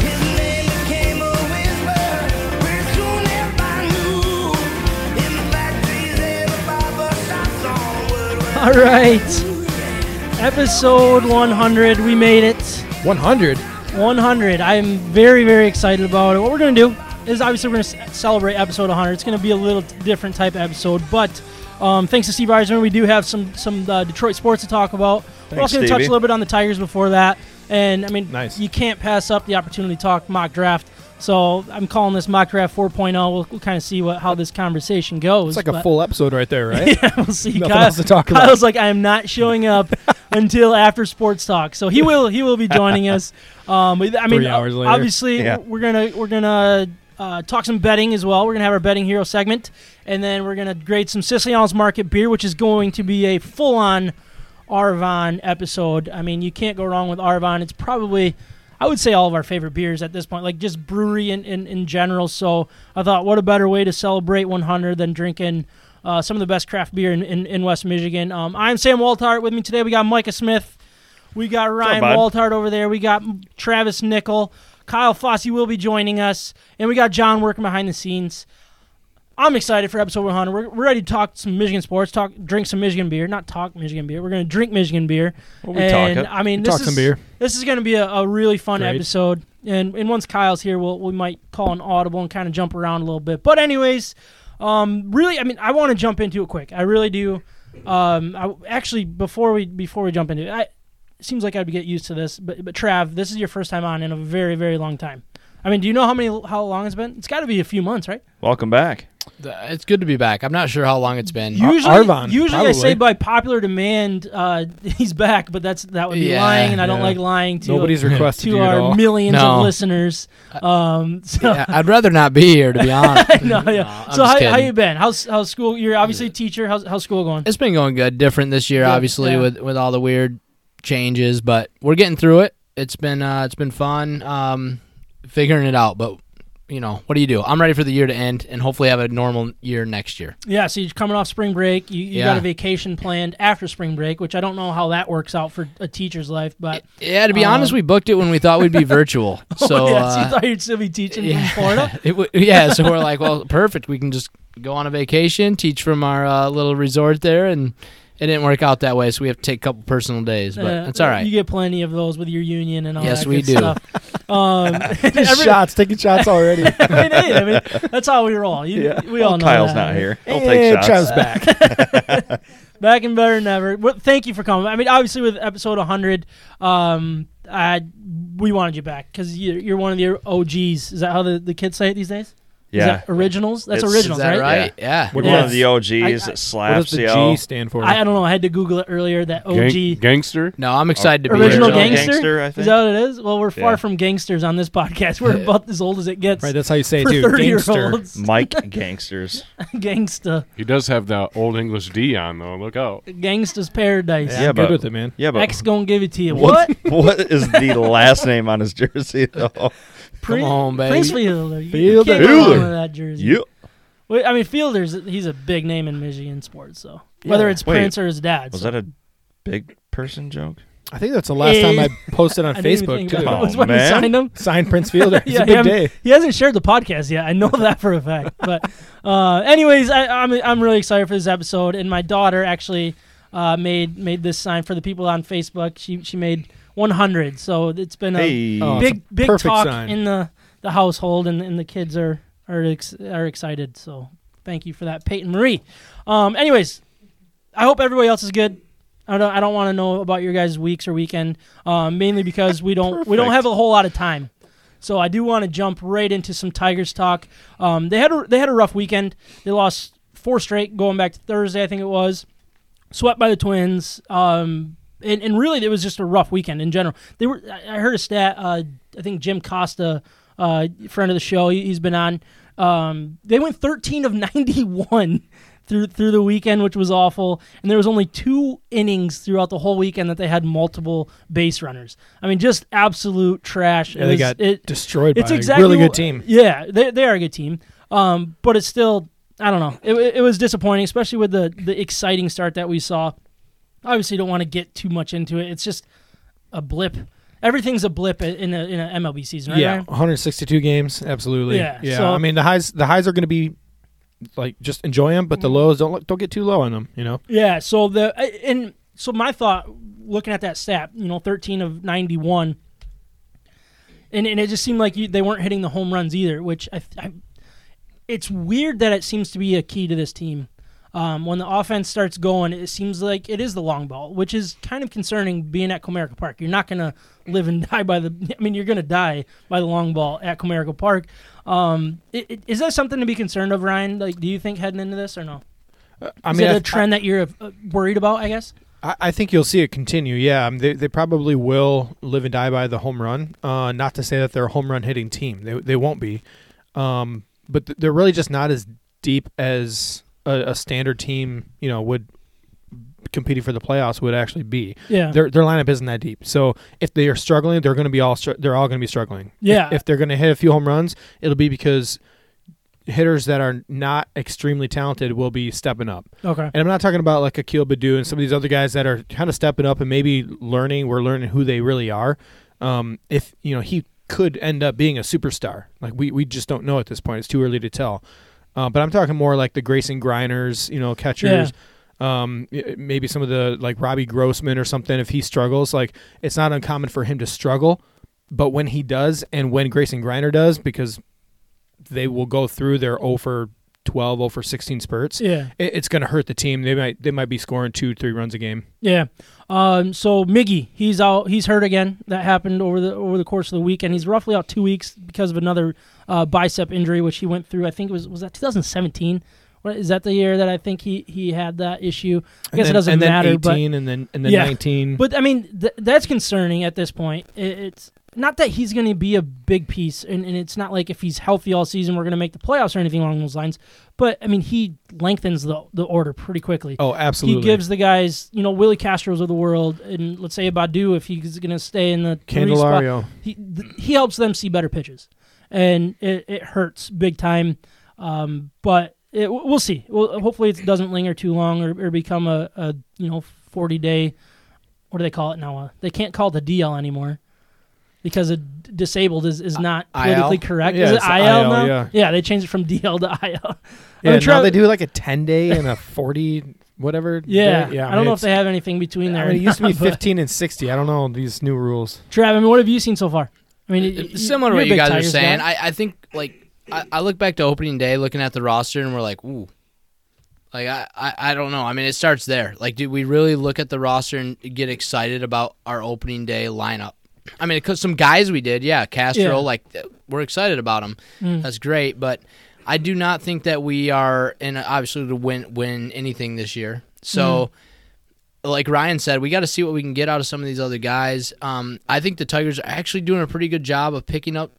His name became a whisper, where soon everybody knew. In the factories, everybody was our song would ring. All right. Episode 100, we made it. 100. 100. I'm very, very excited about it. What we're going to do is obviously we're going to celebrate episode 100. It's going to be a little t- different type of episode, but um, thanks to Steve Eisman, we do have some some uh, Detroit sports to talk about. we're Thanks, also going to touch a Stevie. little bit on the Tigers before that, and I mean, Nice. you can't pass up the opportunity to talk mock draft. So I'm calling this mock draft 4.0. We'll, we'll kind of see what how this conversation goes. It's like a but- full episode right there, right? yeah, we'll see. Nothing Kyle, else to talk about. Kyle's like, I am not showing up until after sports talk. So he will he will be joining us. Um, but I mean, Three hours uh, later. obviously, Yeah. we're gonna we're gonna uh, talk some betting as well. We're gonna have our betting hero segment, and then we're gonna grade some Siciliano's Market beer, which is going to be a full on Arvon episode. I mean, you can't go wrong with Arvon. It's probably I would say all of our favorite beers at this point, like just brewery in, in, in general. So I thought, what a better way to celebrate 100 than drinking uh, some of the best craft beer in, in, in West Michigan. Um, I'm Sam Waltart. With me today, we got Micah Smith. We got Ryan bud? Waltart over there. We got Travis Nickel. Kyle Fossey will be joining us. And we got John working behind the scenes. I'm excited for episode 100. We're, we're ready to talk some Michigan sports, talk, drink some Michigan beer, not talk Michigan beer. We're going to drink Michigan beer. we and, talk it. I mean, We this talk is, some beer. This is going to be a, a really fun Great. episode. And and once Kyle's here, we'll, we might call an audible and kind of jump around a little bit. But anyways, um, really, I mean, I want to jump into it quick. I really do. Um, I, actually, before we before we jump into it, I, it seems like I'd get used to this. But but Trav, this is your first time on in a very very long time. I mean, do you know how many how long it's been? It's got to be a few months, right? Welcome Uh, back. Th- It's good to be back. I'm not sure how long it's been. Ar- Usually, Uh, Arvon, usually I say probably. by popular demand uh, he's back, but that's that would be Yeah, lying, and I don't yeah. like lying to Nobody's requested to you at our all. millions No. of listeners. Um, so Yeah, I'd rather not be here, to be honest. no, yeah. I'm so just how, how kidding. you been? How's how's school? You're obviously a teacher. How's how's school going? It's been going good. Different this year, Good, obviously, yeah. with with all the weird changes, but we're getting through it. It's been uh, it's been fun um, figuring it out. But you know, what do you do? I'm ready for the year to end and hopefully have a normal year next year. Yeah, so you're coming off spring break. You, you got Yeah. a vacation planned after spring break, which I don't know how that works out for a teacher's life, but Yeah, to be Um, honest, we booked it when we thought we'd be virtual. So oh, yeah, so you uh, thought you'd still be teaching yeah. from Florida. it w- yeah, so we're like, well, perfect. We can just go on a vacation, teach from our uh, little resort there, and it didn't work out that way. So we have to take a couple personal days, but Uh, that's all right. You get plenty of those with your union and all Yes, that we good do. stuff. Um, Just every- shots, taking shots already. I mean, hey, I mean, that's how we roll. You, We all know Oh, Kyle's that, not right? here. He'll and take shots. Travis back. Back and better than ever. Well, thank you for coming. I mean, obviously with episode 100, um, I we wanted you back because you're, you're one of the OGs. Is that how the, the kids say it these days? Is Yeah. that originals? That's It's- Is originals, that right? right? Yeah. We're Yes. one of the OGs I- I- that What does slaps the yo. G stand for? I, I don't know. I had to Google it earlier. That OG Gang- gangster. No, I'm excited to be original Original here. gangster. gangster, I think. Is that what it is? Well, we're far Yeah. from gangsters on this podcast. We're about as old as it gets right, that's how you say it, for too. Gangster. thirty-year-olds. Mike gangsters. Gangsta, He does have the old English D on though. Look out. gangsta's paradise. Yeah, I'm but- good with it, man. Yeah, but X gonna give it to you. What? what is the last name on his jersey though? Pre- Come on, baby. Prince Fielder. You Fielder. can't go wrong Fielder. with that jersey. You Wait, I mean, Fielder's he's a big name in Michigan sports, so whether it's Wait, Prince or his dad. was so- that a big person joke? I think that's the last time I posted on I didn't even Facebook, think too. about Come it. was on, when he man. signed him. Signed Prince Fielder. It's Yeah, a big him- day. He hasn't shared the podcast yet. I know that for a fact. But uh, anyways, I, I'm I'm really excited for this episode. And my daughter actually uh, made made this sign for the people on Facebook. She she made 100. So it's been a Hey. Oh, big big perfect talk sign. in the the household, and, and the kids are are ex- are excited. So thank you for that, Peyton Marie. Um, anyways, I hope everybody else is good. I don't. I don't want to know about your guys' weeks or weekend, um, mainly because we don't we don't have a whole lot of time. So I do want to jump right into some Tigers talk. Um, they had a, they had a rough weekend. They lost four straight going back to Thursday, I think it was. Swept by the Twins. Um, and, and really, it was just a rough weekend in general. They were. I I heard a stat. Uh, I think Jim Costa, uh, friend of the show, he, he's been on. Um, they went 13 of 91 through through the weekend, which was awful. And there was only two innings throughout the whole weekend that they had multiple base runners. I mean, just absolute trash. It Yeah, they was- got it- destroyed by exactly a really what- good team. Yeah, they, they are a good team. Um, but it's still, I don't know. It, it was disappointing, especially with the the exciting start that we saw. Obviously, don't want to get too much into it. It's just a blip. Everything's a blip in in a, in a MLB season, right? yeah, Ryan? 162 games, absolutely. Yeah, yeah. so- I mean, the highs, the highs are going to be like just enjoy them, but the lows don't look- don't get too low on them. You know, Yeah. So the and so my thought, looking at that stat, you know, thirteen of ninety-one, and and it just seemed like you, they weren't hitting the home runs either. Which I, I, it's weird that it seems to be a key to this team. Um, when the offense starts going, it seems like it is the long ball, which is kind of concerning. Being at Comerica Park, you're not going to live and die by the. I mean, you're going to die by the long ball at Comerica Park. Um, i- i- is that something to be concerned of, Ryan? Like, do you think heading into this or no? I Is mean, it I, a trend that you're uh, worried about? I guess. I, I think you'll see it continue. Yeah, I mean, they they probably will live and die by the home run. Uh, not to say that they're a home run hitting team. They they won't be. Um, but th- they're really just not as deep as a, a standard team. You know, would competing for the playoffs would actually be. Yeah. Their their lineup isn't that deep. So if they are struggling, they're going to be all str- they're all going to be struggling. Yeah. If, if they're going to hit a few home runs, it'll be because hitters that are not extremely talented will be stepping up. okay. And I'm not talking about like Akil Badu and some of these other guys that are kind of stepping up and maybe learning. We're learning who they really are. Um, if you know, he could end up being a superstar. Like we we just don't know at this point. It's too early to tell. Uh, but I'm talking more like the Grayson Grinders, you know, catchers. Um, y- maybe some of the like Robbie Grossman or something. If he struggles, like it's not uncommon for him to struggle. But when he does, and when Grayson Griner does, because they will go through their 0 for 12, 0 for 16 spurts Yeah. it, it's going to hurt the team. They might they might be scoring two three runs a game. Yeah. Um, so Miggy, he's out. He's hurt again. That happened over the over the course of the week, and he's roughly out two weeks because of another uh, bicep injury, which he went through. I think it was was that 2017. What, is that the year that I think he, he had that issue? I guess and then, it doesn't and then matter. but 18 and then and then Yeah. 19. But I mean, th- that's concerning at this point. It- it's not that he's going to be a big piece, and, and it's not like if he's healthy all season, we're going to make the playoffs or anything along those lines. But I mean, he lengthens the the order pretty quickly. oh, absolutely. He gives the guys, you know, Willie Castro's of the world, and let's say Badu, if he's going to stay in the three spot, Candelario. he th- he helps them see better pitches, and it, it hurts big time. Um, but it, we'll see. Well, hopefully it doesn't linger too long or, or become a, a you know forty day. What do they call it now? Uh, they can't call it the DL anymore because a d- disabled is, is not IL? politically correct. Yeah, is it it's the IL, IL, now? yeah. they changed it from DL to IL. Yeah, I mean, now Tra- they do like a 10 day and a 40 whatever. Yeah, day. yeah. I don't know if it's- they have anything between there. I mean, it used to be but- 15 and 60. I don't know these new rules. Trav, I mean, what have you seen so far? I mean, Uh, y- y- similar you're to a what you big guys are Tigers guy. saying. I, I think like I, I look back to opening day, looking at the roster, and we're like, ooh, like I, I I don't know. I mean, it starts there. Like, do we really look at the roster and get excited about our opening day lineup? I mean, 'cause some guys we did, yeah, Castro, Yeah. Mm. like th- we're excited about him. That's great, but I do not think that we are in a- obviously to win win anything this year. So Mm. like Ryan said, we got to see what we can get out of some of these other guys. Um, I think the Tigers are actually doing a pretty good job of picking up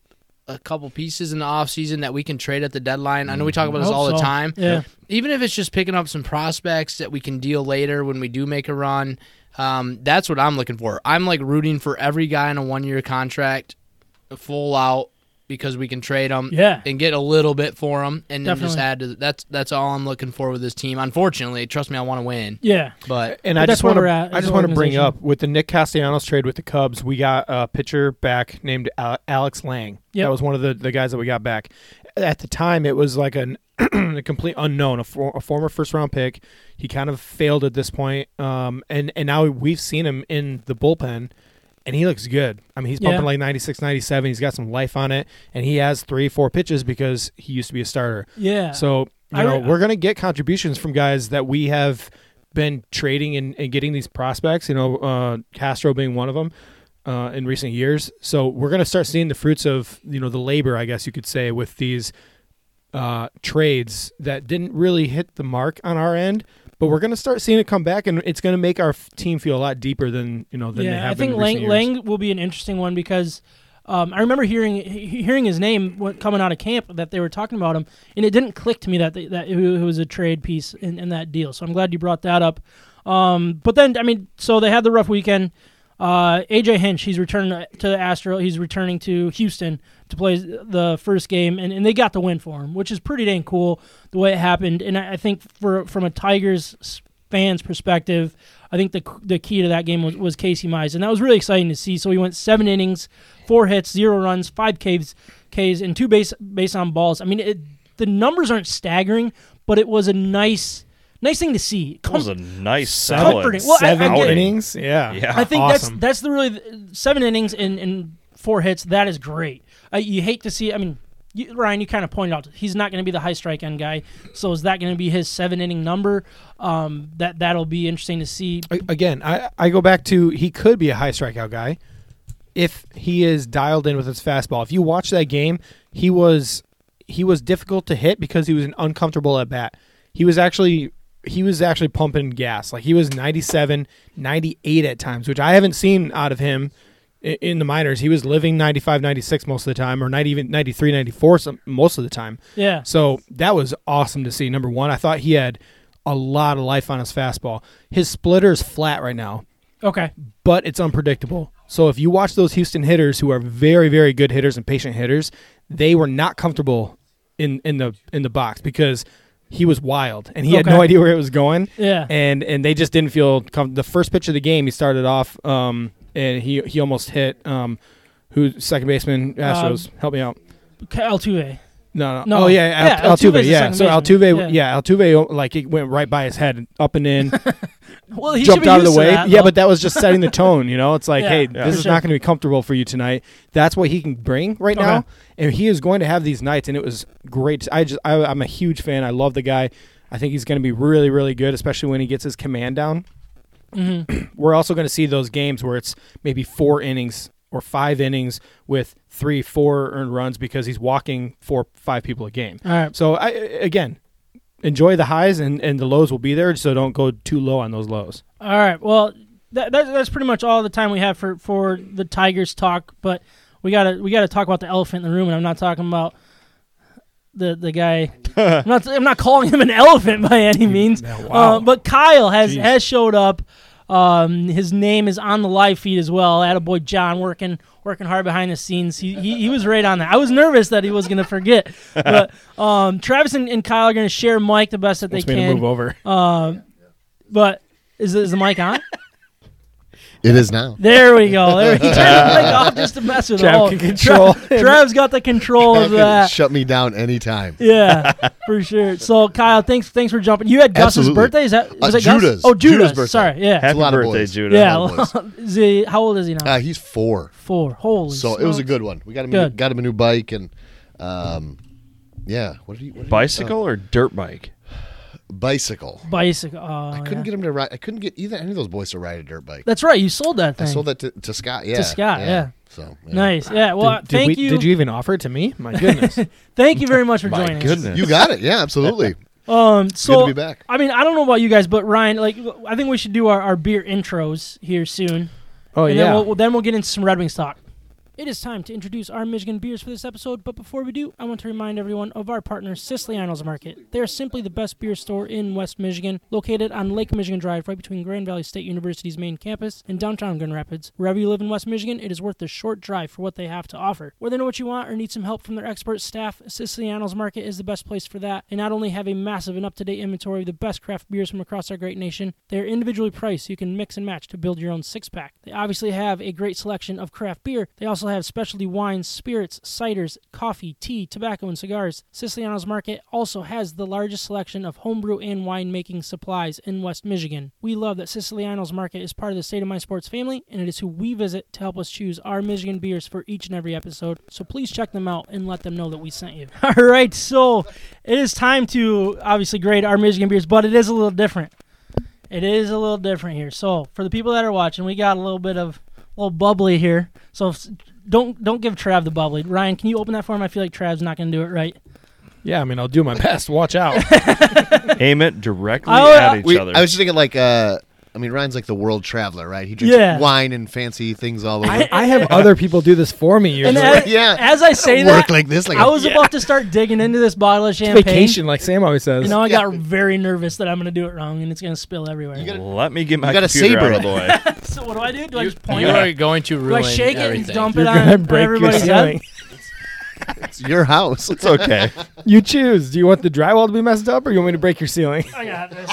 a couple pieces in the offseason that we can trade at the deadline. I know we talk about this Hope all the so. time. Yeah. Even if it's just picking up some prospects that we can deal later when we do make a run, um, that's what I'm looking for. I'm like rooting for every guy on a one year contract full out because we can trade them Yeah. and get a little bit for them and then just Definitely. add to that's that's all I'm looking for with this team. Unfortunately, trust me, I want to win, Yeah. but And But I that's just where want we're to at I as just an want to bring organization. up with the Nick Castellanos trade with the Cubs, we got a pitcher back named Al- Alex Lang. Yep. That was one of the, the guys that we got back. At the time, it was like an, a complete unknown, a, for, a former first round pick. He kind of failed at this point, um, and and now we've seen him in the bullpen. And he looks good. I mean, he's Yeah. pumping like 96, 97. He's got some life on it, and he has three, four pitches because he used to be a starter. Yeah. So you I know re- we're gonna get contributions from guys that we have been trading and, and getting these prospects, you know, uh, Castro being one of them uh, in recent years. So we're going to start seeing the fruits of, you know, the labor, I guess you could say, with these uh, trades that didn't really hit the mark on our end. But we're going to start seeing it come back, and it's going to make our f- team feel a lot deeper than you know than they yeah, have. I think in recent Lang, years. Lang will be an interesting one because um, I remember hearing he- hearing his name when- coming out of camp that they were talking about him, and it didn't click to me that they, that it was a trade piece in, in that deal. So I'm glad you brought that up. Um, but then I mean, so they had the rough weekend. Uh, AJ Hinch, he's returned to the Astro. He's returning to Houston to play the first game, and, and they got the win for him, which is pretty dang cool the way it happened. And I, I think for from a Tigers s- fans' perspective, I think the the key to that game was, was Casey Mize, and that was really exciting to see. So he went seven innings, four hits, zero runs, five Ks, Ks, and two base base on balls. I mean, it, the numbers aren't staggering, but it was a nice nice thing to see. Um, That was Com- a nice Seven- solid. Comforting. Well, I- I seven get it. innings. Yeah, Yeah. I think Awesome. that's that's the really seven innings and, and four hits. That is great. Uh, you hate to see. I mean, you, Ryan, you kind of pointed out he's not going to be the high strike end guy. So is that going to be his seven inning number? Um, that that'll be interesting to see. A- again, I, I go back to he could be a high strikeout guy if he is dialed in with his fastball. If you watch that game, he was he was difficult to hit because he was an uncomfortable at bat. He was actually he was actually pumping gas. Like he was 97, 98 at times, which I haven't seen out of him i- in the minors. He was living 95, 96 most of the time or not even 93, 94 some, most of the time. Yeah. So that was awesome to see. Number one, I thought he had a lot of life on his fastball. His splitter is flat right now, Okay. but it's unpredictable. So if you watch those Houston hitters, who are very, very good hitters and patient hitters, they were not comfortable in in the in the box because he was wild and he had Okay. no idea where it was going. Yeah. and and they just didn't feel com- the first pitch of the game. He started off, um, and he he almost hit um, who second Um, baseman Astros. Help me out. Altuve. No, no, No. Oh yeah, Al- Yeah, Altuve. Altuve's the yeah, second so baseman. Altuve. Yeah. Altuve. Like it went right by his head, up and in, Well, he should jumped be out of the used to way. that, yeah, though. but that was just setting the tone. You know, it's like, Yeah, hey, yeah. this for is sure. not going to be comfortable for you tonight. That's what he can bring right Okay. now, and he is going to have these nights. And it was great. I just, I, I'm a huge fan. I love the guy. I think he's going to be really, really good, especially when he gets his command down. Mm-hmm. We're also going to see those games where it's maybe four innings or five innings with three, four earned runs because he's walking four, five people a game. All right. So I again, enjoy the highs and and the lows will be there. So don't go too low on those lows. All right. Well, that, that, that's pretty much all the time we have for, for the Tigers talk. But we gotta we gotta talk about the elephant in the room, and I'm not talking about the the guy. I'm not I'm not calling him an elephant by any means. wow. Uh, but Kyle has Jeez. has showed up. Um, his name is on the live feed as well. Attaboy John working working hard behind the scenes. He, he he was right on that. I was nervous that he was gonna forget, but um, Travis and, and Kyle are gonna share Mike the best that they Wants me to can. move over. Oh, But is is the mic on? It is now. There we go. There he turned the mic off just to mess with Trav all. can control him. Trav's got the control Y'all of can that. uh, Shut me down anytime. yeah, for sure. So Kyle, thanks thanks for jumping. You had Gus's Absolutely. birthday. Is that was Uh, it Gus? Judah's. Oh, Judah's. Judah's birthday. Sorry. Yeah. Happy lot of birthday, boys. Judah. Yeah. lot of is he- how old is he now? Uh, he's four, Four. Holy. so it was a smokes. good one. We got him Good. got him a new bike and, um, yeah. What did he? What did he- Bicycle or dirt bike? uh, bicycle. bicycle. Oh, I couldn't yeah. get him to ride. I couldn't get either any of those boys to ride a dirt bike. That's right. You sold that I thing. sold that to, to Scott. Yeah. Scott, yeah. So yeah. Nice. Yeah. Well, did, uh, thank we- you. Did you even offer it to me? My goodness. Thank you very much for joining. us. My goodness. You got it. Yeah. Absolutely. Um, so be back. I mean, I don't know about you guys, but Ryan, like, I think we should do our, our beer intros here soon. Oh and yeah. Then we'll, then we'll get into some Red Wings talk. It is time to introduce our Michigan beers for this episode, but before we do, I want to remind everyone of our partner, Siciliano's Market. They are simply the best beer store in West Michigan, located on Lake Michigan Drive, right between Grand Valley State University's main campus and downtown Grand Rapids. Wherever you live in West Michigan, it is worth the short drive for what they have to offer. Whether you know what you want or need some help from their expert staff, Siciliano's Market is the best place for that. They not only have a massive and up-to-date inventory of the best craft beers from across our great nation, they are individually priced so you can mix and match to build your own six-pack. They obviously have a great selection of craft beer. They also have specialty wines, spirits, ciders, coffee, tea, tobacco, and cigars. Siciliano's Market also has the largest selection of homebrew and winemaking supplies in West Michigan. We love that Siciliano's Market is part of the State of My Sports family, and it is who we visit to help us choose our Michigan beers for each and every episode. So please check them out and let them know that we sent you. All right, so it is time to obviously grade our Michigan beers, but it is a little different. It is a little different here. So for the people that are watching, we got a little bit of a little bubbly here. So if, don't don't give Trav the bubbly. Ryan, can you open that for him? I feel like Trav's not going to do it right. Yeah, I mean, I'll do my best. Watch out. Aim it directly I- at each We, other. I was just thinking like uh I mean Ryan's like the world traveler, right? He drinks Yeah. wine and fancy things all over. I have other people do this for me. You're And as, like, Yeah. as I say work that, like this like I a- was about to start digging into this bottle of champagne. vacation, like Sam always says. You know, I got very nervous that I'm going to do it wrong and it's going to spill everywhere. Let me get my You gotta computer out savor of the way. so what do I do? Do I You, just point you it? are going to Do I ruin shake it everything. and dump it you're on, gonna on break your everybody's head? ceiling. it's your house. It's okay. You choose. Do you want the drywall to be messed up, or you want me to break your ceiling? I got this.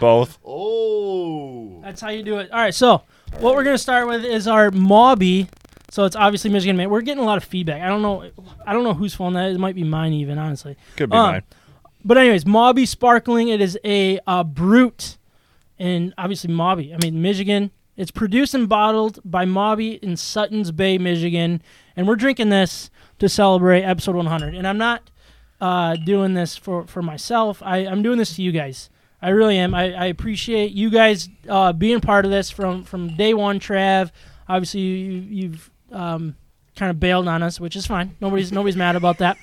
Both. oh. That's how you do it. All right, so what we're gonna start with is our Mobby. So it's obviously Michigan Made. We're getting a lot of feedback. I don't know. I don't know whose phone that is. It might be mine, even honestly. Could be Um, mine. But anyways, Mobby Sparkling. It is a uh, brute, and obviously Mobby. I mean Michigan. It's produced and bottled by Mobby in Sutton's Bay, Michigan, and we're drinking this to celebrate episode 100. And I'm not uh, doing this for for myself. I, I'm doing this to you guys. I really am. I, I appreciate you guys uh, being part of this from from day one. Trav, obviously you, you you've um, kind of bailed on us, which is fine. Nobody's nobody's mad about that.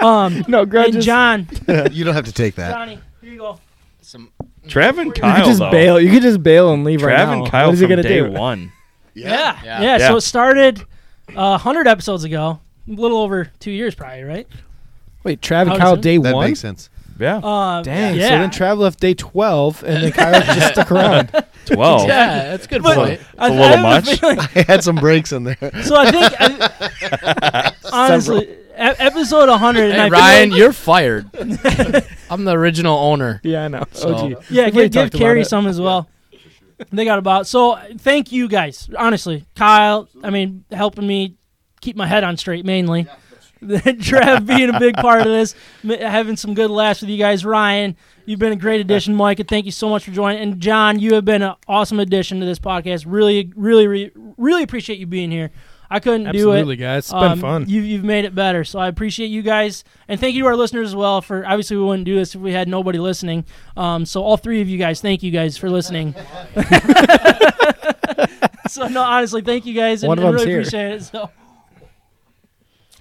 Um, No grudges. and John, You don't have to take that. Johnny, here you go. Some- Trav and you Kyle, could just though. bail. You could just bail and leave right Trav now. and Kyle what is he from gonna day do? one. Yeah. Yeah. Yeah. So Yeah. it started uh, 100 episodes ago, a little over two years probably, right? Wait, Trav How and does Kyle it- day That one. makes sense. Yeah, Uh, Dang. Yeah. So then Trav left day twelve, and then Kyle just stuck around. twelve. yeah, that's a good But- point. I- It's a I little have much. feeling- I had some breaks in there. so I think, I, honestly, e- episode 100. and I Hey, feel like- Ryan, you're fired. I'm the original owner. Yeah, I know. So- oh, gee. Yeah, We've give, already give talked about Carrie it. some as well. They got about. So uh, thank you guys, honestly. Kyle, I mean, helping me keep my head on straight mainly. Trav being a big part of this, m- having some good laughs with you guys. Ryan, you've been a great addition, Mike, and thank you so much for joining. And John, you have been an awesome addition to this podcast. Really, really, re- really appreciate you being here. I couldn't do it. Absolutely, guys. It's been Um, fun. You, you've made it better. So I appreciate you guys. And thank you to our listeners as well for obviously we wouldn't do this if we had nobody listening. Um, so all three of you guys, thank you guys for listening. so no, honestly, thank you guys. And, One of and them's really here. appreciate it. So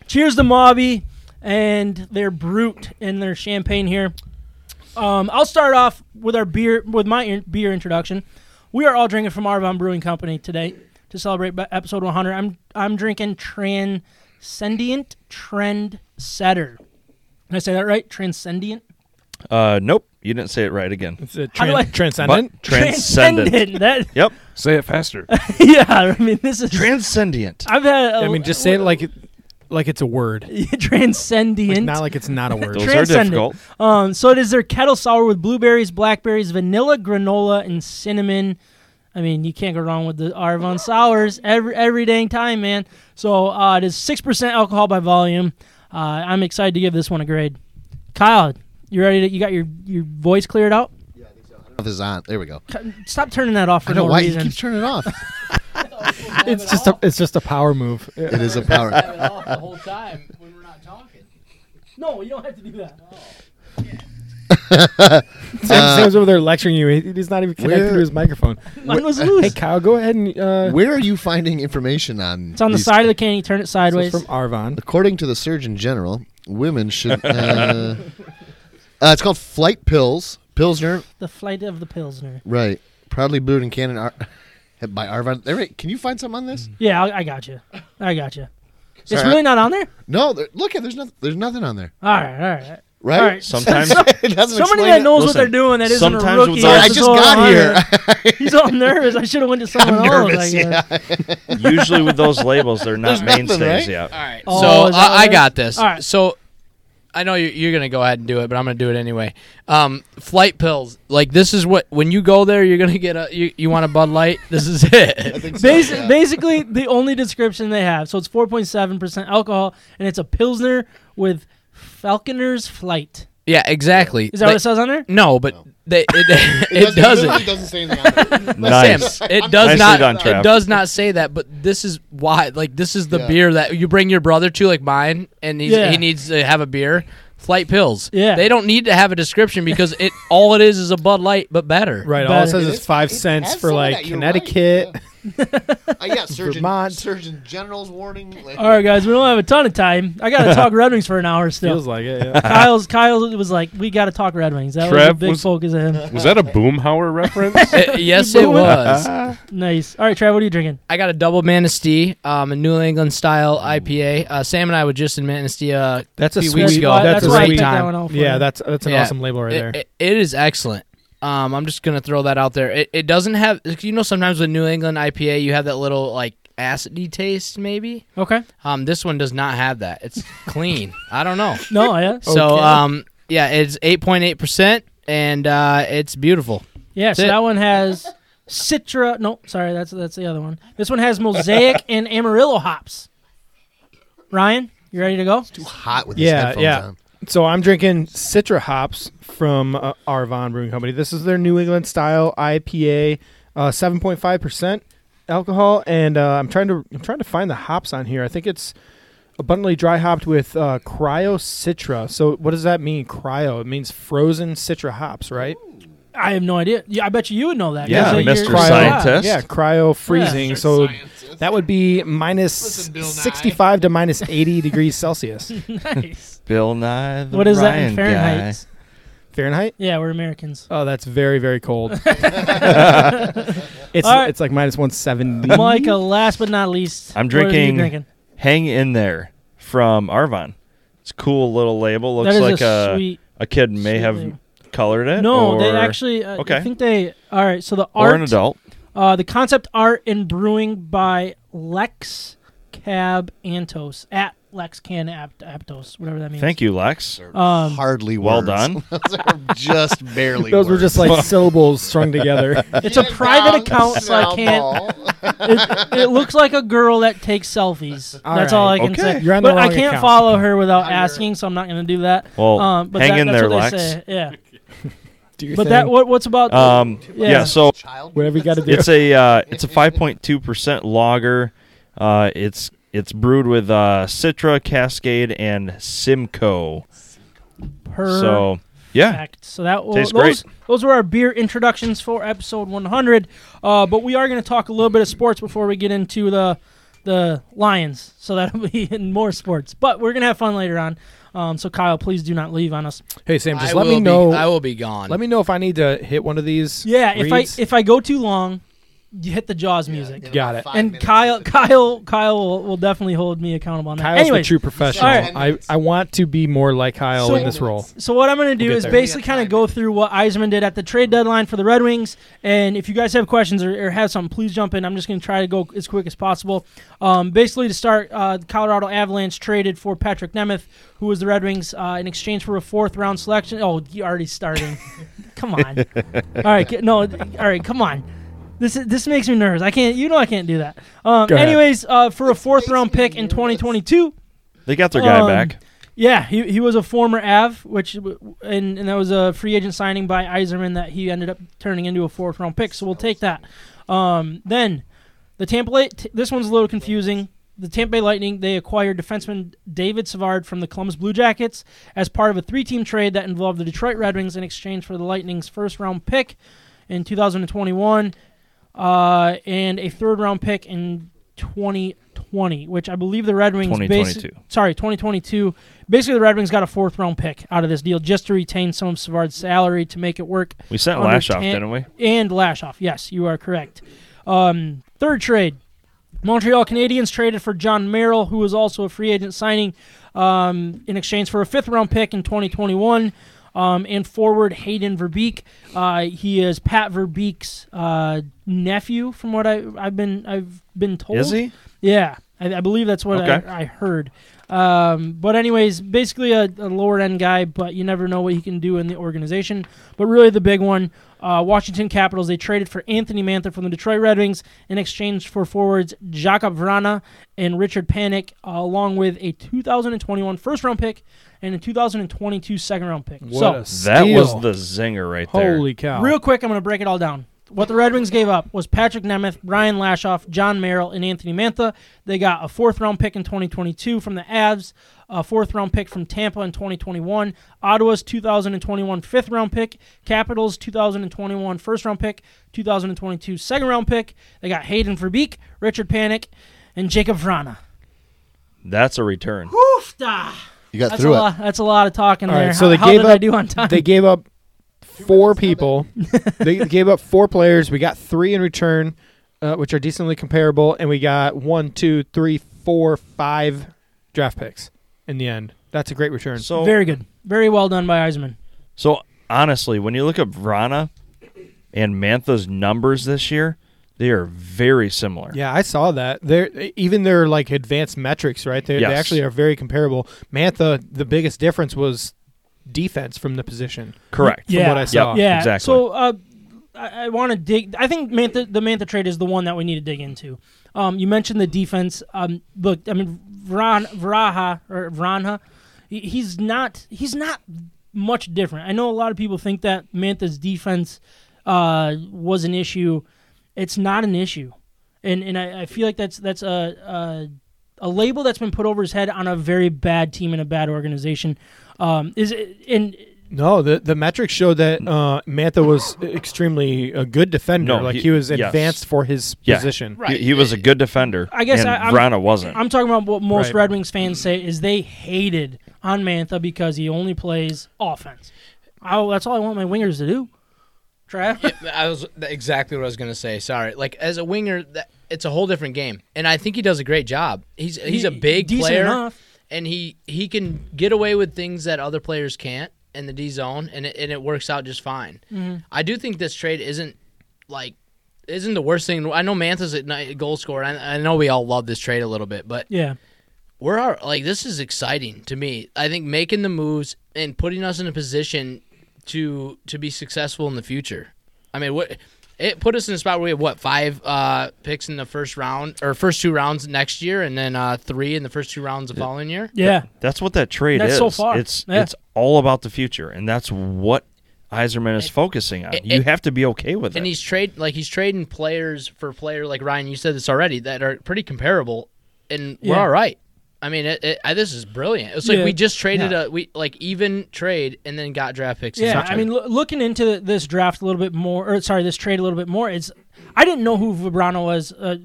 cheers to Mobby and their brute and their champagne here. Um, I'll start off with our beer with my in- beer introduction. We are all drinking from Arvon Brewing Company today to celebrate b- episode 100. I'm I'm drinking Transcendent Trend Setter. Did I say that right? Transcendent. Uh, nope, you didn't say it right again. It's a How do tran- I- transcendent. But transcendent. Transcendent. That yep, Say it faster. yeah. I mean, this is. transcendent. I've had. a- I mean, just say it like, it, like it's a word. Like, transcendent. not like it's not a word. Those are Transcendent. difficult. Um, so it is their kettle sour with blueberries, blackberries, vanilla, granola, and cinnamon. I mean, you can't go wrong with the Arvon sours every every dang time, man. So uh, it is six percent alcohol by volume. Uh, I'm excited to give this one a grade. Kyle, you ready? To, you got your your voice cleared out? This is on. There we go. Stop turning that off for I know no why reason. he keeps turning it off. it's just a, it's just a power move. it is a power. the whole time when we're not talking. no, you don't have to do that. Sam, uh, Sam's over there lecturing you. He, he's not even connected Where- to his microphone. Mine was Hey, loose. Kyle, go ahead and. Uh, Where are you finding information on? It's on the side of the can. You turn it this is sideways. from Arvon. According to the Surgeon General, women should. Uh, uh, it's called flight pills. Pilsner, the flight of the Pilsner. right? Proudly brewed in Canada Ar- by Arvon. There, wait, can you find something on this? Yeah, I, I got you. I got you. It's Sorry, really not on there. No, there, look at there's nothing. There's nothing on there, All right, all right. right? All right. Sometimes it doesn't Somebody explain that it. knows what Listen, they're doing that isn't a sometimes rookie. with Sorry, Sorry, I is just all got on here. it. He's all nervous. I should have went to someone I'm else. nervous. I guess. Yeah. usually with those labels, they're not There's nothing, mainstays right? yet. All right. Oh, is so that I, I right? got this. All right. So I know you're, you're gonna go ahead and do it, but I'm gonna do it anyway. Um, flight pills. Like this is what when you go there, you're gonna get a you, you want a Bud Light. this is I it. think so, Basi- yeah. Basically, the only description they have. So it's 4.7% alcohol, and it's a Pilsner with Falconer's Flight. Yeah, exactly. Is that what it says on there? No, but They, it, it, It doesn't. literally doesn't say anything on there. Nice. Sam, it does Nicely not. done, it Trav. does not say that. But this is why. Like this is the Yeah. beer that you bring your brother to, like mine, and he's, Yeah. he needs to have a beer. Flight pills. Yeah. They don't need to have a description because it all it is is a Bud Light, but better. Right. All it Better. says It is is- five it cents has for some of like that, you're right, Connecticut. Uh, yeah, Surgeon, Vermont. Surgeon General's warning. like- All right, guys, we don't have a ton of time. I got to talk Red Wings for an hour still. Feels like it. Yeah. Kyle's Kyle was like, we got to talk Red Wings. That was a Trev big was- focus of him. Was that a Boomhauer reference? Uh, yes, it was. Nice. All right, Trev, what are you drinking? I got a double Manistee, um, a New England style IPA. Uh, Sam and I were just in Manistee. Uh, That's a Few sweet. weeks ago. why- That's that's a why I sweet picked that time. one off. for Yeah, you. that's that's an Yeah. awesome label right it- there. it- it is excellent. Um, I'm just gonna throw that out there. It, it doesn't have, you know, sometimes with New England IPA, you have that little like acidy taste, maybe. okay. Um, this one does not have that. It's clean. I don't know. No, yeah, So, um, yeah, it's 8.8 percent, and uh, it's beautiful. yeah. So it. that one has Citra. No, sorry, that's that's the other one. This one has Mosaic and Amarillo hops. Ryan, you ready to go? Too hot with his yeah, headphones yeah. on. So I'm drinking Citra hops from uh, Arvon Brewing Company. This is their New England style IPA, uh, 7.5% alcohol, and uh, I'm trying to I'm trying to find the hops on here. I think it's abundantly dry hopped with uh, cryo citra. So what does that mean? Cryo. It means frozen citra hops, right? I have no idea. Yeah, I bet you you would know that. Yeah, 'cause like you're- Mr. yeah. Scientist. Yeah, cryo freezing. Yeah. So that would be minus Listen, Bill Nye. 65 to minus 80 degrees Celsius. Nice. Bill Nye. The What is that in Ryan Fahrenheit? guy. Fahrenheit? Yeah, we're Americans. Oh, that's very very cold. it's All right. uh, it's like minus one seventy. Michael, last but not least, Hmm? I'm what are you drinking- drinking? Hang in there from Arvon. It's a cool little label. That Looks is like a a sweet. a kid may sweet have label. colored it. No, they or- actually. Uh, I okay. think they. All right. So the or an art, adult. uh, the concept art and brewing by Lex Cab Antos at Lex Can Apt- Aptos, whatever that means. Thank you, Lex. Um, Hardly Well words. done. Those are just barely. Those were just like syllables strung together. it's a private account, so I can't. It, it looks like a girl that takes selfies. All that's right. all I can Okay. say. You're on the but I wrong can't account. follow her without asking, so I'm not going to do that. Well, um, but hang that, in that's there, what they Lex. Say. Yeah. Do your But thing. that what what's about? the- Um, yeah. yeah. So whatever you got to do. it's a uh, it's a 5.2 percent lager. Uh, it's it's brewed with uh, Citra, Cascade, and Simcoe. her So yeah, Perfect. So that will, Tastes those great. those were our beer introductions for episode 100. Uh, but we are going to talk a little bit of sports before we get into the the Lions. So that'll be in more sports. But we're going to have fun later on. Um, so Kyle, please do not leave on us. hey Sam, just I let will me know. Be, I will be gone. let me know if I need to hit one of these. Yeah, if reads. I if I go too long, you hit the Jaws music. Got it. And Kyle, Kyle, Kyle will, will definitely hold me accountable on that. Kyle's anyway, the true professional. All I right. I want to be more like Kyle So- in this role. So what I'm going to do We'll get is there. basically We got kind of time. go through what Eiserman did at the trade deadline for the Red Wings, and if you guys have questions or, or have something, please jump in. I'm just going to try to go as quick as possible. Um, basically, to start, uh, the Colorado Avalanche traded for Patrick Nemeth, who was the Red Wings, uh, in exchange for a fourth round selection. Oh, you already starting? come on. All right, get- no, all right, come on. This is, this makes me nervous. I can't. You know I can't do that. Um, Go ahead. anyways, uh, for a fourth round pick in 2022. they got their guy Um, back. Yeah, he, he was a former Av, which and, and that was a free agent signing by Iserman that he ended up turning into a fourth round pick. So we'll take that. Um, then the Tampa Bay. T- this one's a little confusing. The Tampa Bay Lightning they acquired defenseman David Savard from the Columbus Blue Jackets as part of a three team trade that involved the Detroit Red Wings in exchange for the Lightning's first round pick in 2021 uh, and a third round pick in 2020, which I believe the Red Wings. Basi- 2022. sorry, 2022. Basically, the Red Wings got a fourth round pick out of this deal just to retain some of Savard's salary to make it work. We sent under Lash off, ten- didn't we? And Lashoff. Yes, you are correct. Um, third trade. Montreal Canadiens traded for John Merrill, who was also a free agent signing, um, in exchange for a fifth round pick in 2021. Um, and forward Hayden Verbeek, uh, he is Pat Verbeek's uh, nephew, from what I, I've been I've been told. Is he? Yeah, I, I believe that's what Okay. I, I heard. Um, but anyways, basically a, a lower end guy, but you never know what he can do in the organization. But really, the big one, uh, Washington Capitals. They traded for Anthony Mantha from the Detroit Red Wings in exchange for forwards Jakob Vrana and Richard Panic, uh, along with a 2021 first round pick and a 2022 second round pick. What so a That steal. was the zinger right there. holy cow. real quick, I'm going to break it all down. What the Red Wings gave up was Patrick Nemeth, Ryan Lashoff, John Merrill, and Anthony Mantha. They got a fourth round pick in 2022 from the Avs, a fourth round pick from Tampa in 2021, Ottawa's 2021 fifth round pick, Capitals 2021 first round pick, 2022 second round pick. They got Hayden Verbeek, Richard Panic, and Jacob Vrana. That's a return. Oof, da. You got That's a through it. lot. That's a lot of talking All there. right, so how, they how gave did up. I do on time? They gave up four people. they gave up four players. We got three in return, uh, which are decently comparable, and we got one, two, three, four, five draft picks in the end. That's a great return. So Very good. Very well done by Eisman. So honestly, when you look at Vrana and Mantha's numbers this year, they are very similar. Yeah, I saw that. They're even their like advanced metrics, right? They they Yes. actually are very comparable. Mantha, the biggest difference was defense from the position. Correct. Yeah. what I saw. Yeah, exactly. So uh, I, I want to dig. I think Mantha, the Mantha trade is the one that we need to dig into. Um, you mentioned the defense. Um, look, I mean, Vran, Vraha or Vranha, he- he's not. He's not much different. I know a lot of people think that Mantha's defense uh, was an issue. It's not an issue, and and I, I feel like that's that's a. a a label that's been put over his head on a very bad team and a bad organization um, is it, and No, the the metrics showed that uh, Mantha was extremely a good defender. No, like he- he, was yes. advanced for his Yeah. position. He- He, was a good defender. I guess and I- I'm- Vrana wasn't. I'm talking about what most Right. Red Wings fans say is they hated on Mantha because he only plays offense. Oh, that's all I want my wingers to do. Trav, I was that- exactly what I was gonna say. Sorry. Like as a winger, that, it's a whole different game, and I think he does a great job. He's he's a He- big decent player, enough. and he he can get away with things that other players can't in the D zone, and it, and it works out just fine. Mm-hmm. I do think this trade isn't like isn't the worst thing. I know Mantha's a ni- goal scorer. and I, I know we all love this trade a little bit, but yeah, we're our, like this is exciting to me. I think making the moves and putting us in a position to to be successful in the future. I mean, what it put us in a spot where we have what five uh, picks in the first round or first two rounds next year, and then uh, three in the first two rounds the following year. yeah, That's what that trade That's is. so far. It's Yeah. it's all about the future, and that's what Iserman is focusing on. you it- have to be okay with And it. he's trade like he's trading players for player like Ryan. You said this already that are pretty comparable, and we're Yeah. all right. I mean, it, it, I, this is brilliant. It's like Yeah. we just traded a we like even trade and then got draft picks. yeah. It's I mean, loo- looking into this draft a little bit more, or sorry, this trade a little bit more. It's I didn't know who Vibrano was uh,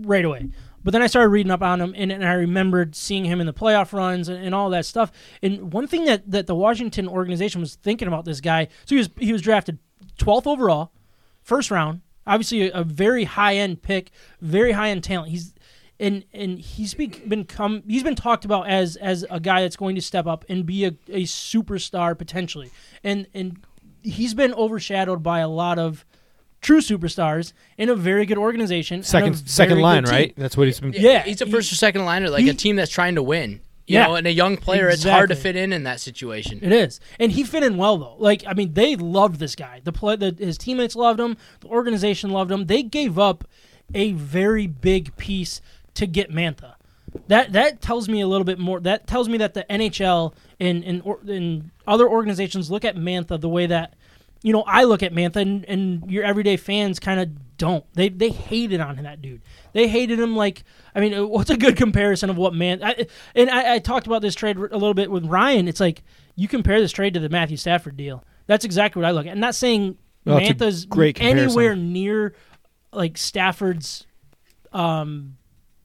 right away, but then I started reading up on him, and, and I remembered seeing him in the playoff runs and, and all that stuff. And one thing that that the Washington organization was thinking about this guy, so he was he was drafted 12th overall. first round. Obviously, a, a very high end pick, very high end talent. He's and and he's be, been come he's been talked about as as a guy that's going to step up and be a, a superstar potentially. And and he's been overshadowed by a lot of true superstars in a very good organization, and a Second very second good line, team. right? That's what he's been. Yeah, he's a first or second liner, like he- a team that's trying to win. You Yeah. know, and a young player, it's hard to Exactly. fit in in that situation. It is, and he fit in well though. Like I mean, they loved this guy. The play, the, his teammates loved him. The organization loved him. They gave up a very big piece to get Mantha. That that tells me a little bit more. That tells me that the NHL and and, or- and other organizations look at Mantha the way that you know I look at Mantha, and, and your everyday fans kind of don't. They they hated on that dude. They hated him like I mean, uh, what's a good comparison of what man? I, and I, I talked about this trade a little bit with Ryan. It's like you compare this trade to the Matthew Stafford deal. That's exactly what I look at. I'm not saying No, it's a Mantha's great comparison. anywhere near like Stafford's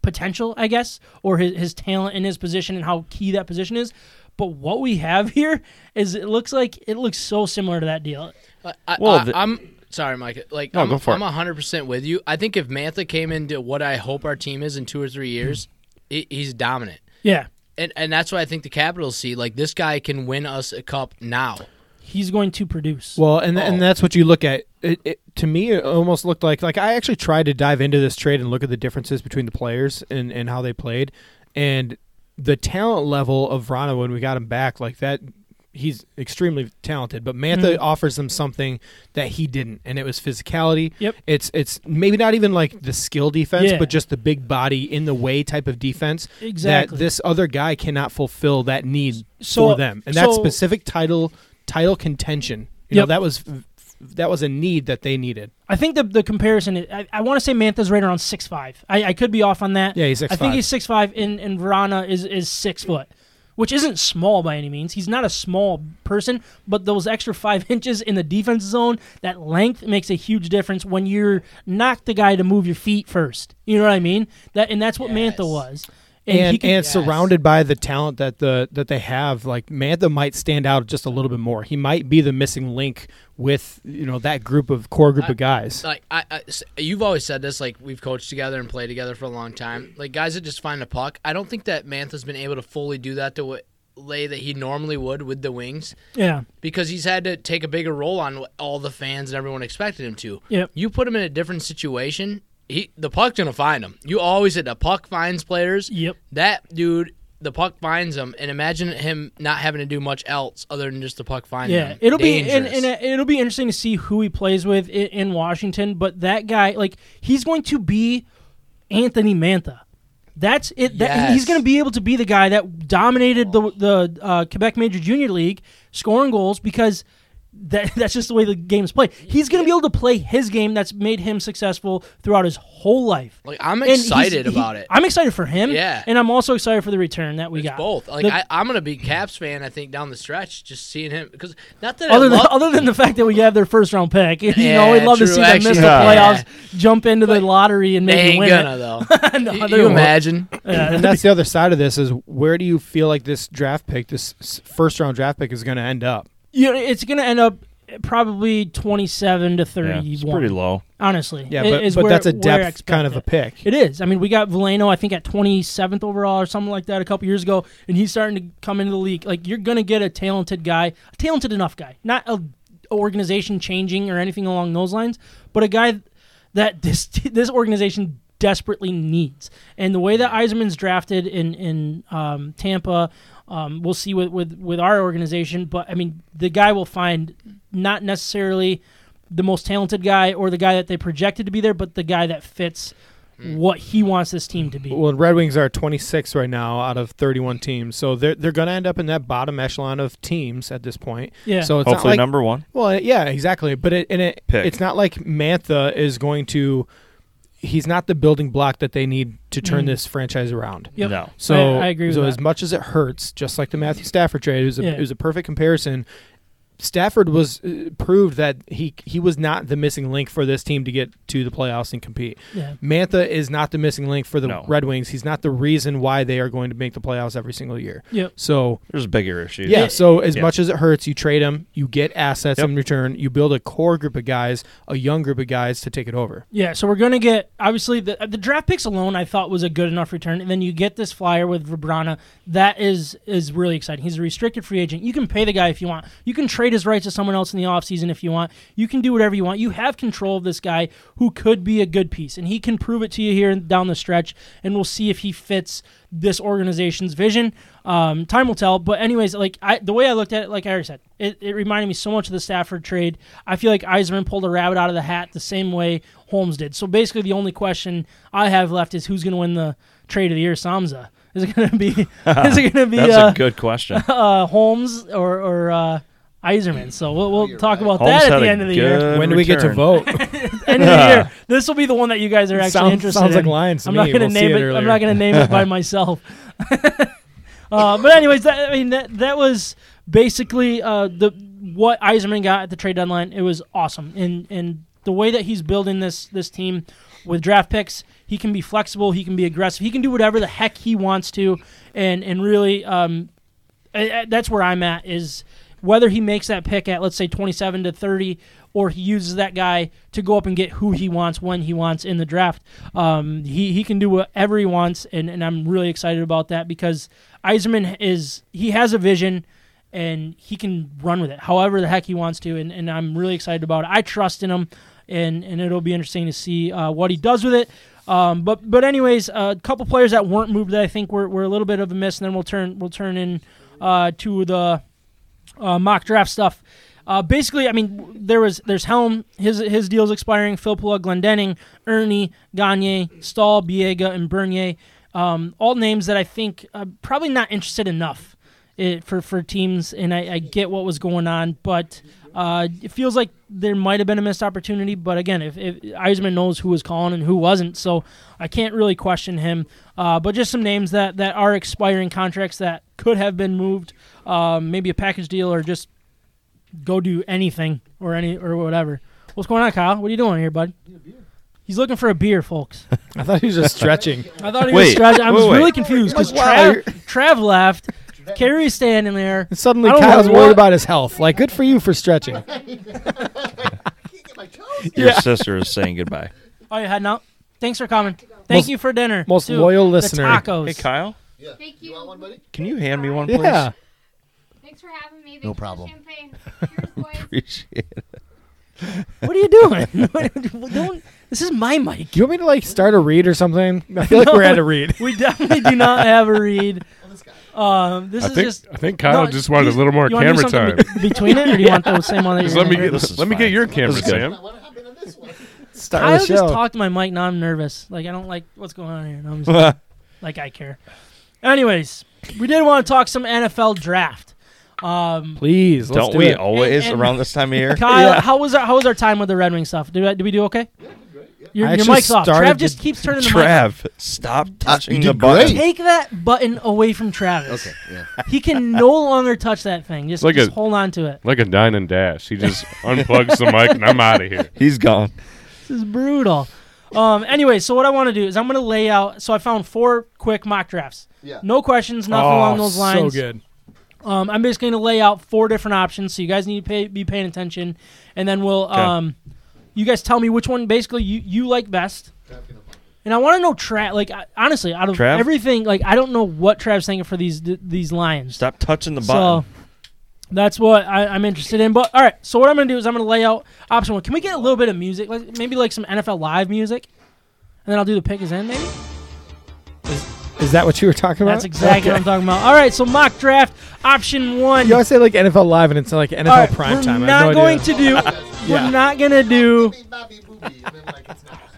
potential, I guess, or his, his talent in his position and how key that position is. But what we have here is it looks like it looks so similar to that deal. I, I, Well, I, the- I'm sorry, Mike. Like, No, I'm, go for it. I'm 100% with you. I think if Mantha came into what I hope our team is in two or three years, he, he's dominant. Yeah, And, and that's why I think the Capitals see like this guy can win us a cup now. he's going to produce. Well, and Oh. and that's what you look at. It, it, to me, it almost looked like like I actually tried to dive into this trade and look at the differences between the players and and how they played, and the talent level of Rana when we got him back like that. He's extremely talented, but Mantha Mm-hmm. offers them something that he didn't, and it was physicality. Yep. It's it's maybe not even like the skill defense, Yeah. but just the big body in the way type of defense Exactly. that this other guy cannot fulfill that need So- for them, and that's so- specific title title contention. You Yep. know, that was f- that was a need that they needed. I think the the comparison. Is, I, I want to say Mantha's right around six five. I, I could be off on that. Yeah, he's I think 6'5". he's six five, and and Verana is is six foot, which isn't small by any means. He's not a small person, but those extra five inches in the defense zone, that length makes a huge difference when you're knock the guy to move your feet first. You know what I mean? That and that's what Mantha was. And and, he can- surrounded by the talent that the that they have, like Mantha might stand out just a little bit more. He might be the missing link with you know that group of core group of guys. like I, I- s- you've always said this like we've coached together and played together for a long time like guys that just find a puck i don't think that mantha's been able to fully do that the wa- way that he normally would with the wings yeah, because he's had to take a bigger role on what all the fans and everyone expected him to Yep. you put him in a different situation he the puck's gonna find him you always said the puck finds players Yep. that dude the puck finds him and imagine him not having to do much else other than just the puck finding yeah. him. It'll be and, Dangerous. and uh, it'll be interesting to see who he plays with in, in Washington. But that guy, like, he's going to be Anthony Mantha. That's it. That, Yes. He's going to be able to be the guy that dominated the the uh, Quebec Major Junior League scoring goals because that that's just the way the game's played. He's going to be able to play his game that's made him successful throughout his whole life. like i'm And he's- excited he- about it I'm excited for him. Yeah. and I'm also excited for the return that we got. both. Like The- I, I'm gonna be Caps fan. I think down the stretch, just seeing him because not that other I than love, other than the fact that we have their first round pick, you know, Yeah, we'd love to true, see them miss actually, the yeah. playoffs, jump into the But lottery, and they maybe ain't win gonna it. though. No, you they you won't. imagine? and that's the other side of this is where do you feel like this draft pick, this s- first round draft pick, is going to end up? You know, it's going to end up probably twenty seven to Yeah, thirty. it's pretty low. honestly. Yeah, i- but, is but where- that's a where I depth expect kind of it. a pick. It is. I mean, we got Valeno, I think, at 27th overall or something like that a couple years ago, and he's starting to come into the league. Like, you're going to get a talented guy, a talented enough guy, not a organization changing or anything along those lines, but a guy that this this organization desperately needs. And the way that Eiserman's drafted in in um, Tampa, um, we'll see with, with with our organization. But I mean, the guy will find not necessarily the most talented guy or the guy that they projected to be there, but the guy that fits what he wants this team to be. Well, Red Wings are 26 right now out of 31 teams, so they're they're going to end up in that bottom echelon of teams at this point. Yeah. So it's Hopefully, not like, number one. Well, yeah, exactly. But it and it Pick. it's not like Mantha is going to. He's not the building block that they need to turn this franchise around. Yep. No. So Mm-hmm. I- I agree with So that. as much as it hurts, just like the Matthew Stafford trade, it was a, Yeah. it was a perfect comparison. Stafford was uh, proved that he he was not the missing link for this team to get to the playoffs and compete. Yeah. Mantha is not the missing link for the No. Red Wings. He's not the reason why they are going to make the playoffs every single year. Yep. So There's bigger issues. yeah, so as Yeah. much as it hurts, you trade him, you get assets Yep. in return, you build a core group of guys, a young group of guys to take it over. Yeah, so we're gonna get obviously the the draft picks alone. I thought was a good enough return, and then you get this flyer with Vibrana. That is is really exciting. He's a restricted free agent. You can pay the guy if you want. You can trade his rights to someone else in the offseason if you want. You can do whatever you want. You have control of this guy who could be a good piece, and he can prove it to you here down the stretch. And we'll see if he fits this organization's vision. Um, time will tell. But anyways, like I, the way I looked at it, like I already said, it, it reminded me so much of the Stafford trade. I feel like Eiserman pulled a rabbit out of the hat the same way Holmes did. So basically, the only question I have left is who's going to win the trade of the year, Samza. Is it going to be? is it going to be That's uh, a good question. uh, Holmes or or uh, Eiserman? So we'll, we'll talk about Holmes that at had the a end of the year. good when do we get to return. vote? End of the year. This will be the one that you guys are actually Sounds- interested sounds in. like lines to I'm me. not gonna We'll see name it it. I'm earlier. not going to name it by myself. uh, but anyways, that, I mean that that was basically uh, the what Eiserman got at the trade deadline. It was awesome, and and the way that he's building this this team with draft picks, he can be flexible, he can be aggressive, he can do whatever the heck he wants to, and and really, um, I, I- that's where I'm at is. Whether he makes that pick at let's say 27 to 30, or he uses that guy to go up and get who he wants when he wants in the draft, um, he he can do whatever he wants, and, and I'm really excited about that because Eiserman is he has a vision and he can run with it however the heck he wants to and, and I'm really excited about it. I trust in him and and it'll be interesting to see uh, what he does with it. Um, but but anyways, a couple players that weren't moved that I think were, were a little bit of a miss, and then we'll turn we'll turn in uh, to the uh, mock draft stuff. Uh, basically, I mean, there was there's Helm, his his deal's expiring. Philpula, Glendenning, Ernie, Gagne, Stahl, Biega, and Bernier, um, all names that I think uh, eh, probably not interested enough it, for for teams. And I, I get what was going on, but Uh, it feels like there might have been a missed opportunity, but again, if, if Eisman knows who was calling and who wasn't, so I can't really question him. Uh, but just some names that, that are expiring contracts that could have been moved, um, maybe a package deal or just go do anything or any or whatever. What's going on, Kyle? What are you doing here, bud? He's looking for a beer, folks. I thought he was just stretching. I thought he was Wait. strategizing. I was Wait, wait. really confused because Trav, Trav left. Carrie's standing there. And suddenly I don't Kyle's know worried what- about his health. Like, good for you for stretching. Your sister is saying goodbye. Oh, you heading out? Thanks for coming. Thank Most- you for dinner. most too. loyal The listener. tacos. Hey, Kyle, Thank you. can you hand me one, please? Yeah. Thanks for having me. Thanks No for the problem. champagne. Cheers, boys. Appreciate it. What are you doing? What- don't- this is my mic. Do you want me to like start a read or something? I feel like No. we're at a read. We definitely do not have a read. Um, this I is think just. I think Kyle No, just wanted you- a little more you wanna do camera time. something be- between it, or do you want the same one that Just you're let me gonna do? get This is let me fine. get your This camera, is good. Sam. Start Kyle the just show. talked to my mic. Now I'm nervous. Like I don't like what's going on here. Now I'm just, like I care. Anyways, we did want to talk some NFL draft. Um, Please, let's Don't do we it. always And- and- around this time of year? Kyle, how was our how was our time with the Red Wing stuff? Did, I- did we do okay? Your, I your actually mic's off. started Trav to- just keeps turning the mic. off. Trav, Uh, stop touching you the did button. great. Take that button away from Travis. Okay, yeah. He can no longer touch that thing. Just, Like just a- hold on to it. Like a dine and dash. He just unplugs the mic and I'm out of here. He's gone. This is brutal. Um, anyway, so what I want to do is I'm going to lay out. So I found four quick mock drafts. Yeah. No questions, nothing Oh, along those lines. Oh, So good. Um, I'm basically going to lay out four different options, so you guys need to pay, be paying attention, and then we'll um, you guys tell me which one basically you, you like best. And I want to know Trav. Like I, honestly, out of Trav? everything, like I don't know what Trav's thinking for these th- these Lions. Stop touching the So button. that's what I, I'm interested in. But all right, so what I'm going to do is I'm going to lay out option one. Can we get a little bit of music, like maybe like some NFL live music, and then I'll do the pick is in maybe. Is that what you were talking about? That's exactly what I'm Okay. talking about. All right, so mock draft option one. You always say like NFL live, and it's like NFL All right, prime we're time. I not have no going idea. to do. We're Yeah. not gonna do.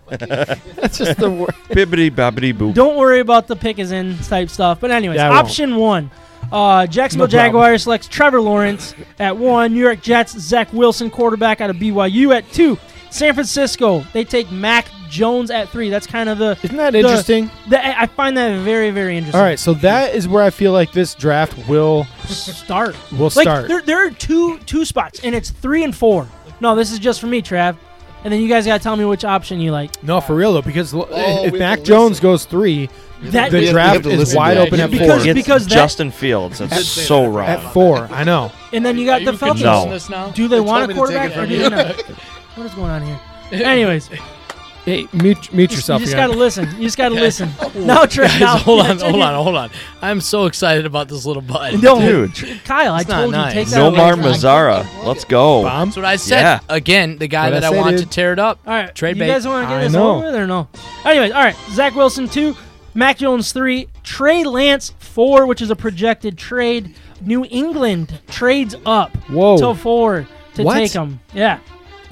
That's just the word. Bibbity bobbity boo. Don't worry about the pick is in type stuff. But anyways, Yeah, I won't. option one. Uh, Jacksonville No problem. Jaguars selects Trevor Lawrence at one. New York Jets Zach Wilson, quarterback out of BYU at two. San Francisco they take Mac Jones at three. That's kind of the. Isn't that interesting? the I I find that very very interesting. All right, so that is where I feel like this draft will start. will Like start. there there are two two spots and it's three and four. No, this is just for me, Trav. And then you guys gotta tell me which option you like. No, for real though, because l if Oh, we have Mac to Jones listen. goes three, That the we have draft to is listen wide to open that. at Because- four. It's because that- Justin Fields. That's so wrong. At four, I know. And then you got the Falcons. No. This now? Do they They want told me a quarterback to take it or from do you. they not? What is going on here? Anyways, you Hey, mute, mute just, yourself. you just again. gotta listen. You just gotta listen. Now, Trav, now, Oh, Guys, hold on, Yeah, hold on, hold on. I'm so excited about this little button. No, Dude, Kyle, I It's not told you nice. take that. away. Nomar All Mazzara. Let's go. Bomb. That's what I said. Yeah. Again, the guy What'd that I I, say, want to dude? tear it up. right, Trade you bait. guys want to get I this know. over with or no? Anyways, all right. Zach Wilson two, Mac Jones three, Trey Lance four, which is a projected trade. New England trades up Whoa. to four to What? take him. Yeah,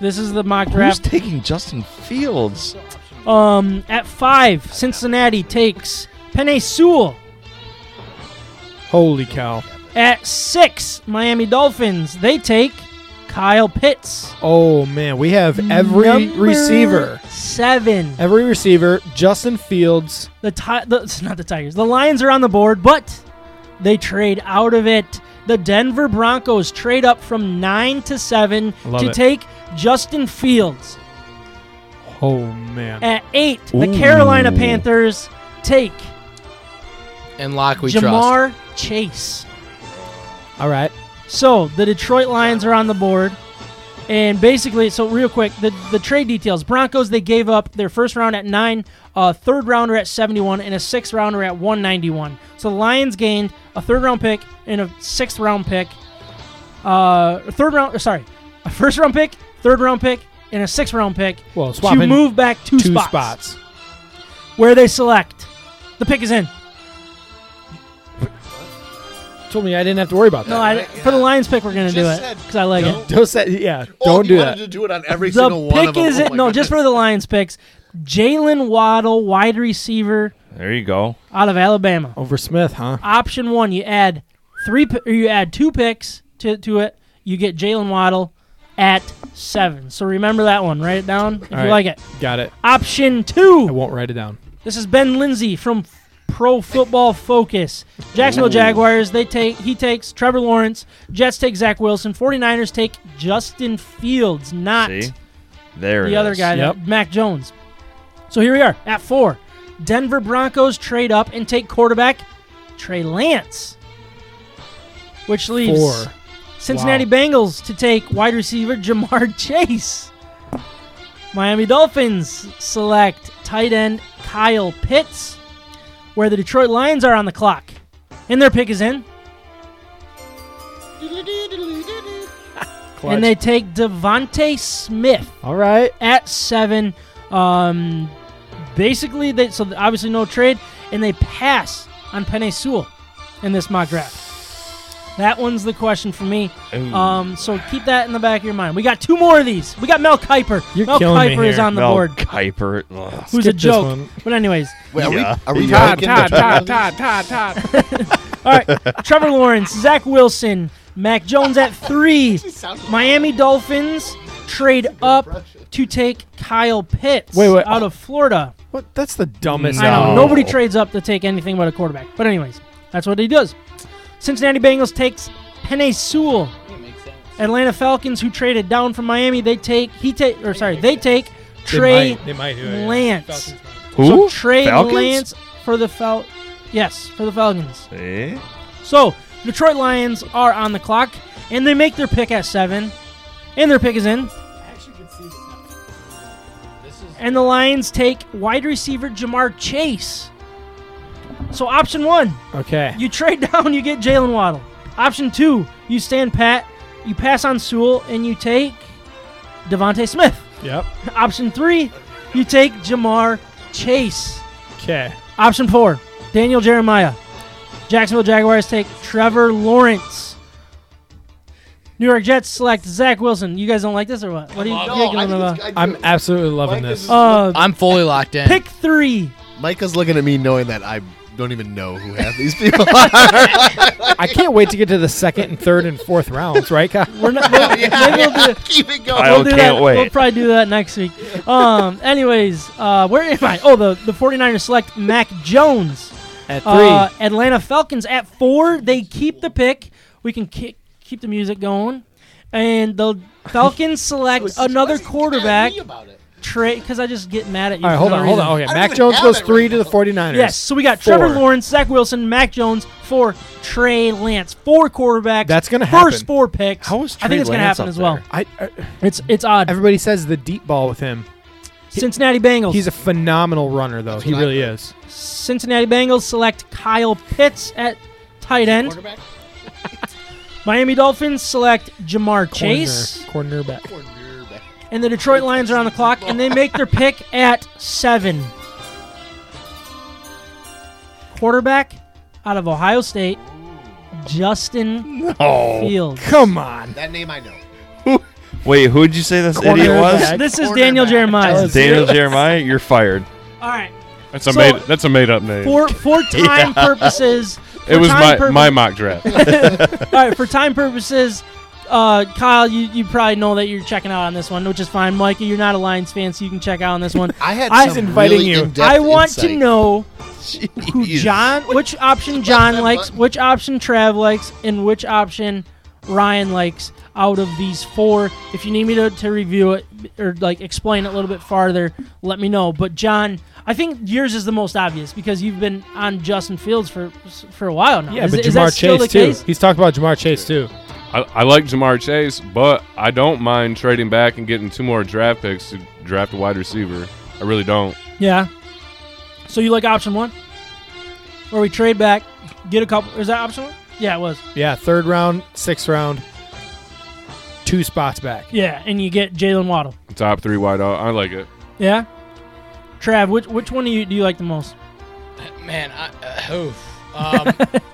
this is the mock Who's draft. taking Justin Fields? Um, at five, Cincinnati takes Penny Sewell. Holy cow. At six, Miami Dolphins. They take Kyle Pitts. Oh man, we have every Number receiver, Seven. every receiver. Justin Fields. The, ti- the it's not the Tigers. The Lions are on the board, but they trade out of it. The Denver Broncos trade up from nine to seven Love to it. take Justin Fields. Oh man. At eight, the Ooh. Carolina Panthers take And Locke, we trust. Jamar Chase. All right. So the Detroit Lions are on the board. And basically, so real quick, the, the trade details. Broncos, they gave up their first round at nine, a third rounder at 71, and a sixth rounder at 191. So the Lions gained a third round pick and a sixth round pick. Uh, a third round, sorry, a first round pick, third round pick, and a sixth round pick Well, to swapping move back two, two spots, spots. where they select. The pick is in. Told me I didn't have to worry about that. No, I, for the Lions pick, we're going to do Just it said because I like it. Don't say. Yeah. Oh, Don't you do that. wanted to do it on every single The one of pick them. is Oh it? my no, just goodness. for the Lions picks. Jalen Waddle, wide receiver There you go. out of Alabama. Over Smith, huh? Option one, you add three, p- or you add two picks to to it. You get Jalen Waddle. at 7. So remember that one. Write it down if you right. like it. Got it. Option I 2. won't write it down. This is Ben Lindsay from Pro Football Focus. Jacksonville Jaguars, they take he takes Trevor Lawrence. Jets take Zach Wilson. 49ers take Justin Fields, not See? There it the other is. guy, that- Mac Jones. So here we are at four. Denver Broncos trade up and take quarterback Trey Lance, which leaves Four. Cincinnati Bengals to take wide receiver Jamar Chase. Miami Dolphins select tight end Kyle Pitts, where the Detroit Lions are on the clock. And their pick is in. Clutch. And they take Devontae Smith All right. at seven. Um, basically, they so obviously no trade, and they pass on Penny Sewell in this mock draft. That one's the question for me. Um, so keep that in the back of your mind. We got two more of these. We got Mel Kiper. You're Mel killing me Kiper is here. on the Mel board. Kiper. Ugh. Who's skip a this joke? one. But anyways, Wait, are Yeah. we, are we Todd, ranking Todd, between all Todd, these? Todd, Todd, Todd. all right. Trevor Lawrence, Zach Wilson, Mac Jones at three. Miami Dolphins trade up to take Kyle Pitts Wait, wait. out of Florida. What? That's the dumbest. I know. No. Nobody trades up to take anything but a quarterback. But anyways, that's what he does. Cincinnati Bengals takes Penny Sewell. Atlanta Falcons, who traded down from Miami, they take he take or sorry they take They Trey might- they might do it, yeah. Lance. Falcons might. So Who? Trey Falcons? Lance for the Fal yes for the Falcons. Eh? So Detroit Lions are on the clock and they make their pick at seven, and their pick is in. And the Lions take wide receiver Jamar Chase. So option one, Okay. you trade down, you get Jalen Waddle. Option two, you stand pat, you pass on Sewell, and you take Devonte Smith. Yep. Option three, you take Jamar Chase. Okay. Option four, Daniel Jeremiah. Jacksonville Jaguars take Trevor Lawrence. New York Jets select Zach Wilson. You guys don't like this or what? What are you No, I giggling think about? it's- I I'm do. absolutely loving Mike is- this. Uh, I'm fully locked in. pick three. Micah's looking at me knowing that I don't even know who half these people are. I can't wait to get to the second and third and fourth rounds, right? Kyle? We're not. Maybe, maybe we'll do. Keep it going. I We'll do can't that. We'll wait. probably do that next week. Um. Anyways, uh, where am I? Oh, the the 49ers select Mac Jones. At three. Uh, Atlanta Falcons at four. They keep the pick. We can ki- keep the music going. And the Falcons select another quarterback. Trey, because I just get mad at you. All right, for hold no on, hold on. reason. Okay, don't Mac even Jones have goes it three right to the 49ers. Yes, so we got Trevor Four. Lawrence, Zach Wilson, Mac Jones, four Trey Lance, four quarterbacks. That's gonna First happen. four picks. How is I think Trey it's gonna Lance happen up as well. there? I, uh, It's it's odd. everybody says the deep ball with him. Cincinnati Bengals. He's a phenomenal runner, though. He what I really is. Cincinnati Bengals select Kyle Pitts at tight end. Quarterback? Miami Dolphins select Jamar Chase. Corner, cornerback. Quarterback. And the Detroit Lions are on the clock, and they make their pick at seven. Quarterback out of Ohio State, Justin Fields. Come on, That name I know. Wait, who'd you say this idiot was? Cornerback. This is Daniel Quarterback. Jeremiah. Daniel Jeremiah, you're fired. All right, That's a So- made. That's a made up name. for for time purposes, for it was time my purpo- my mock draft. All right, for time purposes, uh, Kyle, you, you probably know that you're checking out on this one, which is fine. Mikey, you're not a Lions fan, so you can check out on this one. I had I- some inviting really you. in-depth I want to insight. know who Jeez. John, which option John that likes, button. which option Trav likes, and which option Ryan likes out of these four. If you need me to, to review it or like explain it a little bit farther, let me know. But John, I think yours is the most obvious because you've been on Justin Fields for for a while now. Yeah, is, but it- is that Jamar still Chase the too. case? He's talked about Jamar Chase too. I, I like Jamar Chase, but I don't mind trading back and getting two more draft picks to draft a wide receiver. I really don't. Yeah. So you like option one, where we trade back, get a couple. Is that option one? Yeah, it was. Yeah, third round, sixth round, two spots back. Yeah, and you get Jalen Waddle. Top three wide out. I like it. Yeah. Trav, which which one do you do you like the most? Man, I, uh, oof. Um,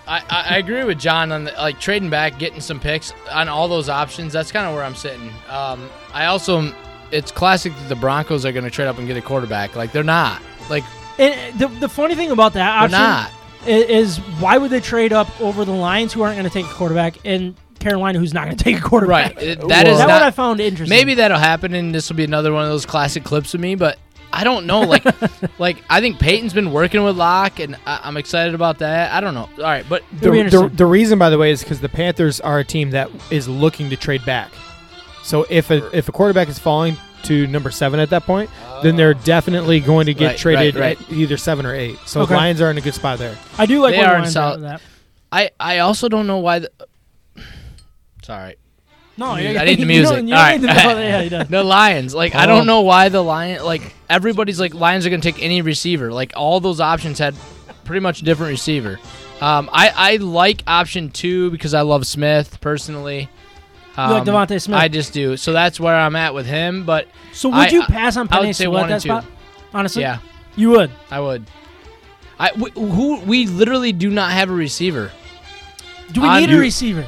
I, I I agree with John on the, like trading back, getting some picks on all those options. That's kind of where I'm sitting. Um, I also, am- it's classic that the Broncos are going to trade up and get a quarterback. Like they're not. Like And uh, the, the funny thing about that option they're not. i- is why would they trade up over the Lions who aren't going to take a quarterback and Carolina who's not going to take a quarterback. Right. It- that is that not- what I found interesting. Maybe that'll happen, and this will be another one of those classic clips of me. But I don't know. Like, like I think Peyton's been working with Locke, and I, I'm excited about that. I don't know. All right, but It'll be the, the, interesting. the reason, by the way, is because the Panthers are a team that is looking to trade back. So if a, if a quarterback is falling to number seven at that point, then they're definitely going to get Ah. Right, traded right, at either seven or eight. So Okay. the Lions are in a good spot there. I do like They where the are in Lions South- at with that. I I also don't know why. The, sorry, No, I yeah, need the you music. don't- you All don't right. need the- yeah, he does. the Lions. Like I Oh. don't know why the lion. Like everybody's like Lions are gonna take any receiver. Like all those options had pretty much different receiver. Um, I I like option two because I love Smith personally. Um, like Devontae Smith? I just do. So that's where I'm at with him. But So would I- you I- pass on I Penny would say Sewell one at that and two. spot? Honestly, yeah, you would. I would. I we, who we literally do not have a receiver. Do we Uh, need a you- receiver?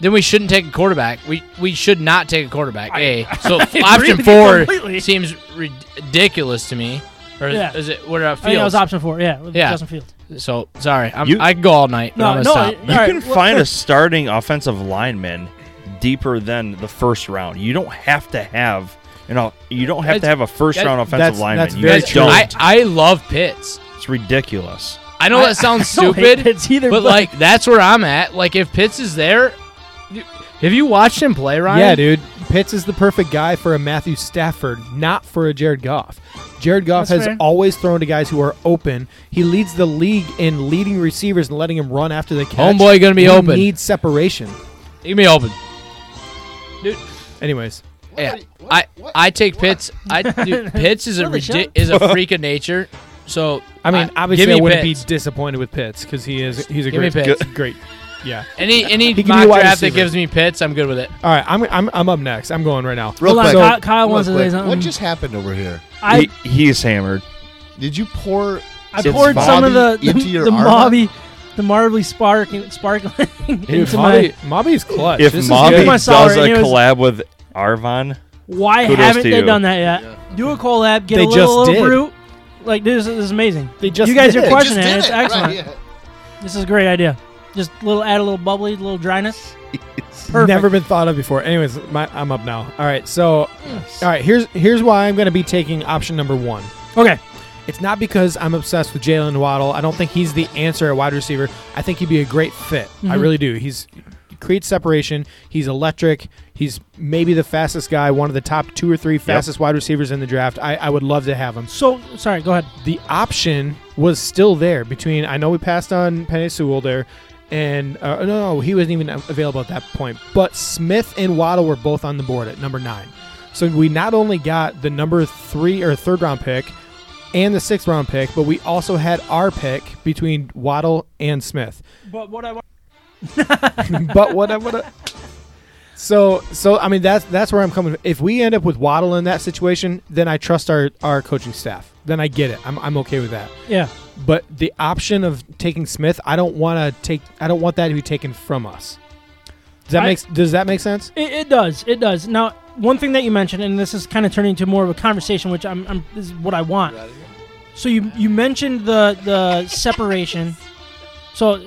Then we shouldn't take a quarterback. We we should not take a quarterback. A so agree option with you four completely. seems ridiculous to me. Or Yeah. is it what about I mean, that was Fields? option four. Yeah, with Yeah. Justin Fields. So sorry, I'm, You- I could go all night. But No, I'm gonna no, stop. it- You All right, can well, find fair. a starting offensive lineman deeper than the first round. You don't have to have you know you don't have to That's- have a first round that's- offensive that's lineman. you very just true. don't. I, I love Pitts. it's ridiculous. I know that sounds I don't hate stupid, Pitts either, but but- like that's where I'm at. Like if Pitts is there, you- have you watched him play, Ryan? Yeah, dude. Pitts is the perfect guy for a Matthew Stafford, not for a Jared Goff. Jared Goff That's has fair. always thrown to guys who are open. He leads the league in leading receivers and letting him run after the catch. Homeboy gonna be We open. Need separation. Give me open. Anyways, Yeah, what- I what- I take what? Pitts. I dude, Pitts is a Really, ridi- Sean? is a freak of nature. So I mean, give obviously, me I wouldn't Pitts. be disappointed with Pitts because he is he's a Give me great, Pitts. great, yeah. any any He can be mock wide draft that receiver. gives me Pitts, I'm good with it. All right, I'm I'm, I'm up next. I'm going right now. Real Hold on, quick. Kyle, Kyle real wants to say quick, something. What just happened over here? I he, he's hammered. Did you pour? I It's poured some of the Bobby the, into your the arm? Mobby, the marbly spark sparkling into Mobby, my. Mobby's clutch. If This is Mobby good. My does a salary, and it was- collab with Arvon, Why Kudos haven't to they you. done that yet? Do a collab, get They a little, just little did. brute. Like this, is- this is amazing. They just you guys did. are They Just questioning did it. It's it, right, excellent. yeah. This is a great idea. Just little, add a little bubbly, a little dryness. Perfect. Never been thought of before. Anyways, my, I'm up now. All right, so all right, here's here's why I'm going to be taking option number one. Okay. It's not because I'm obsessed with Jalen Waddle. I don't think he's the answer at wide receiver. I think he'd be a great fit. I really do. He's he creates separation. He's electric. He's maybe the fastest guy, one of the top two or three fastest wide receivers in the draft. I, I would love to have him. So sorry. Go ahead. the option was still there between I know we passed on Penny Sewell there and uh, no, no he wasn't even available at that point but Smith and Waddle were both on the board at number 9 so we not only got the number 3 or third round pick and the sixth round pick but we also had our pick between Waddle and Smith But what I want. but what I what I- so so I mean that's that's where I'm coming. If we end up with Waddle in that situation, then I trust our our coaching staff. Then I get it. I'm, I'm okay with that. Yeah. But the option of taking Smith, I don't want to take. I don't want that to be taken from us. Does that I- make Does that make sense? It, it does. It does. Now, one thing that you mentioned, and this is kind of turning into more of a conversation, which I'm, I'm this is what I want. So you you mentioned the the separation. So, uh,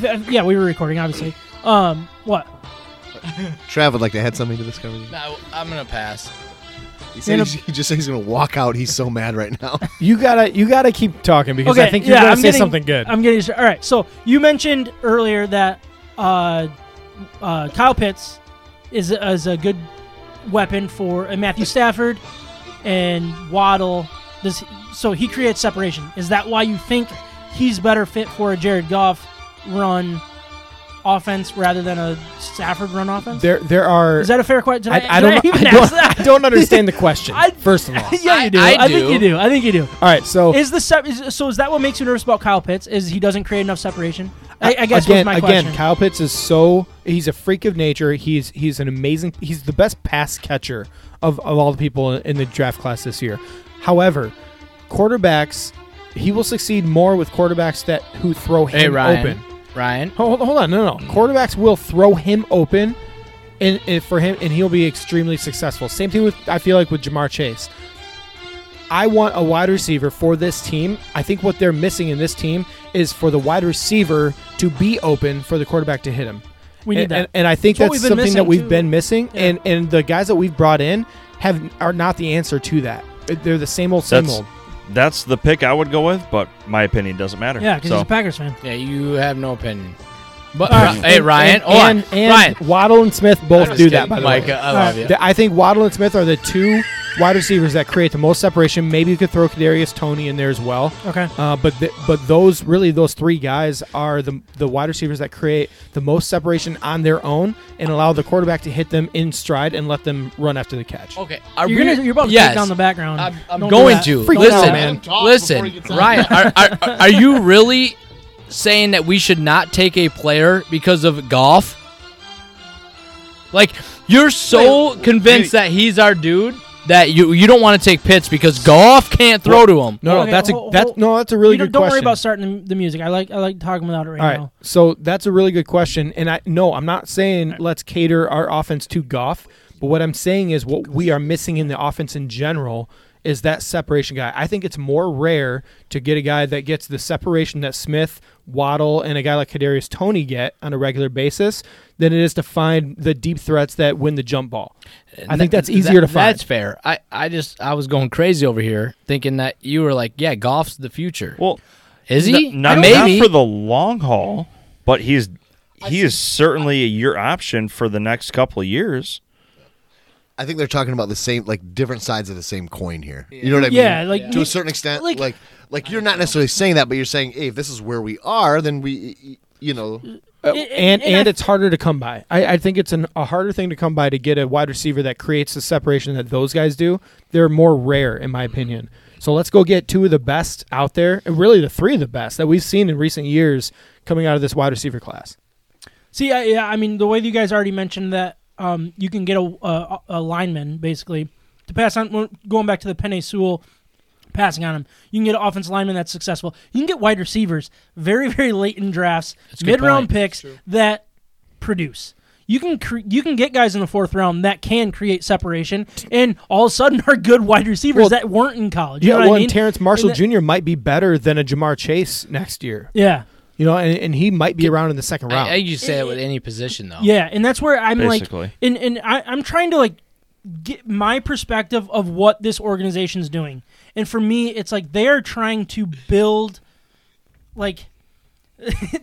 th- yeah, we were recording, obviously. Um, what? Trav would like to add something to this conversation. No, I'm gonna pass. He, said No, no. he's- he just said he's gonna walk out. He's so mad right now. You gotta you gotta keep talking because I think you're gonna I'm say getting- something good. I'm getting all right. So you mentioned earlier that uh, uh, Kyle Pitts is is a good weapon for uh, Matthew Stafford and Waddle. Does so he creates separation. Is that why you think he's better fit for a Jared Goff run offense rather than a Stafford run offense? there there are. Is that a fair question? Did I, I did don't. even I ask don't, I that? don't understand the question. I- first of all, all yeah, you do. I- I think do. you do. I think you do. right. So Is the sep- is, so? Is that what makes you nervous about Kyle Pitts? Is he doesn't create enough separation? I, I guess was again, my again, question. Kyle Pitts is so he's a freak of nature. He's he's an amazing. He's the best pass catcher of, of all the people in the draft class this year. However, quarterbacks he will succeed more with quarterbacks that who throw him Hey Ryan, open. Ryan, Hold, hold on, no, no, no. Quarterbacks will throw him open, and, and for him, and he'll be extremely successful. Same thing with I feel like with Jamar Chase. I want a wide receiver for this team. I think what they're missing in this team is for the wide receiver to be open for the quarterback to hit him. We need and, that. And, and I think That's what that's we've been something that missing, we've too. been missing. Yeah. And and the guys that we've brought in have are not the answer to that. They're the same old, same That's old. that's the pick I would go with, but my opinion doesn't matter. yeah, because so, he's a Packers fan. Yeah, you have no opinion. But uh, All right. hey, Ryan, and, oh, and, and Ryan, Waddle and Smith I'm both just do kidding, that. By the way, Micah, I love you. Th- I think Waddle and Smith are the two wide receivers that create the most separation. Maybe you could throw Kadarius Tony in there as well. Okay. Uh, but th- but those really those three guys are the the wide receivers that create the most separation on their own and allow the quarterback to hit them in stride and let them run after the catch. Oh, Okay, are You're, gonna, you're about to yes, take down the background. I'm, I'm Don't do going that. to Freak listen, out, man. Talk before he Listen, gets out. Ryan, are, are are you really saying that we should not take a player because of golf? Like you're so convinced that he's our dude that you you don't want to take Pitts because golf can't throw to him. No, no, Okay, that's a ho- ho- that's no, that's a really You don't good don't question. worry about starting the, the music. I like I like talking without it right, All right, now. so that's a really good question, and I no, I'm not saying let's cater our offense to Goff, but what I'm saying is what we are missing in the offense in general is that separation guy. I think it's more rare to get a guy that gets the separation that Smith, Waddle, and a guy like Kadarius Tony get on a regular basis than it is to find the deep threats that win the jump ball. I think that's Th- easier that- to find. That's fair. I, I just I was going crazy over here thinking that you were like, yeah, golf's the future. well, Is he? n- not, Maybe. not for the long haul, but he's he is certainly your option for the next couple of years. I think they're talking about the same, like different sides of the same coin here. You know what I mean? Yeah, like to you- a certain extent, like- like like, you're not necessarily saying that, but you're saying, hey, if this is where we are, then we, you know, Uh, And- and and and, I- it's harder to come by. I, I think it's an, a harder thing to come by to get a wide receiver that creates the separation that those guys do. They're more rare, in my opinion. So let's go get two of the best out there, and really the three of the best that we've seen in recent years coming out of this wide receiver class. See, I, yeah, I mean, the way that you guys already mentioned that um, you can get a, a, a lineman basically to pass on. well, Going back to the Penny Sewell passing on him, you can get an offensive lineman that's successful. You can get wide receivers very, very late in drafts, a good mid round point. picks that produce. You can cre- you can get guys in the fourth round that can create separation, and all of a sudden are good wide receivers Well, that weren't in college. You Yeah, know what well, I mean? and Terrence Marshall And that- Jr. might be better than a Jamar Chase next year. Yeah, You know, and, and he might be around in the second round. I, I could say that with any position though. Yeah, and that's where I'm like, Basically. and and I, I'm trying to like get my perspective of what this organization's doing, and for me, it's like they are trying to build, like,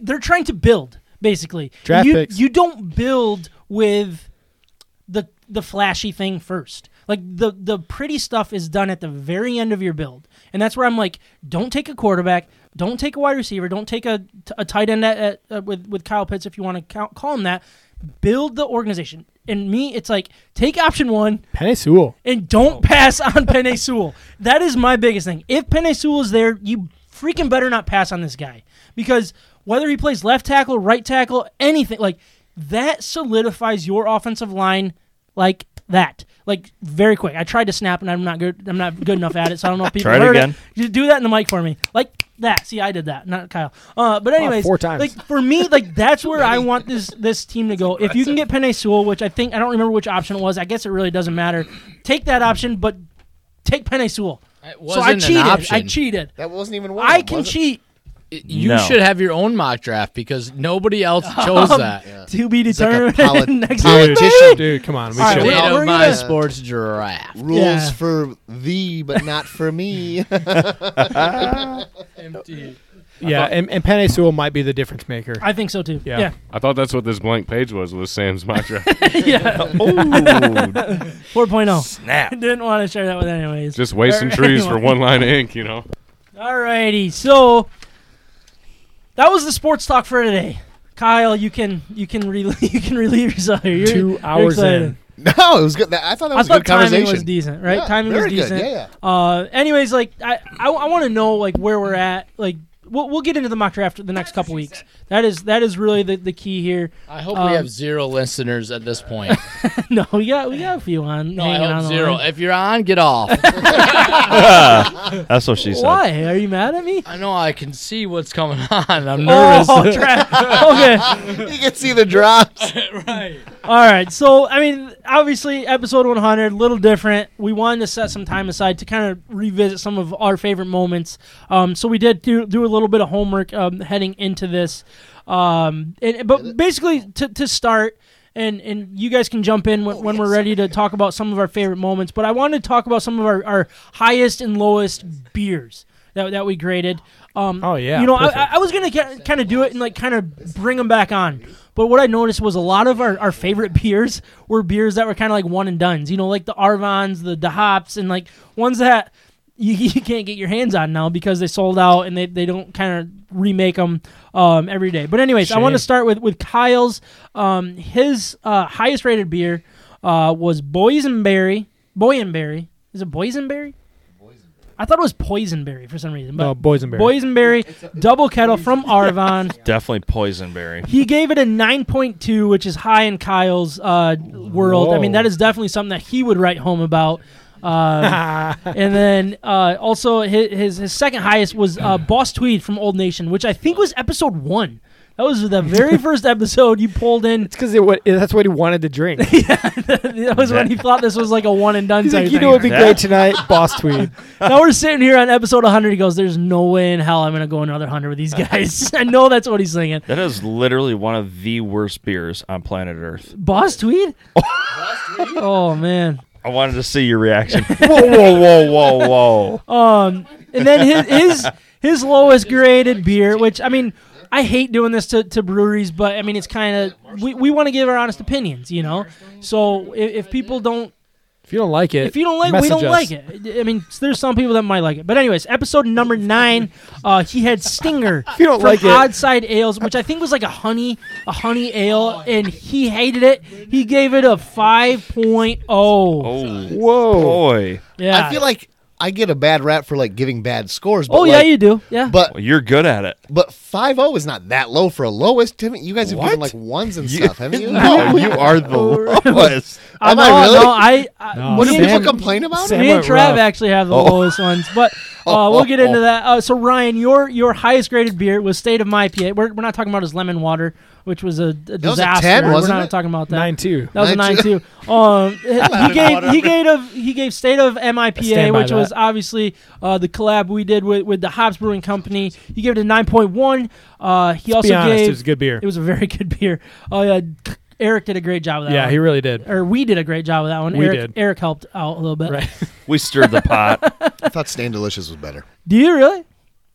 they're trying to build basically. Draft you, picks. You don't build with the the flashy thing first. Like the the pretty stuff is done at the very end of your build, and that's where I'm like, don't take a quarterback, don't take a wide receiver, don't take a, a tight end at, at, uh, with with Kyle Pitts if you want to count, call him that. Build the organization. And me, it's like take option one Penny Sewell. and don't Oh. pass on Penny Sewell. That is my biggest thing. If Penny Sewell is there, you freaking better not pass on this guy because whether he plays left tackle, right tackle, anything like that solidifies your offensive line like that. Like very quick. I tried to snap and I'm not good. I'm not good enough at it, so I don't know if people Try it heard again. Just do that in the mic for me, like that. See, I did that, not Kyle. Uh, but anyways, four times. Like for me, like that's where I want this this team to go. If you can get Penny Sewell, which I think I don't remember which option it was. I guess it really doesn't matter. Take that option, but take Penny Sewell. It So I wasn't cheated. an option. I cheated. that wasn't even. One of I them, can was it? cheat You No. should have your own mock draft because nobody else chose that. to be like a determined poli- next week. politician Dude, come on. We All right, should. we- State we're of my gonna- sports draft. rules Yeah. for thee, but not for me. yeah, and, and Penny Sewell might be the difference maker. I think so too. Yeah. Yeah. I thought that's what this blank page was was Sam's mock draft. Oh, 4.0. snap! Didn't want to share that with anyways. Just wasting Or trees for anyone. one line of ink, you know. Alrighty, so that was the sports talk for today. Kyle, you can you can rel you can relieve yourself. here. You're, 2 you're hours excited. in. no, it was good. That- I thought that I was a thought good conversation. timing was decent, right? Yeah, timing very was good. decent. Yeah, yeah. Uh, anyways, like I, I, want to know like where we're at. Like we'll, we'll get into the mock draft the next couple weeks. That is that is really the, the key here. I hope Um, we have zero listeners at this point. no, we got we got a few on. No, I hanging on hope the zero. line. If you're on, get off. That's what she said. Why are you mad at me? I know I can see what's coming on. I'm nervous. Oh, tra- okay. You can see the drops. right. All right. So, I mean, obviously, episode 100, a little different. We wanted to set some time aside to kind of revisit some of our favorite moments. Um, so, we did do, do a little bit of homework um, heading into this. Um, and, but basically, to, to start, and, and you guys can jump in when, when we're ready to talk about some of our favorite moments. But I wanted to talk about some of our, our highest and lowest beers. That, that we graded. Um, Oh, yeah, You know, I, perfect. I, I was gonna kind of do it and like kind of bring them back on, but what I noticed was a lot of our, our favorite beers were beers that were kind of like one and duns. You know, like the Arvons, the the Hops, and like ones that you, you can't get your hands on now because they sold out and they, they don't kind of remake them um, every day. But anyways, I want to Shame. start with with Kyle's um, his uh, highest rated beer uh, was Boysenberry. Boysenberry is it Boysenberry? I thought it was Poisonberry for some reason, but No, boysenberry. Boysenberry double kettle from Arvon. Definitely poisonberry. He gave it a 9.2, which is high in Kyle's uh, world. I mean, Whoa. that is definitely something that he would write home about. Um, and then uh, also his, his his second highest was uh, Boss Tweed from Old Nation, which I think was episode one. That was the very first episode you pulled in. It's because that's what he wanted to drink. that was when he thought this was like a one and done. He's type like, you thing. know, it'd be Yeah. great tonight, boss tweed. now we're sitting here on episode 100. He goes, "There's no way in hell I'm gonna go another 100 with these guys." I know that's what he's thinking. That is literally one of the worst beers on planet Earth. Boss Tweed. oh man. I wanted to see your reaction. whoa, whoa, whoa, whoa, whoa. Um, and then his his his lowest graded beer, which I mean, I hate doing this to, to breweries, but I mean, it's kind of we, we want to give our honest opinions, you know. So if, if people don't, If you don't like it, if you don't like, it, we message don't like us. it. I mean, there's some people that might like it, but anyways, episode number nine, uh, he had Stinger If you don't from like it- Odd Side Ales, which I think was like a honey a honey ale, and he hated it. He gave it a 5.0. Oh, Oh, Whoa. boy. yeah. I feel like I get a bad rap for like giving bad scores. But oh yeah, like- you do. Yeah. But Well, you're good at it. but five zero is not that low for a lowest. Haven't you guys have given What? like ones and You- stuff? Haven't you? No, you are the lowest. I Am know, I really? No, I. I No, what What do do you- people Uh, Sam- complain about? Sam- it? me and went Trav rough. Oh. actually have the Oh. lowest ones, but uh, we'll get into that. Uh, so Ryan, your your highest graded beer was State of My PA. We're, we're not talking about his lemon water, which was a, a was a disaster. 10, we're wasn't not it? talking about that. Nine two. That was a nine Nine two. Um, he gave he gave a, he gave state of MIPA, stand by which was that. obviously uh, the collab we did with, with the Hops Brewing Company. He gave it a nine point one. Uh, he Let's also be honest, gave it was a good beer. it was a very good beer. Oh yeah, Eric did a great job with that. yeah, one. he really did. or we did a great job with that one. We Eric, did. Eric helped out a little bit. Right. We stirred the pot. I thought Stand Delicious was better. Do you really?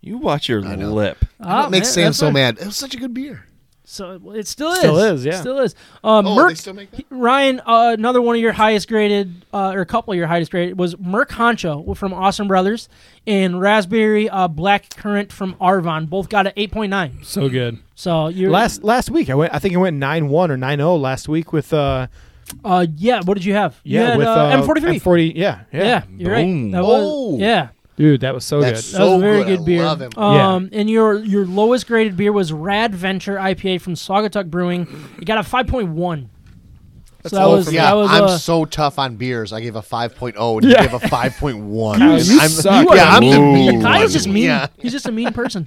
You watch your know. lip. Oh, What makes man, Sam that's so right. mad? It was such a good beer. So well, it still is. Still is, yeah. Still is. Um, Oh, Merck, they still make that? Ryan, uh, another one of your highest graded, uh, or a couple of your highest graded, was Merck Honcho from Awesome Brothers and Raspberry uh, Black Currant from Arvon. Both got an 8.9. So good. So you're. Last last week, I went. I think I went nine one or nine zero last week with uh Uh, yeah, what did you have? You yeah had, with uh, uh, M43. M40. Yeah, yeah, yeah, you're Boom. right. That Oh. was, yeah. dude, that was so That's good. That was So a very good. good I beer. love it. Um, and your your lowest graded beer was Rad Venture IPA from Saugatuck Brewing. It got a 5.1. so that Oh, was for me. that was I'm uh, so tough on beers. I gave a 5.0 and Yeah. you gave a 5.1. You- I'm- you I'm- suck. You Yeah, are I'm the mean. mean Kyle's one. just mean. Yeah. He's just a mean person.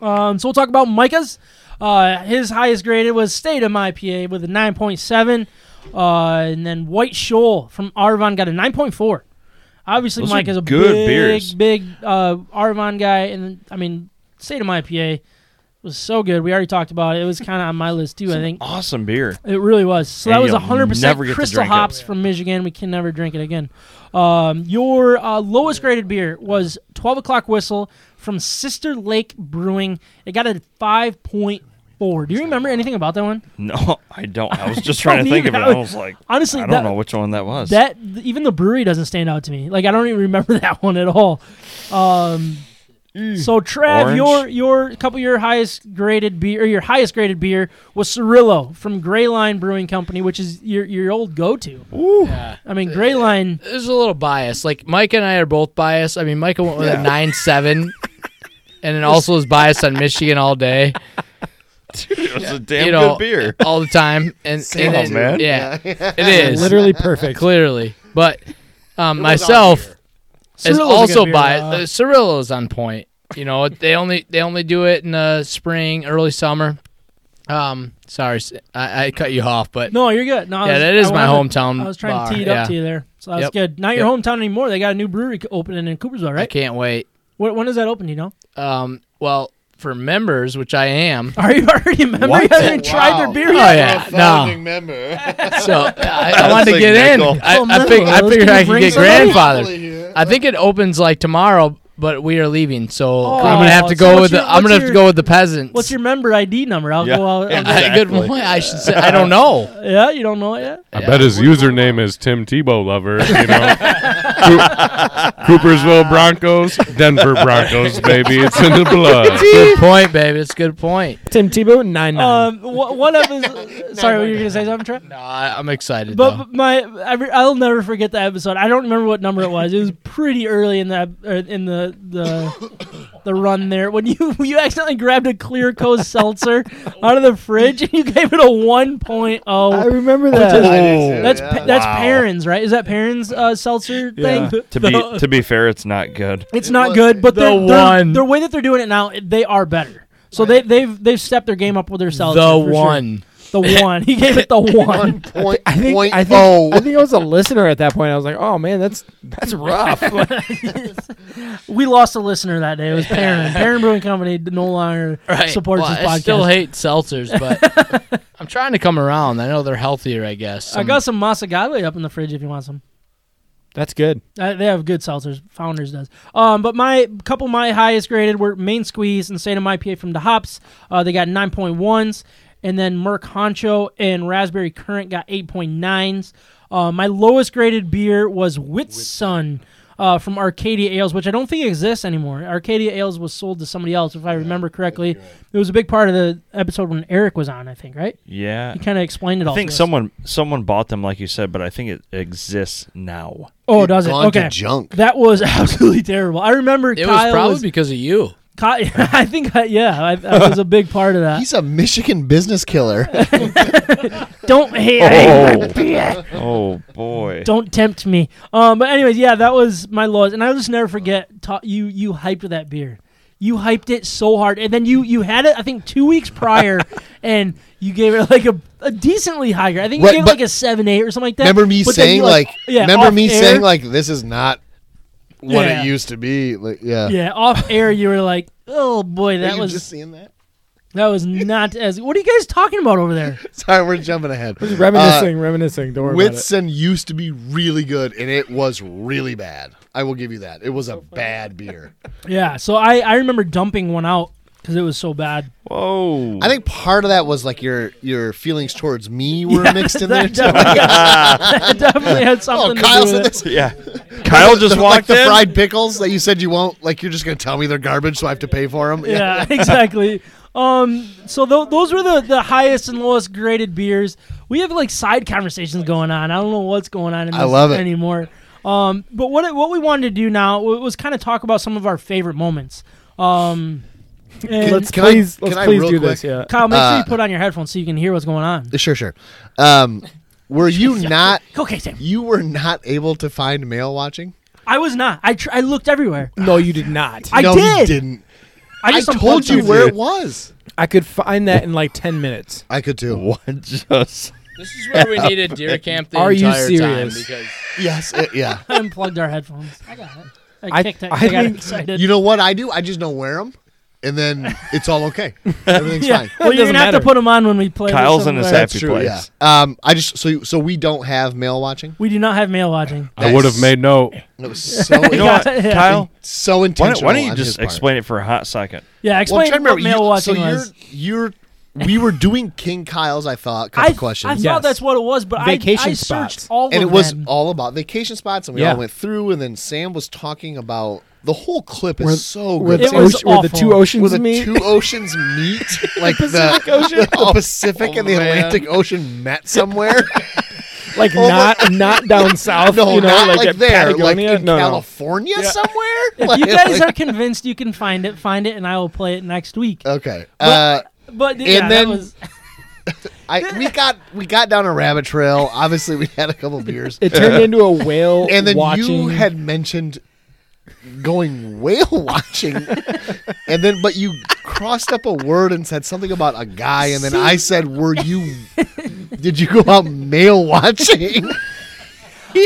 Um, so we'll talk about Micah's. Uh, his highest graded was Statum IPA with a 9.7. Uh, and then White Shoal from Arvon got a 9.4. Obviously, Those are Mike is a good big, beers. big uh, Arvon guy. And, I mean, Statum IPA was so good. We already talked about it. It was kind of on my list, too, I think. Awesome beer. It really was. So And that was you'll 100% never get to crystal drink it. hops from Michigan. We can never drink it again. Um, your uh, lowest graded beer was 12 O'Clock Whistle from Sister Lake Brewing. It got a 5.4. Do you remember anything about that one? No, I don't. I was just trying to don't think of it. either. I was like, Honestly, I that- don't know which one that was. That th- Even the brewery doesn't stand out to me. Like, I don't even remember that one at all. Um, so, Trav, Mm. Orange. your your couple of your highest graded beer, or your highest graded beer was Cirillo from Gray Line Brewing Company, which is your, your old go to. I mean, Gray Line. There's a little bias. Like Mike and I are both biased. I mean, Micah went with a nine seven, and then also is biased on Michigan all day, it was a damn you know, good beer. all the time. And, and Oh, it- man. yeah, it is Literally perfect. clearly. But um, myself is Cirillo's a good also beer, biased. uh, Uh, Cirillo's on point. You know, they only they only do it in the spring, early summer. Um, sorry, s- I, I cut you off, but No, you're good. No, I yeah, was- that is I my wanted- hometown. I was trying bar, to tee it yeah. up to you there, so that's Yep. good. Not your hometown anymore. They got a new brewery c- opening in Coopersville, I right? can't wait. Wh- When does that open? do You know? Um, well, for members, which I am, Are you already a member? You What? haven't even tried their Wow. beer Oh yet. yeah, no. So I, I That's wanted to like get in. nickel. I, Oh, I, fig- nickel. I Let's figured get I you could bring get somebody. grandfathered. I think it opens like tomorrow, but we are leaving, so I'm gonna have to Oh, so go what's with your- the I'm gonna what's have your- to go with the peasants. What's your member ID number? I'll Yeah. go out. I'll go- I, good Exactly. point. I should say I don't know. yeah, you don't know it yet. I bet his username is Tim Tebow Lover. You know, Coo- Coopersville Broncos, Denver Broncos, baby. It's in the blood. Good point, baby. It's a good point. Tim Tebow nine nine. Um, wh- one of his. sorry, were you gonna say something, Trent? No, I, Uh, I'm excited. But, though. but my, I re- I'll never forget the episode. I don't remember what number it was. It was pretty early in the uh, in the the the run there when you you accidentally grabbed a clear coat seltzer out of the fridge and you gave it a one point I oh. remember is- that. Oh, That's pa- that's Wow. Perrin's, right? Is that Perrin's uh, seltzer Yeah. thing? To be to be fair, it's not good. It's It not was- good, but The their- their- one. their way that they're doing it now, they are better. So they they've they've stepped their game up with their seltzer. the oh, for sure. one. the one. He gave it the one. One point, I think, point I, think oh. I think I was a listener at that point. I was like, oh man, that's that's rough. We lost a listener that day. It was Perrin. Perrin Brewing Company no longer supports Well, this I podcast. still hate seltzers, but I'm trying to come around. I know they're healthier, I guess. Um, I got some Masagale up in the fridge if you want some. that's good. Uh, they have good seltzers. Founders does. Um, but my couple of my highest graded were Main Squeeze and Satan IPA from the hops. Uh, they got 9.1s. And then Merc Honcho and Raspberry Current got 8.9s. Uh, my lowest graded beer was Whitsun uh, from Arcadia Ales, which I don't think exists anymore. Arcadia Ales was sold to somebody else, if I remember correctly. It was a big part of the episode when Eric was on, I think, right? Yeah. He kind of explained it all. I think to us. someone someone bought them, like you said, but I think it exists now. Oh, does it? Gone to Okay. junk. That was absolutely terrible. I remember it Kyle was probably because of you. Ki- I think, I, yeah, I, I was a big part of that. He's a Michigan business killer. Don't hate, I hate my Oh, oh boy. don't tempt me. Um, but anyways, yeah, that was my lowest, and I'll just never forget. Ta- you you hyped that beer, you hyped it so hard, and then you you had it I think two weeks prior, and you gave it like a, a decently high grade. I think you Right, gave it but- like a seven eight or something like that. remember me But then saying you, like, yeah, remember off me air- saying like this is not what Yeah. it used to be. Like yeah. yeah off air you were like oh boy Are that you was just seeing that? that was not as what are you guys talking about over there? Sorry, we're jumping ahead. Uh, Uh, Reminiscing, reminiscing. Don't worry about Whitson used to be really good, and it was really bad. I will give you that. It was a bad beer. Yeah, so I I remember dumping one out because it was so bad. Whoa. I think part of that was like your your feelings towards me were mixed in there that too. definitely, that definitely had oh, something Kyle to do said with it. this. yeah. Kyle just The- like walked the in. fried pickles that you said you won't. Like you're just gonna tell me they're garbage, so I have to pay for them. Yeah, exactly. Um, so th- those were the, the highest and lowest graded beers. We have like side conversations going on. I don't know what's going on in this I love it. anymore. Um, but what what we wanted to do now wa- was kind of talk about some of our favorite moments. Um, it. and Let's Can I- please, can let's I please real do this. quick- Yeah. Kyle, make sure you uh, put on your headphones so you can hear what's going on. Sure, sure. Um, were you not? Okay, Sam. You were not able to find male watching. I was not. I tr- I looked everywhere. No, you did not. I no, did. you didn't. I, I just told unplugged you them. where it was. I could find that in like ten minutes. I could too. What just? This is where we needed deer camp the Are you entire serious? time Yes, it- yeah. I unplugged our headphones. I got it. I, I- kicked it. I I, got think- excited. You know what I do? I just don't wear them, and then it's all okay. Everything's yeah. fine. Well, It you're doesn't gonna have to matter. put them on when we play. Kyle's in in his That's Happy true. place. Yeah. Um, I just so so we don't have male watching. We do not have mail watching. I would have made no. It was so You know what, Yeah. Kyle? so Why, intentional. don't- why don't you on his just part. explain it for a hot second? Yeah, Well, I'm explain trying to what remember. mail You, so watching you're was. you're we were doing King Kyle's. I thought couple I, I questions. thought Yes. that's what it was, but I- I, Vacation searched spots. all of and it was them. all about vacation spots, and we Yeah. all went through. And then Sam was talking about the whole clip is Where- so Where good. the, It was oce- where the awful. two Where oceans the meet. two oceans meet, like the Pacific Ocean, the Pacific Oh, and the Atlantic Ocean met somewhere. like not not down south. no, you know, not like, like, at there, Patagonia. like in no, no. California somewhere. If you guys are convinced you can find it, find it, and I will play it next week. okay, uh, But yeah, that and then- was, I we got we got down a rabbit trail. Obviously, we had a couple beers, It turned into a whale and then watching. you had mentioned going whale watching, and then but you crossed up a word and said something about a guy, and then I said, "Were you? did you go out male watching?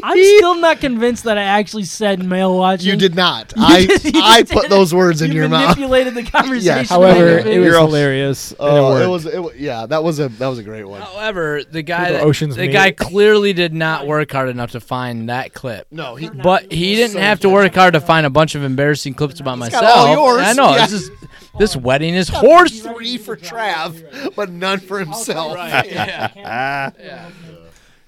I'm still not convinced that I actually said male watching. you did not. You I did- you I did put it. those words in You your mouth. manipulated the conversation. Yes. However, with it your was face. hilarious. and Oh, it it worked. was. It, wa- yeah, that was a that was a great one. However, the guy Little that, Ocean's the Mate. guy clearly did not work hard enough to find that clip. No, he But he didn't have to work hard to find a bunch of embarrassing clips about myself. got all yours. I know Yeah. this is this wedding is horse. three for Trav, but none for himself.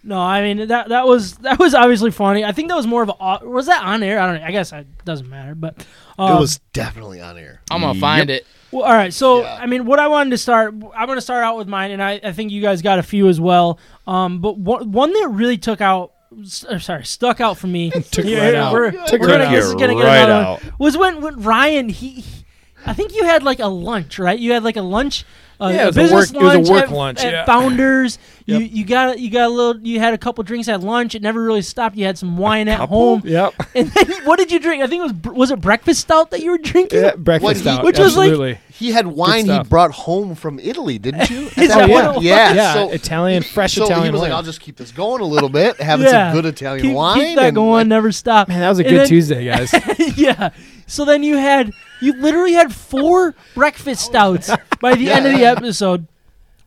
No, I mean that that was that was obviously funny. I think that was more of a au- was that on air? I don't. know. I guess it doesn't matter. But um, It was definitely on air. I'm gonna find it. Well, all right. So, Yeah. I mean, what I wanted to start, I'm going to start out with mine, and I, I think you guys got a few as well. Um, but one, one that really took out, s- uh, sorry, stuck out for me. took right out. We're, Took we're right gonna, out. this is gonna get Right another out. One, was when, when Ryan he, he- I think you had like a lunch, right? You had like a lunch. Uh, Yeah, it was a business work- it was a lunch work at, lunch, at yeah. Founders. You you got you got a little. You had a couple drinks at lunch. It never really stopped. You had some wine at home. Yep. And then what did you drink? I think it was br- was it breakfast stout that you were drinking? Yeah, breakfast he- out. Which was like- absolutely. He had wine he stuff. brought home from Italy, didn't you? At Is that that what point? it was? yeah, yeah, so- Italian fresh so Italian. he was like, wine. "I'll just keep this going a little bit, having some good Italian keep, wine." Keep that and, going, like, never stop. Man, that was a And good then- Tuesday, guys. yeah. So then you had you literally had four breakfast stouts by the end of the episode.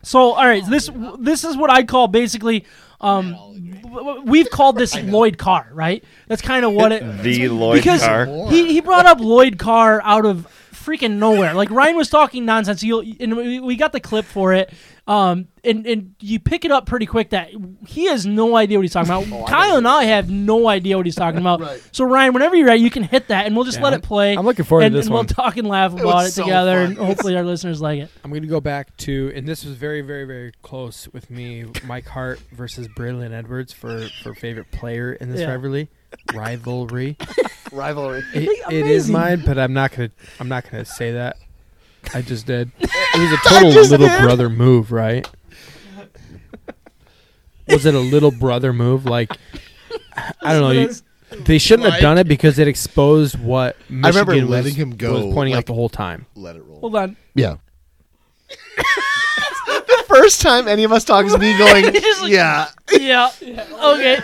So all right, this this is what I call basically. Um, w- w- we've called this Lloyd Carr, right? That's kind of what Mm-hmm. it The Lloyd because Carr. he he brought up Lloyd Carr out of freaking nowhere. Like Ryan was talking nonsense. You'll, and we we got the clip for it. Um, and and you pick it up pretty quick that he has no idea what he's talking about. Kyle and Oh, I have no idea what he's talking about. Right. So Ryan, whenever you're ready, you can hit that, and we'll just let it play. I'm looking forward to and, this and one. we'll talk and laugh about was it so together, fun. and hopefully our listeners like it. I'm going to go back to, and this was very, very, very close with me. Mike Hart versus Braylon Edwards for for favorite player in this Yeah. rivalry. Rivalry. rivalry. It, Like, it is amazing. mine, but I'm not gonna. I'm not gonna say that. I just did. It was a total little brother move, right? Was it a little brother move? Like I don't know. You, they shouldn't have done it because it exposed what Michigan remember was, letting him go, was pointing like- out the whole time. Let it roll. Hold on. Yeah. the first time any of us talks, me going, Just like- "Yeah." Yeah. Okay.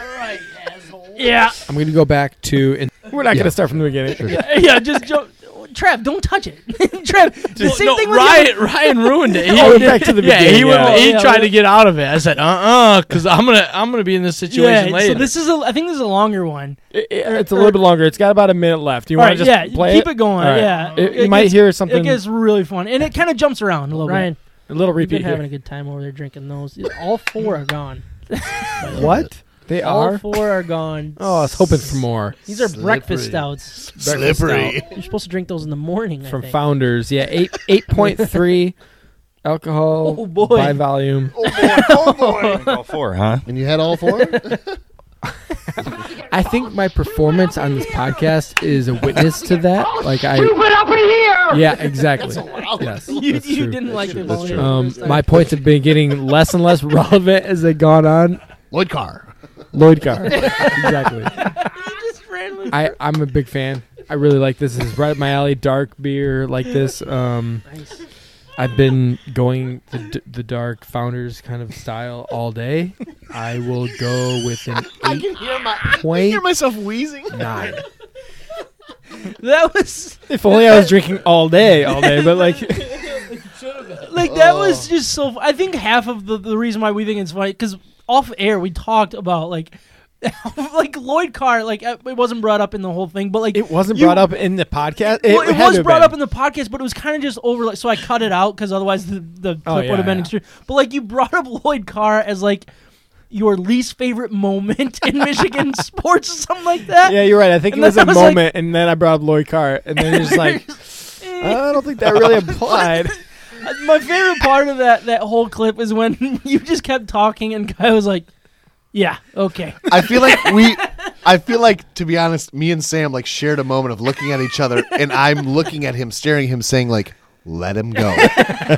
Yeah. I'm gonna go back to. And we're not Yeah. gonna start from the beginning. Yeah. Just jump. Trav, don't touch it. Trav, the same no, thing with the Ryan Ryan ruined it. He, Oh, back to the yeah, beginning, he, went- yeah. he Yeah, tried to yeah. get out of it. I said, uh, uh because I'm gonna I'm gonna be in this situation yeah, later. So this is a, I think this is a longer one. It- it- it's a little bit longer. It's got about a minute left. You All want right, to yeah, just play keep it, going. All right. Yeah, It- you might gets- hear something- It gets really fun, and it kind of jumps around a little Ryan, bit. A little We've been repeat. here. having a good time over there drinking those. All four are gone. What they All are? four are gone. Oh, I was hoping for more. These are breakfast Slippery. stouts. Breakfast Slippery. You're supposed to drink those in the morning. I from think. Founders. Yeah, eight eight point three alcohol Oh, boy. by volume. Oh boy! Oh boy! All four, huh? and you had all four. I think my performance on this podcast is a witness to that. Like I, up in here! yeah, exactly. Yes, you, that's you true. didn't like the That's volume. true. Um, my points have been getting less and less relevant as they've gone on. Lloyd Carr. Lloyd Carr, exactly. just ran with- I I'm a big fan. I really like this. This is right up my alley. Dark beer like this. Um, I've been going the, d- the dark founders kind of style all day. I will go with an I eight can hear my. I can Wait. hear myself wheezing. nine. that was If only I was drinking all day, all day. But like, like that Oh. was just so. fu- I think half of the, the reason why we think it's funny because off air we talked about like like Lloyd Carr. Like uh, it wasn't brought up in the whole thing, but like it wasn't You- brought up in the podcast. Well, it, was brought up in the podcast, but it was kind of just over. Like, so I cut it out because otherwise the, the clip Oh, yeah, would have been yeah. extreme. But like you brought up Lloyd Carr as like your least favorite moment in Michigan sports or something like that. yeah, you're right. I think And it was a then I was like- moment, and then I brought up Lloyd Carr, and then it's like, "Oh, I don't think that really applied. Eh, My favorite part of that that whole clip is when you just kept talking and Kyle was like, "Yeah, okay." I feel like we. I feel like, to be honest, me and Sam like shared a moment of looking at each other, and I'm looking at him, staring at him, saying like, "Let him go,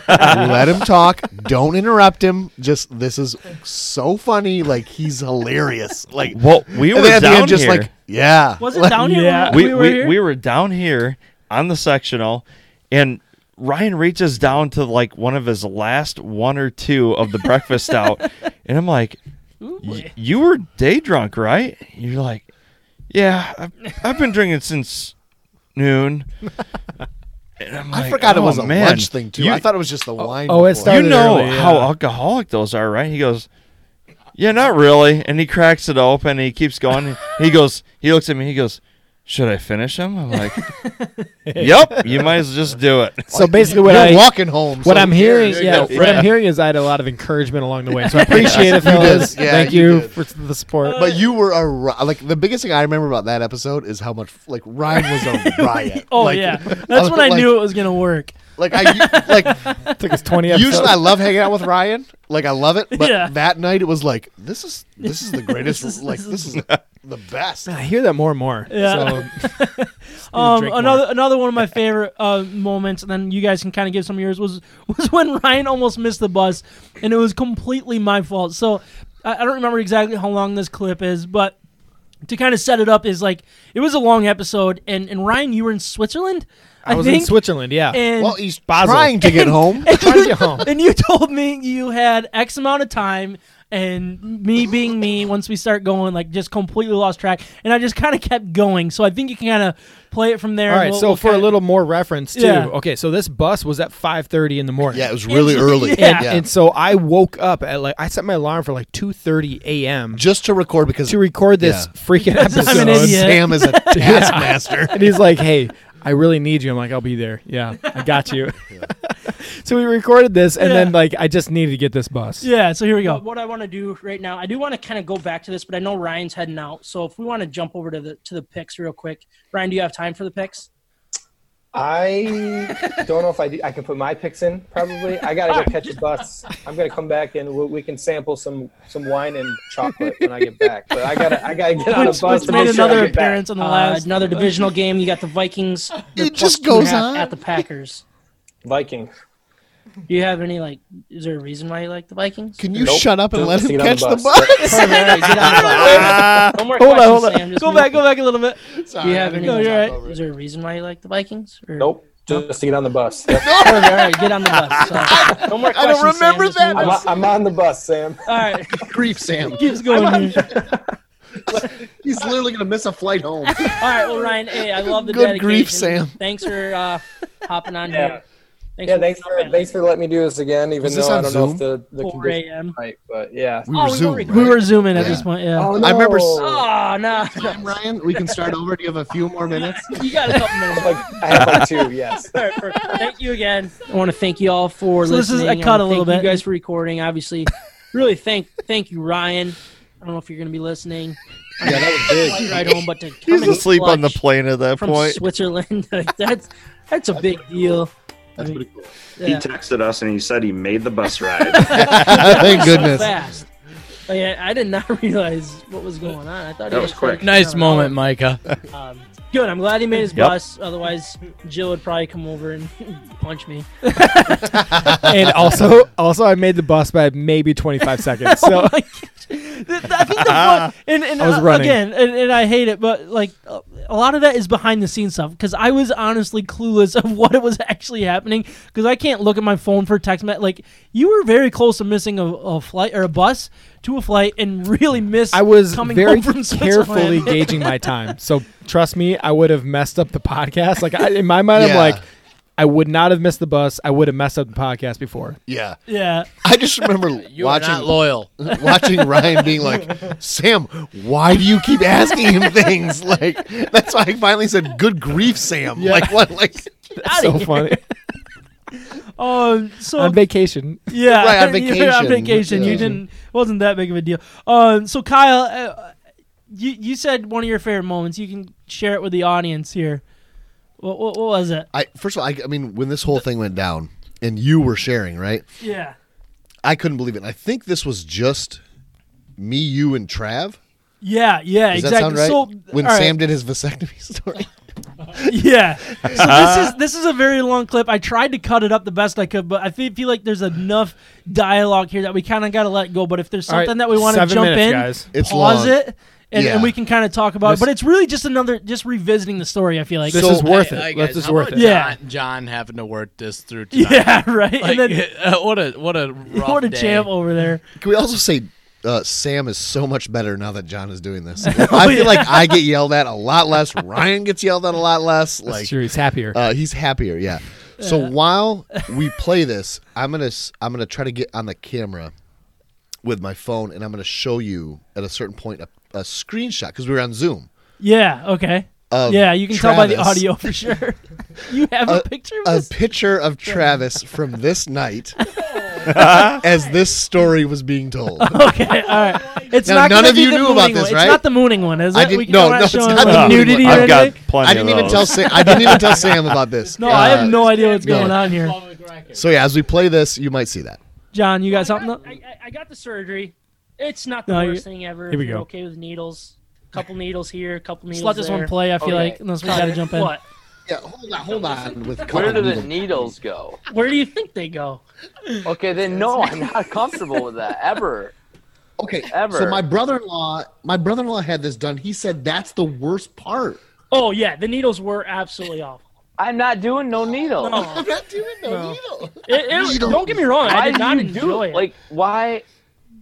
let him talk. Don't interrupt him. Just this is so funny. Like he's hilarious. Like Well, we and were then at down the end, here. just like yeah. Was it Like, down here? yeah. when we, we were we, here? we were down here on the sectional, and Ryan reaches down to like one of his last one or two of the breakfast out, and I'm like, "Y- "You were day drunk, right?" You're like, "Yeah, I've, I've been drinking since noon." And I'm I like, forgot it "Oh, was a man, lunch thing too. You, I thought it was just the wine. oh, it before. you started know early, how yeah. alcoholic those are, right? He goes, "Yeah, not really," and he cracks it open. and He keeps going. he goes, he looks at me. He goes, "Should I finish him?" I'm like, "Yep, you might as well just do it." So basically, what You're I walking home. what so I'm who hearing, cares? You yeah, got what I'm friends. hearing is I had a lot of encouragement along the way. So I appreciate it, You did. fellas. Yeah, Thank you you, did. for the support. But you were a ri- like the biggest thing I remember about that episode is how much like Ryan was a riot. Oh like, yeah, that's when I like- knew it was gonna work. Like I like it took us 20 episodes. usually I love hanging out with Ryan. Like I love it, but Yeah. that night it was like this is this is the greatest. This is- like this this is the best. I hear that more and more. Yeah. So, Um, drink more. another another one of my favorite uh, moments, and then you guys can kind of give some of yours was was when Ryan almost missed the bus, and it was completely my fault. So I, I don't remember exactly how long this clip is, but to kind of set it up is like it was a long episode, and and Ryan, you were in Switzerland, I, I was think, in Switzerland, yeah. and Well, he's Basel. trying to get home. Trying to get home. and you told me you had X amount of time, and me being me, once we start going, like just completely lost track, and I just kind of kept going. So I think you can kind of play it from there. All right, We'll- so we'll for a kinda- little more reference too. Yeah. Okay, so this bus was at 5:30 in the morning. Yeah, it was really early. Yeah. Yeah. And so I woke up at like I set my alarm for like 2:30 a.m. just to record because to record this Yeah. freaking episode. I'm an idiot. Sam is a taskmaster. And he's like, "Hey, I really need you." I'm like, "I'll be there. Yeah, I got you." so we recorded this, and Yeah. then like I just needed to get this bus. Yeah, so here we go. What I want to do right now, I do want to kind of go back to this, but I know Ryan's heading out. So if we want to jump over to the to the picks real quick, Ryan, do you have time for the picks? I don't know if I do, I can put my picks in. Probably I gotta go catch a bus. I'm gonna come back and we, we can sample some some wine and chocolate when I get back. But I gotta I gotta get on a Which, bus which to made make sure I another get back. appearance on the last Uh, another divisional game. You got the Vikings. It just goes on. at the Packers. Vikings. Do you have any like? Is there a reason why you like the Vikings? Can you shut up and Don't let sit him on catch the bus? All right, get on the bus. No more Hold on, questions, hold on. Sam. Just Go move- back, go back a little bit. Do you have any? No, is you're there- right. Is there a reason why you like the Vikings? Or- Nope. Just to get on the bus. All right, all right, get on the bus. So, no more questions. I don't Sam. Just remember move I'm, that. on. on- I'm on the bus, Sam. All right, Grief, Sam. keeps going. here. He's literally gonna miss a flight home. All right, well, Ryan, hey, I love the Good dedication. grief, Sam. Thanks for uh, hopping on Yeah. here. Thanks Yeah, for thanks for thanks for letting me do this again, even Was this though I on don't Zoom? know if the, the 4 conditions a.m. are right, but yeah. We were Zoom. We were zooming at Yeah. this point, yeah. I remember Oh, no. Time, Ryan, we can start over. Do you have a few more minutes? You got a couple minutes. like I have like two, yes. All right, perfect. Thank you again. I want to thank you all for So this is- listening. I cut wanna a little thank bit. You guys for recording, obviously. really thank thank you, Ryan. I don't know if you're going to be listening. yeah, that was Flight Right home, but to come He's in asleep on the clutch plane at that from point. Switzerland. like, that's that's a big deal. That's pretty cool. He Yeah. texted us and he said he made the bus ride. Thank goodness. So fast. Like, I, I did not realize what was going on. I thought That he was trying to quick. get Nice on. moment, Micah. Um, good. I'm glad he made his Yep. bus. Otherwise, Jill would probably come over and punch me. and also, also I made the bus by maybe 25 seconds. So I think the fun, and, and I was uh, running. again, and, and I hate it, but like uh, a lot of that is behind the scenes stuff because I was honestly clueless of what it was actually happening because I can't look at my phone for text. Me- like you were very close to missing a, a flight or a bus to a flight and really missed. I was coming very home from carefully Switzerland. gauging my time. So trust me, I would have messed up the podcast. Like I, in my mind, I'm Yeah. like, I would not have missed the bus. I would have messed up the podcast before. Yeah, yeah. I just remember You are not watching loyal. watching Ryan being like, "Sam, why do you keep asking him things?" Like that's why I finally said, "Good grief, Sam!" Like what? Like That's so funny. Um. So On vacation, Yeah, Right, on you were on vacation. vacation. You Yeah. didn't wasn't that big of a deal. Um, so Kyle, uh, you you said one of your favorite moments. You can share it with the audience here. What, what, what was it? I first of all, I, I mean, when this whole thing went down, and you were sharing, right? Yeah, I couldn't believe it. And I think this was just me, you, and Trav. yeah, yeah. Does exactly. that sound right? So when all right. Sam did his vasectomy story. yeah. So this is this is a very long clip. I tried to cut it up the best I could, but I feel, feel like there's enough dialogue here that we kind of got to let go. But if there's All right, something that we want to seven jump minutes, in, guys. It's pause long. it and, Yeah. and we can kind of talk about. it. This- But it's really just another, just revisiting the story. I feel like. This So, is worth hey, it. hey, guys, this is how worth about it. Yeah. John, John having to work this through tonight. yeah, right. Like, uh, and then what a what a rough what a day. champ over there. Can we also say uh, Sam is so much better now that John is doing this? I feel like I get yelled at a lot less. Ryan gets yelled at a lot less. Like sure, he's happier. uh, he's happier. Yeah. So while we play this, I'm gonna s- I'm gonna try to get on the camera with my phone, and I'm gonna show you at a certain point a, a screenshot because we were on Zoom. Yeah. Okay. Of yeah, you can tell by the Travis. audio for sure. you have a, A- picture of a this. picture of Travis from this night as this story was being told. Okay, all right. It's Now, not none gonna of be you the knew mooning about one. this, It's right? not the mooning one, is it? I didn't- we can- no, we're no, it's showing not the like, mooning nudity one. or I've got anything. plenty. I didn't of even those. tell Sam. I didn't even tell Sam about this. No, I have Uh, no idea what's no. going on here. So yeah, as we play this, you might see that. John, you got something? though? I, I- I got the surgery. It's not the No, worst thing ever. Here we if you're go. okay with needles. Couple needles here, couple needles Just let this there. one play. I feel Okay. like unless we gotta jump in. What? Yeah, hold on, hold on. With Where do the couple- needles go? Where do you think they go? Okay, then no, I'm not comfortable with that ever. Okay, Ever. so my brother-in-law, my brother-in-law had this done. He said that's the worst part. Oh yeah, the needles were absolutely awful. I'm not doing no needles. I'm not doing no, needle. It- it- Needles. don't get me wrong, I Why did do not you do enjoy it? it. Like why?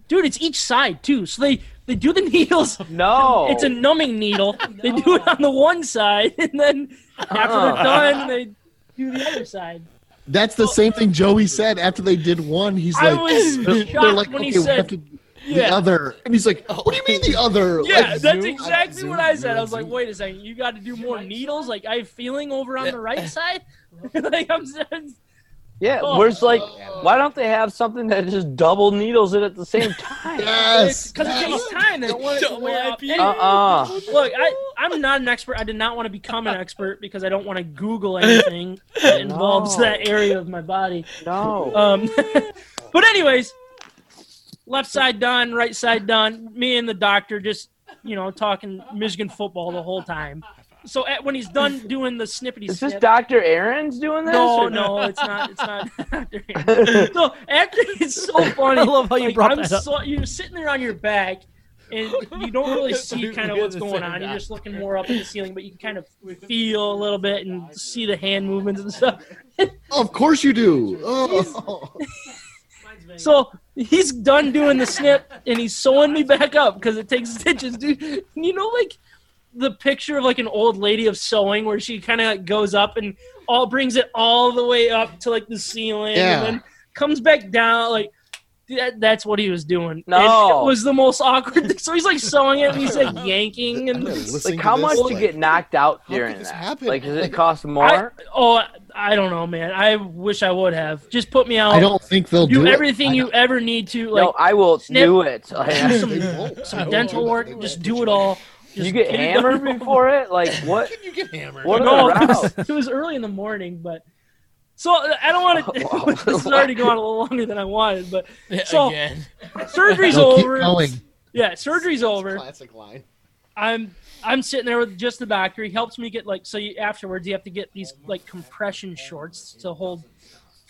dude, it's each side too. So they they do the needles. No. It's a numbing needle. They do it on the one side, and then after Uh-huh. they're done, they do the other side. That's the same thing Joey said after they did one. He's I like, was shocked when he we have said, to- the Yeah. other, and he's like, what do you mean the other? Yeah, Like, that's zoom? exactly Zoom, what I zoom, said. I was like, zoom. wait a second, you got to do more needles. Like I have feeling over on the right side. like I'm, s- yeah. Oh. Where's like? Why don't they have something that just double needles it at the same time? yes, because it takes time. They don't want it to wear out. Uh uh Look, I, I'm not an expert. I did not want to become an expert because I don't want to Google anything that involves No. that area of my body. No. Um, but anyways, left side done, right side done. Me and the doctor just, you know, talking Michigan football the whole time. So at, when he's done doing the snippety Is this snip, Dr. Aaron's doing this? no, or no, it's not. It's not. no, after it's so funny. I love how you like, brought I'm that up. So, you're sitting there on your back, and you don't really see kind of You're what's the going same on. You're guy. just looking more up at the ceiling, but you can kind of feel a little bit and see the hand movements and stuff. of course you do. Oh. So he's done doing the snip, and he's sewing me back up because it takes stitches, dude. And you know, like the picture of like an old lady of sewing where she kind of like, goes up and all brings it all the way up to like the ceiling, Yeah. and then comes back down. Like that, that's what he was doing. No. and it was the most awkward. thing. So he's like sewing it, and he's like yanking, I'm and gonna listen Like to how this, much like- you get knocked out could during this that? happen? Like does Like- it cost I, more? oh, I don't know, man. I wish I would have. Just put me out. I don't think they'll do do it. everything I you ever need to. Like no, I will snip- do it. do Like, don't- they some, won't. some dental work. Just do it all. Just you get it done. hammered before it? Like what? You get hammered. What No, are it the was, it was early in the morning, but so uh, I don't want Wow. to. this is already going a little longer than I wanted, but So- Again. surgery's No, keep over. going. Yeah, surgery's over. Classic line. I'm I'm sitting there with just the doctor. He helps me get like so. You, afterwards, you have to get these like compression shorts to hold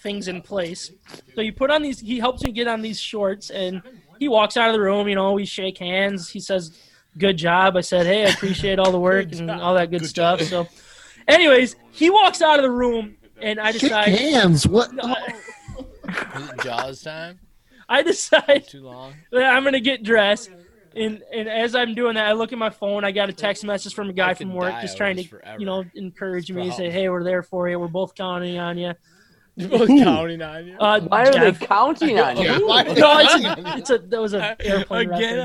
things in place. So you put on these. He helps me get on these shorts, and he walks out of the room. You know, we shake hands. He says, "Good job." I said, "Hey, I appreciate all the work and all that good, stuff." So, anyways, he walks out of the room, and I Shake decide. hands. What? I- Is it Jaws time? I decide Too long. that I'm gonna get dressed, and and as I'm doing that, I look at my phone. I got a text message from a guy I from could work, die just over trying to this forever. you know encourage me and say, Problem. "Hey, we're there for you. We're both counting on you." Both counting on you. Uh, Why are Jeff- they counting on you? Why did- No, it's a, it's a that was a airplane Again, I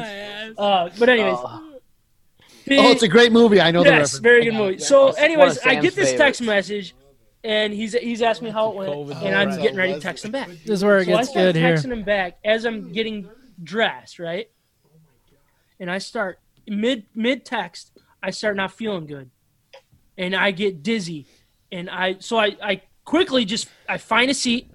asked. reference. Uh, but anyways, Oh. Oh, it's a great movie. I know the yes, reference. very good movie. So, anyways, Sam's I get this text favorites. message, and he's he's asked me how it went, COVID and I'm era. getting ready to text him back. This is where it So I gets start good here. texting him back as I'm getting dressed, right? And I start mid mid text, I start not feeling good, and I get dizzy, and I so I I quickly just I find a seat.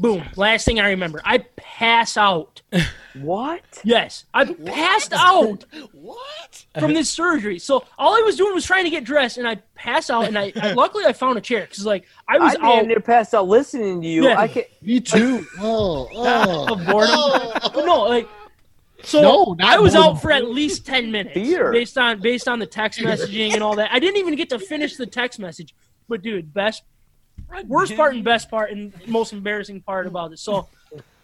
Boom! Last thing I remember, I pass out. What? Yes, I passed out. What? From this surgery. So all I was doing was trying to get dressed, and I pass out. And I, I luckily I found a chair because like I I was damn out near passed out listening to you. Yeah. I can Me too. Oh, oh. of boredom. But no, like So No, not I was more out for at least ten minutes Beer. based on based on the text messaging and all that. I didn't even get to finish the text message. But dude, best worst part and best part and most embarrassing part about it. So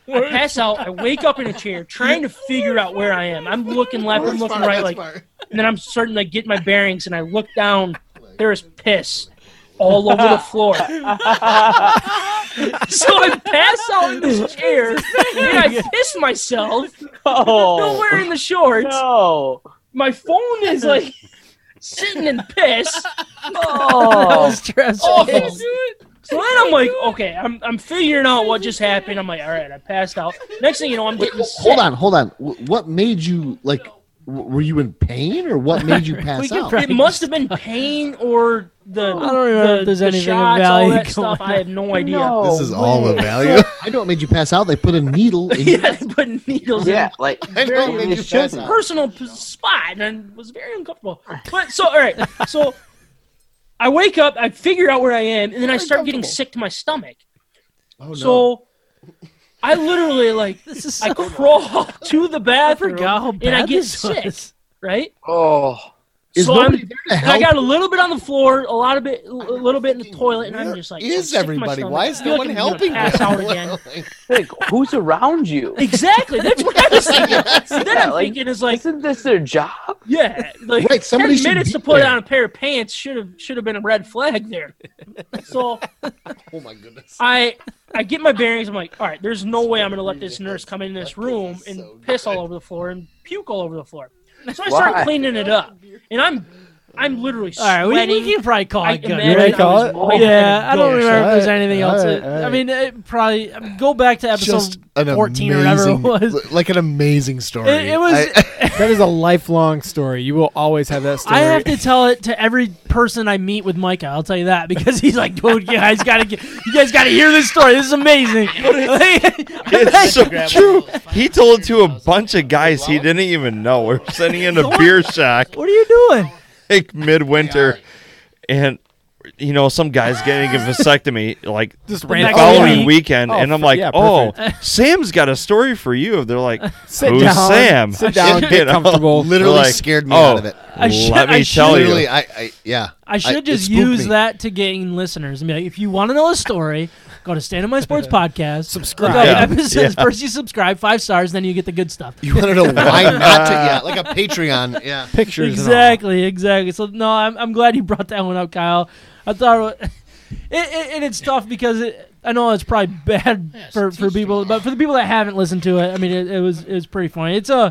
I pass out, I wake up in a chair trying to figure out where I am. I'm looking left, I'm Worst looking part, right, best like part. and then I'm starting to like, get my bearings and I look down, there is piss all over the floor. so I pass out in this chair and I piss myself. Oh. No wearing the shorts. No. My phone is like sitting in piss. That was stressful. Oh. Awful. So then I'm like, okay, I'm, I'm figuring out what just happened. I'm like, all right, I passed out. Next thing you know, I'm getting sick. Hold on, hold on. Wh- What made you like? w- Were you in pain, or what made you pass out? It must have been pain or the I don't remember the, if there's the anything of shots, all value that stuff. going I have no idea. No This is Oh, all of way. value. I know it made you pass out. They put a needle in you. yeah, putting needles Yeah, in like, very I know, maybe you should. personal p- spot and was very uncomfortable. But so all right, so I wake up, I figure out where I am, and then I start getting sick to my stomach. Oh, no. So I literally like I crawl to the bathroom and I bad get this sick. was. Right? Oh. Is so nobody I'm, there to I help? got a little bit on the floor, a lot of bit, a little bit in the toilet, and I'm just like, is I'm sick to my everybody? stomach. Why is no I feel like one I'm gonna helping Pass them? out again. Like, who's around you? Exactly. That's what I was thinking. So then Yeah, I'm like, thinking is like, Isn't this their job? yeah, like Right, somebody should ten minutes be to put there. on a pair of pants should have should have been a red flag there. So Oh my goodness. I I get my bearings. I'm like, all right, there's no way I'm gonna let this nurse come in this room and piss all over the floor and puke all over the floor. So I start Why? cleaning it up, and I'm I'm literally All right, sweating. we, we can probably call I it good. imagine right? I was walking Yeah, I in a don't door. remember if there's Alright, anything else. alright, I alright. mean, it probably I mean, go back to episode Just an 14 or whatever it amazing- was. Like an amazing story. It- it was- that is a lifelong story. You will always have that story. I have to tell it to every person I meet with Micah. I'll tell you that because he's like, dude, you guys gotta get, you guys gotta hear this story. This is amazing. It's so true. He told it to a bunch of guys he didn't even know. We're sitting in a beer shack what are you doing? like midwinter, and you know some guys getting a vasectomy like Just the randomly. following Week. weekend, Oh, and I'm for- like, yeah, oh, perfect. Sam's got a story for you. They're like, Sit who's down, Sam? sit down, You get know? comfortable. They're Literally like, scared me "Oh, out of it. I should- let me I should- tell Literally, you. I, I yeah. I should it just spooked use me. that to gain listeners and be like, if you want to know a story, go to Stand on My Sports Podcast, subscribe. Yeah. Episodes. Yeah. First, you subscribe five stars, then you get the good stuff. You want to know why not to? Yeah, like a Patreon. Yeah, pictures. Exactly, exactly. So no, I'm, I'm glad you brought that one up, Kyle. I thought it, wa- it, it and it's tough because it, I know it's probably bad for, for people, but for the people that haven't listened to it, I mean, it, it was it was pretty funny. It's a,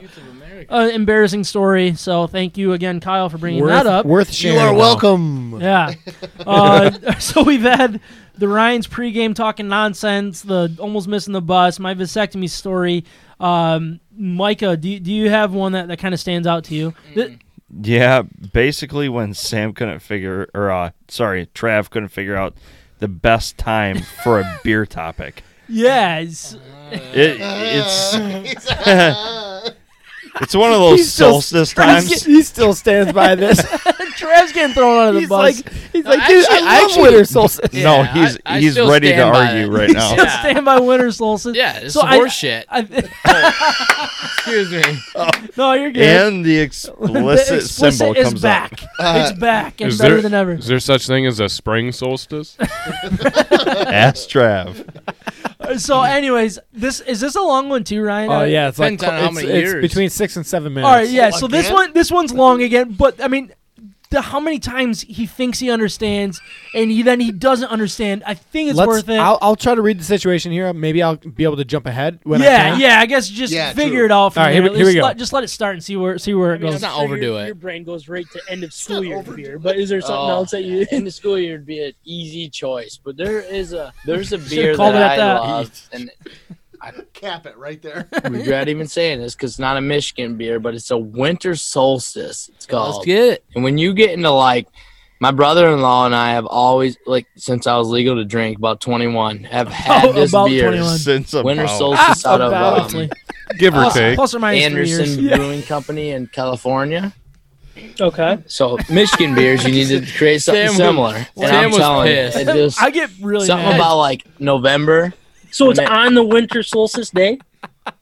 a embarrassing story. So thank you again, Kyle, for bringing Worth- that up. worth You sharing, are though. welcome. Yeah. Uh, so we've had the Ryan's pregame talking nonsense, the almost missing the bus, my vasectomy story. Um, Micah, do, you- do you have one that, that kind of stands out to you? Th- Yeah, basically when Sam couldn't figure, or uh, sorry, Trav couldn't figure out the best time for a beer topic. Yes. It, it's it's one of those He's still- solstice Travis times. get- he still stands by this. Trav's getting thrown under the He's bus. like- he's like, dude, I love winter solstice. No, he's he's ready to argue right now. Just stand by winter solstice. Yeah, it's I- horseshit. I- Excuse me. no, you're good. And the The explicit, explicit symbol is comes back. up. Uh, it's back and Is better there- than ever. Is there such thing as a spring solstice? Ask Trav. So, anyways, this is this a long one too, Ryan? Oh Uh, yeah, it's like Depends on how it's, many it's years. between six and seven minutes. All right, yeah. So this one, this one's long again, but I mean, the, how many times he thinks he understands, and he then he doesn't understand. I think it's Let's- worth it. I'll, I'll try to read the situation here. Maybe I'll be able to jump ahead when I yeah, can. yeah. I guess just Yeah, figure true. it out. From All there. right, here we- At here we least go. let- just let it start and see where see where it I mean, goes. I'm not sure your- overdo it. Your brain goes right to end of school year overdo beer, but is there something Oh. else that you? In the school year would be an easy choice, but there is a there's a Should've beer called that, it at I that. love, and Cap it right there. regret even saying this because it's not a Michigan beer, but it's a winter solstice. It's Let's called. get it. And when you get into like, my brother-in-law and I have always like since I was legal to drink about 21 have had Oh, this about beer. 21. Since about- Winter solstice out of about. um, Honestly. Give or Oh. Plus- take. plus or minus Anderson three years. Brewing Company in California. Okay. So Michigan beers, you need to create something Sam similar. was- and Sam I'm was telling you, pissed. it just, I get really something mad. about like November. So it's Man. on the winter solstice day.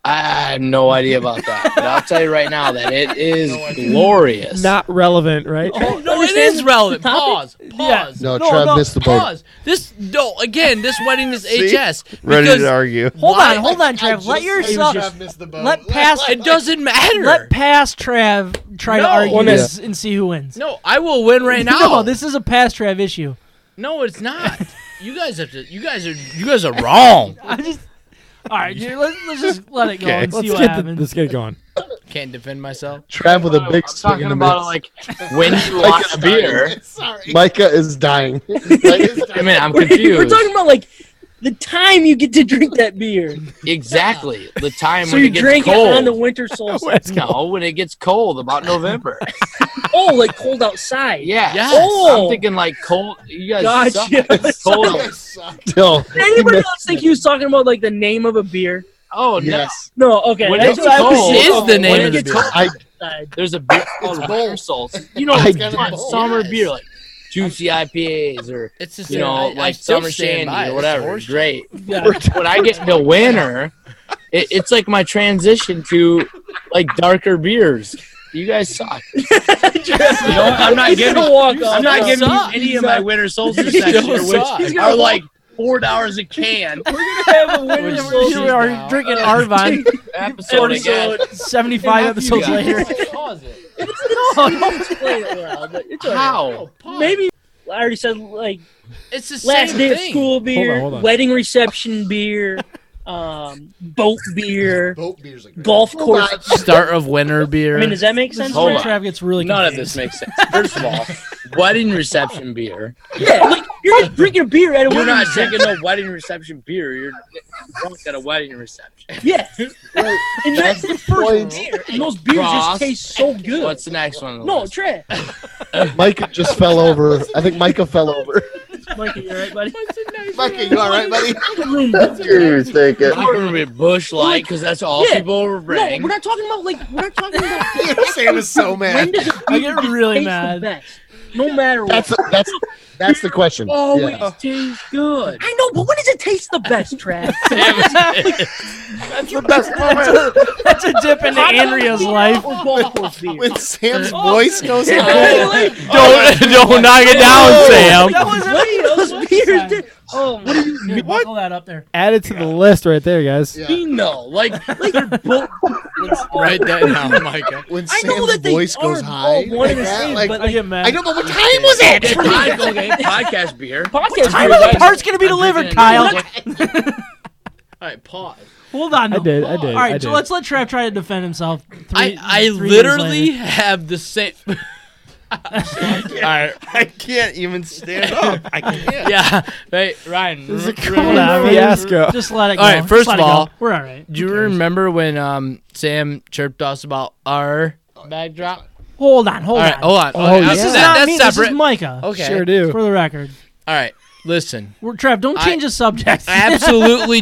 I have no idea about that, but I'll tell you right now that it is glorious. Not relevant, right? No, it is relevant. Pause. Pause. No, Trev missed the boat. Pause. This no. Again, this wedding is See? HS. Ready to because- argue. Hold Why? on, hold on, Trev. let yourself. Let past. It doesn't matter. Let past Trev try to No. argue One is- this and see who wins. No, I will win right now. no, this is a past Trev issue. No, it's not. you guys have to. You guys are. You guys are wrong. I just. All right, dude, let's, let's just let it go and see let's what get the, happens. let's get going. Can't defend myself. Trev with a big stick talking in the about, like, when he lost a beer. Sorry. Micah is dying. I mean, I'm We're- confused. We're talking about like the time you get to drink that beer. exactly the time so when you it gets drink cold. it on the winter solstice. no, when it gets cold, about November. oh, like cold outside. Yeah. Yes. I'm Oh, thinking like cold. You guys gotcha. suck. It's cold. Till Did anybody else think he was talking about like the name of a beer? Oh no. yes. No, okay. When that's it's what I was cold, saying. is the name when of it the gets beer. cold, I Outside. There's a beer called winter solstice. You know, I it's get kind of it. summer Yes. beer like juicy IPAs or It's just you know I, I like still summer stand shandy by or it. It's whatever. horseshit. Great. Yeah. When I get into winter, it, it's like my transition to like darker beers. You guys suck. You know, I'm not giving. I'm not giving you any of my winter solstice You next year, suck. He's which gonna are walk- like four dollars a can. We're gonna have a winter solstice. Here we are now. drinking Arvon Episode again. seventy-five episodes guys. later. Pause it. No, don't explain it, Rob. It's all right. How? Maybe I already said like It's the last same day thing. of school beer, on, hold on. wedding reception beer, um, boat beer, Boat beers are great. golf course. Start of winter beer. I mean, does that make sense? Hold Where on. Trev gets really None of confused. this makes sense. First of all, wedding reception beer. Yeah, like you're just drinking beer at a You're wedding. not reception. drinking no wedding reception beer. You're drunk at a wedding reception. Yeah, and that's the Point. first beer, and those beers Ross. just taste so good. What's the next one? on the no, list? Trev. Micah just fell over. I think Micah fell over. Mikey, you all right, buddy? Micah, you all right, buddy? Room. You take it. I'm gonna be bush light because that's all Yeah. people were No, we're bringing. not talking about like we're not talking about. Sam is so When mad. does a I beer get really taste the mad. best? No matter what. That's that's that's the question. Oh, Always Yeah. tastes good. I know, but when does it taste the best, Trav? That's the best moment That's a dip into Andrea's life. Or golf course beer. when Sam's Oh, voice goes high. Really? don't don't knock it down, That was What are those beers? did- Oh, what do you Here, buckle that up there. Add it to the list right there, guys. Yeah. Vino, like they're both. Write that down, Micah. When I know Sam's that they voice goes aren't high. all one Like and the that, same, like, but I get mad. I know, but what time was it? podcast beer. Podcast Time beer, of the like- part's gonna be I'm delivered, drinking Kyle. All right, pause. Hold on. I though. did, I did, All right, I so did. let's let Trev try to defend himself. Three, I I three years literally later. have the same. I can't even stand up. I can't. Yeah, right, Ryan. This is a r- r- complete Nah, we're- fiasco. Just let it go. All right, Just first let of it go. all- we're all right. Do you remember when um Sam chirped us about our Oh, backdrop? Hold on, hold All right, on. hold on. Oh, okay, yeah. This is that- not that's me. separate. This is Micah. okay. Sure do. For the record, All right. Listen, we're, Trev, don't I- change the subject. absolutely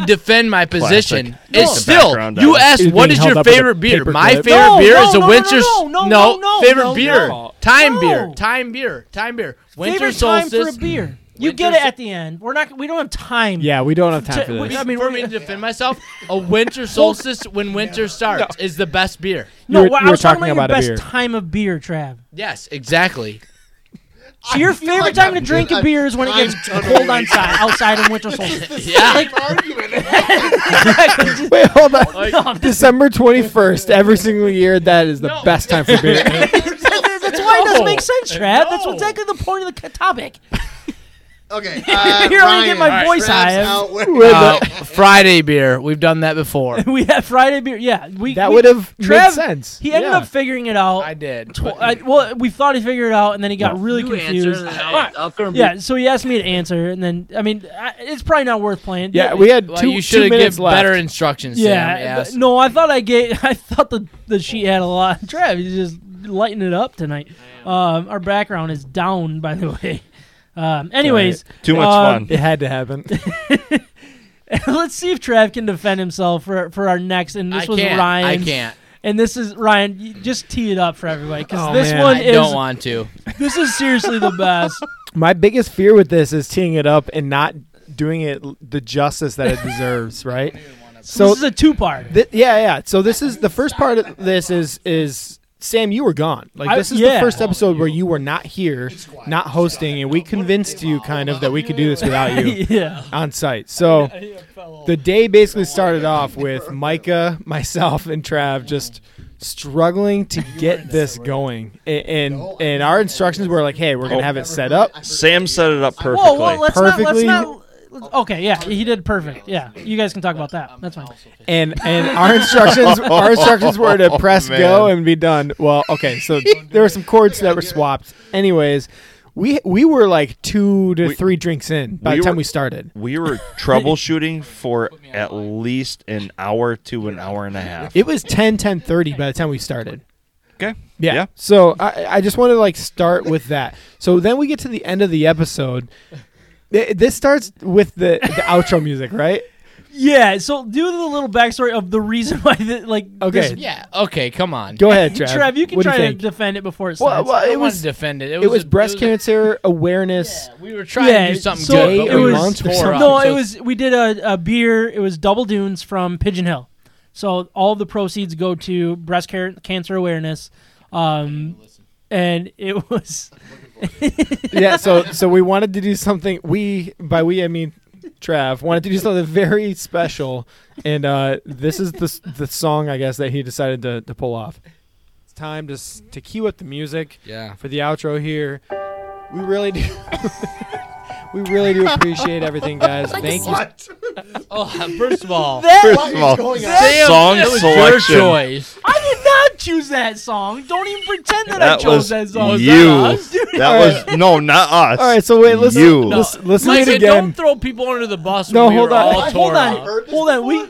defend my position. Classic. It's No. still Background you item. asked He's what being is held your up with a favorite beer? paper My clip. favorite No, beer is no, a no, no, winter's no, no, no, no, favorite no, beer. no. Time beer. No. Time beer. Time beer. Winter Favorite solstice. time for a beer. You get it at the end. We're not. We don't have time. Yeah, we don't have time To- for we- this. I mean, for we're me to defend myself, a winter solstice when winter starts is the best beer. No, You were- well, you I were was talking talking about, about a your beer. best time of beer, Trav. Yes, exactly. So your feel favorite like time to I'm drink doing- a beer is when it I'm gets done cold already. outside, outside in winter solstice. Yeah. Wait, hold on. December 21st, every single year, that is the No. best time for beer. That's why it doesn't make sense, Trav. That's No. exactly the point of the topic. Okay. Uh, Here, I Ryan, get my All voice Trev's high. out. Uh, Friday beer. We've done that before. We had Friday beer. Yeah, we that we- would have made Trev, sense. He ended Yeah. up figuring it out. I did. Tw- I, well, we thought he figured it out, and then he got really You answer, confused. and then I'll, I'll come Yeah, so he asked me to answer, and then I mean, I, it's probably not worth playing. Yeah, we had Well, two, you two should have minutes given left. better instructions. Yeah, Yeah, but- Sam, yes. no, I thought I gave. I thought the the sheet had a lot. Trev, he's just lighting it up tonight. Um, our background is down, by the way. Um, anyways, Too much Um, fun. it had to happen. let's see if Trev can defend himself for for our next. And this I was can't. Ryan. I can't. And this is Ryan. you Just tee it up for everybody because Oh, this man. one I is don't want to. this is seriously the best. My biggest fear with this is teeing it up and not doing it l- the justice that it deserves, right? So this is a two-part. Thi- yeah, yeah. So this is the first part of this is is Sam, you were gone. Like I- this is yeah. the first episode where you were not here, not hosting, and we convinced you kind of that we could do this without you Yeah. on site. So the day basically started off with Micah, myself, and Trav just struggling to get this going. A- And and our instructions were like, hey, we're gonna have it set up. Sam set it up perfectly. Whoa, whoa, let's Perfectly. not. Let's not let's, okay, yeah, he did perfect. Yeah, you guys can talk about that. That's fine. and and our instructions our instructions were to press Man. go and be done. Well, okay, so there were some chords that were swapped. Anyways, we we were like two to three drinks in by the time were- we started. We were troubleshooting for at least an hour to an hour and a half. It was 10, 10 by the time we started. Okay. Yeah. So I, I just want to like start with that. So then we get to the end of the episode. Th- This starts with the, the outro music, right? Yeah, so do the little backstory of the reason why, the, like, Okay. this- Yeah. Okay. Come on. Go ahead, Trav. Trav, you can What do you try to think? defend it before it Well, starts. well, I don't it was- wanna defend it. It It was, was a- breast it was a- cancer awareness. we were trying to do something good, but it we was- tore up. no, So- it was we did a, a beer. It was Double Dunes from Pigeon Hill, so all the proceeds go to breast care, cancer awareness, um, and it was yeah, so so we wanted to do something. We by we I mean Trav wanted to do something very special, and uh, this is the s- the song I guess that he decided to, to pull off. It's time to s- to cue up the music. Yeah. For the outro here, we really do. We really do appreciate everything, guys. Thank you. Oh, first of all, That- First of all, That- song that was selection. Your choice. I did not choose that song. Don't even pretend that, I That chose was that song. you. That All was no, not us. All right, so wait, listen, You. listen, listen Micah, to it again. Don't throw people under the bus. No, when we hold were on. All Hold torn on, up. hold on. We,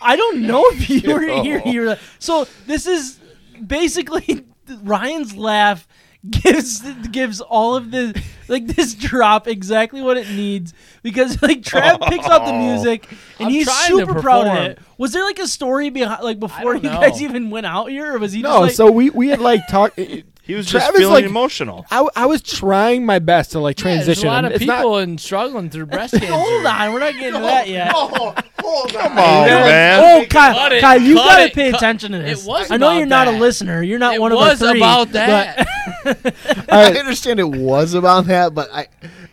I don't know if you were here. here. or- So this is basically Ryan's laugh gives gives all of the like this drop exactly what it needs because like Trav picks out the music and Oh. I'm he's trying to super proud of perform. it. Was there like a story behind like before you don't know. guys even went out here, or was he just No, like, so we we had like talked. He was Travis, just feeling like, emotional. I, I was trying my best to like Yeah, transition. There's a lot of It's not- people and struggling through breast cancer. Hold on, we're not getting to that yet. Hold on. Come on, man. Oh, Kyle, Cut it, Kyle, you cut gotta it, pay cut- attention to this. It was I know about you're not a that. listener. You're not It one of was our three. about that. All I right, understand it was about that, but I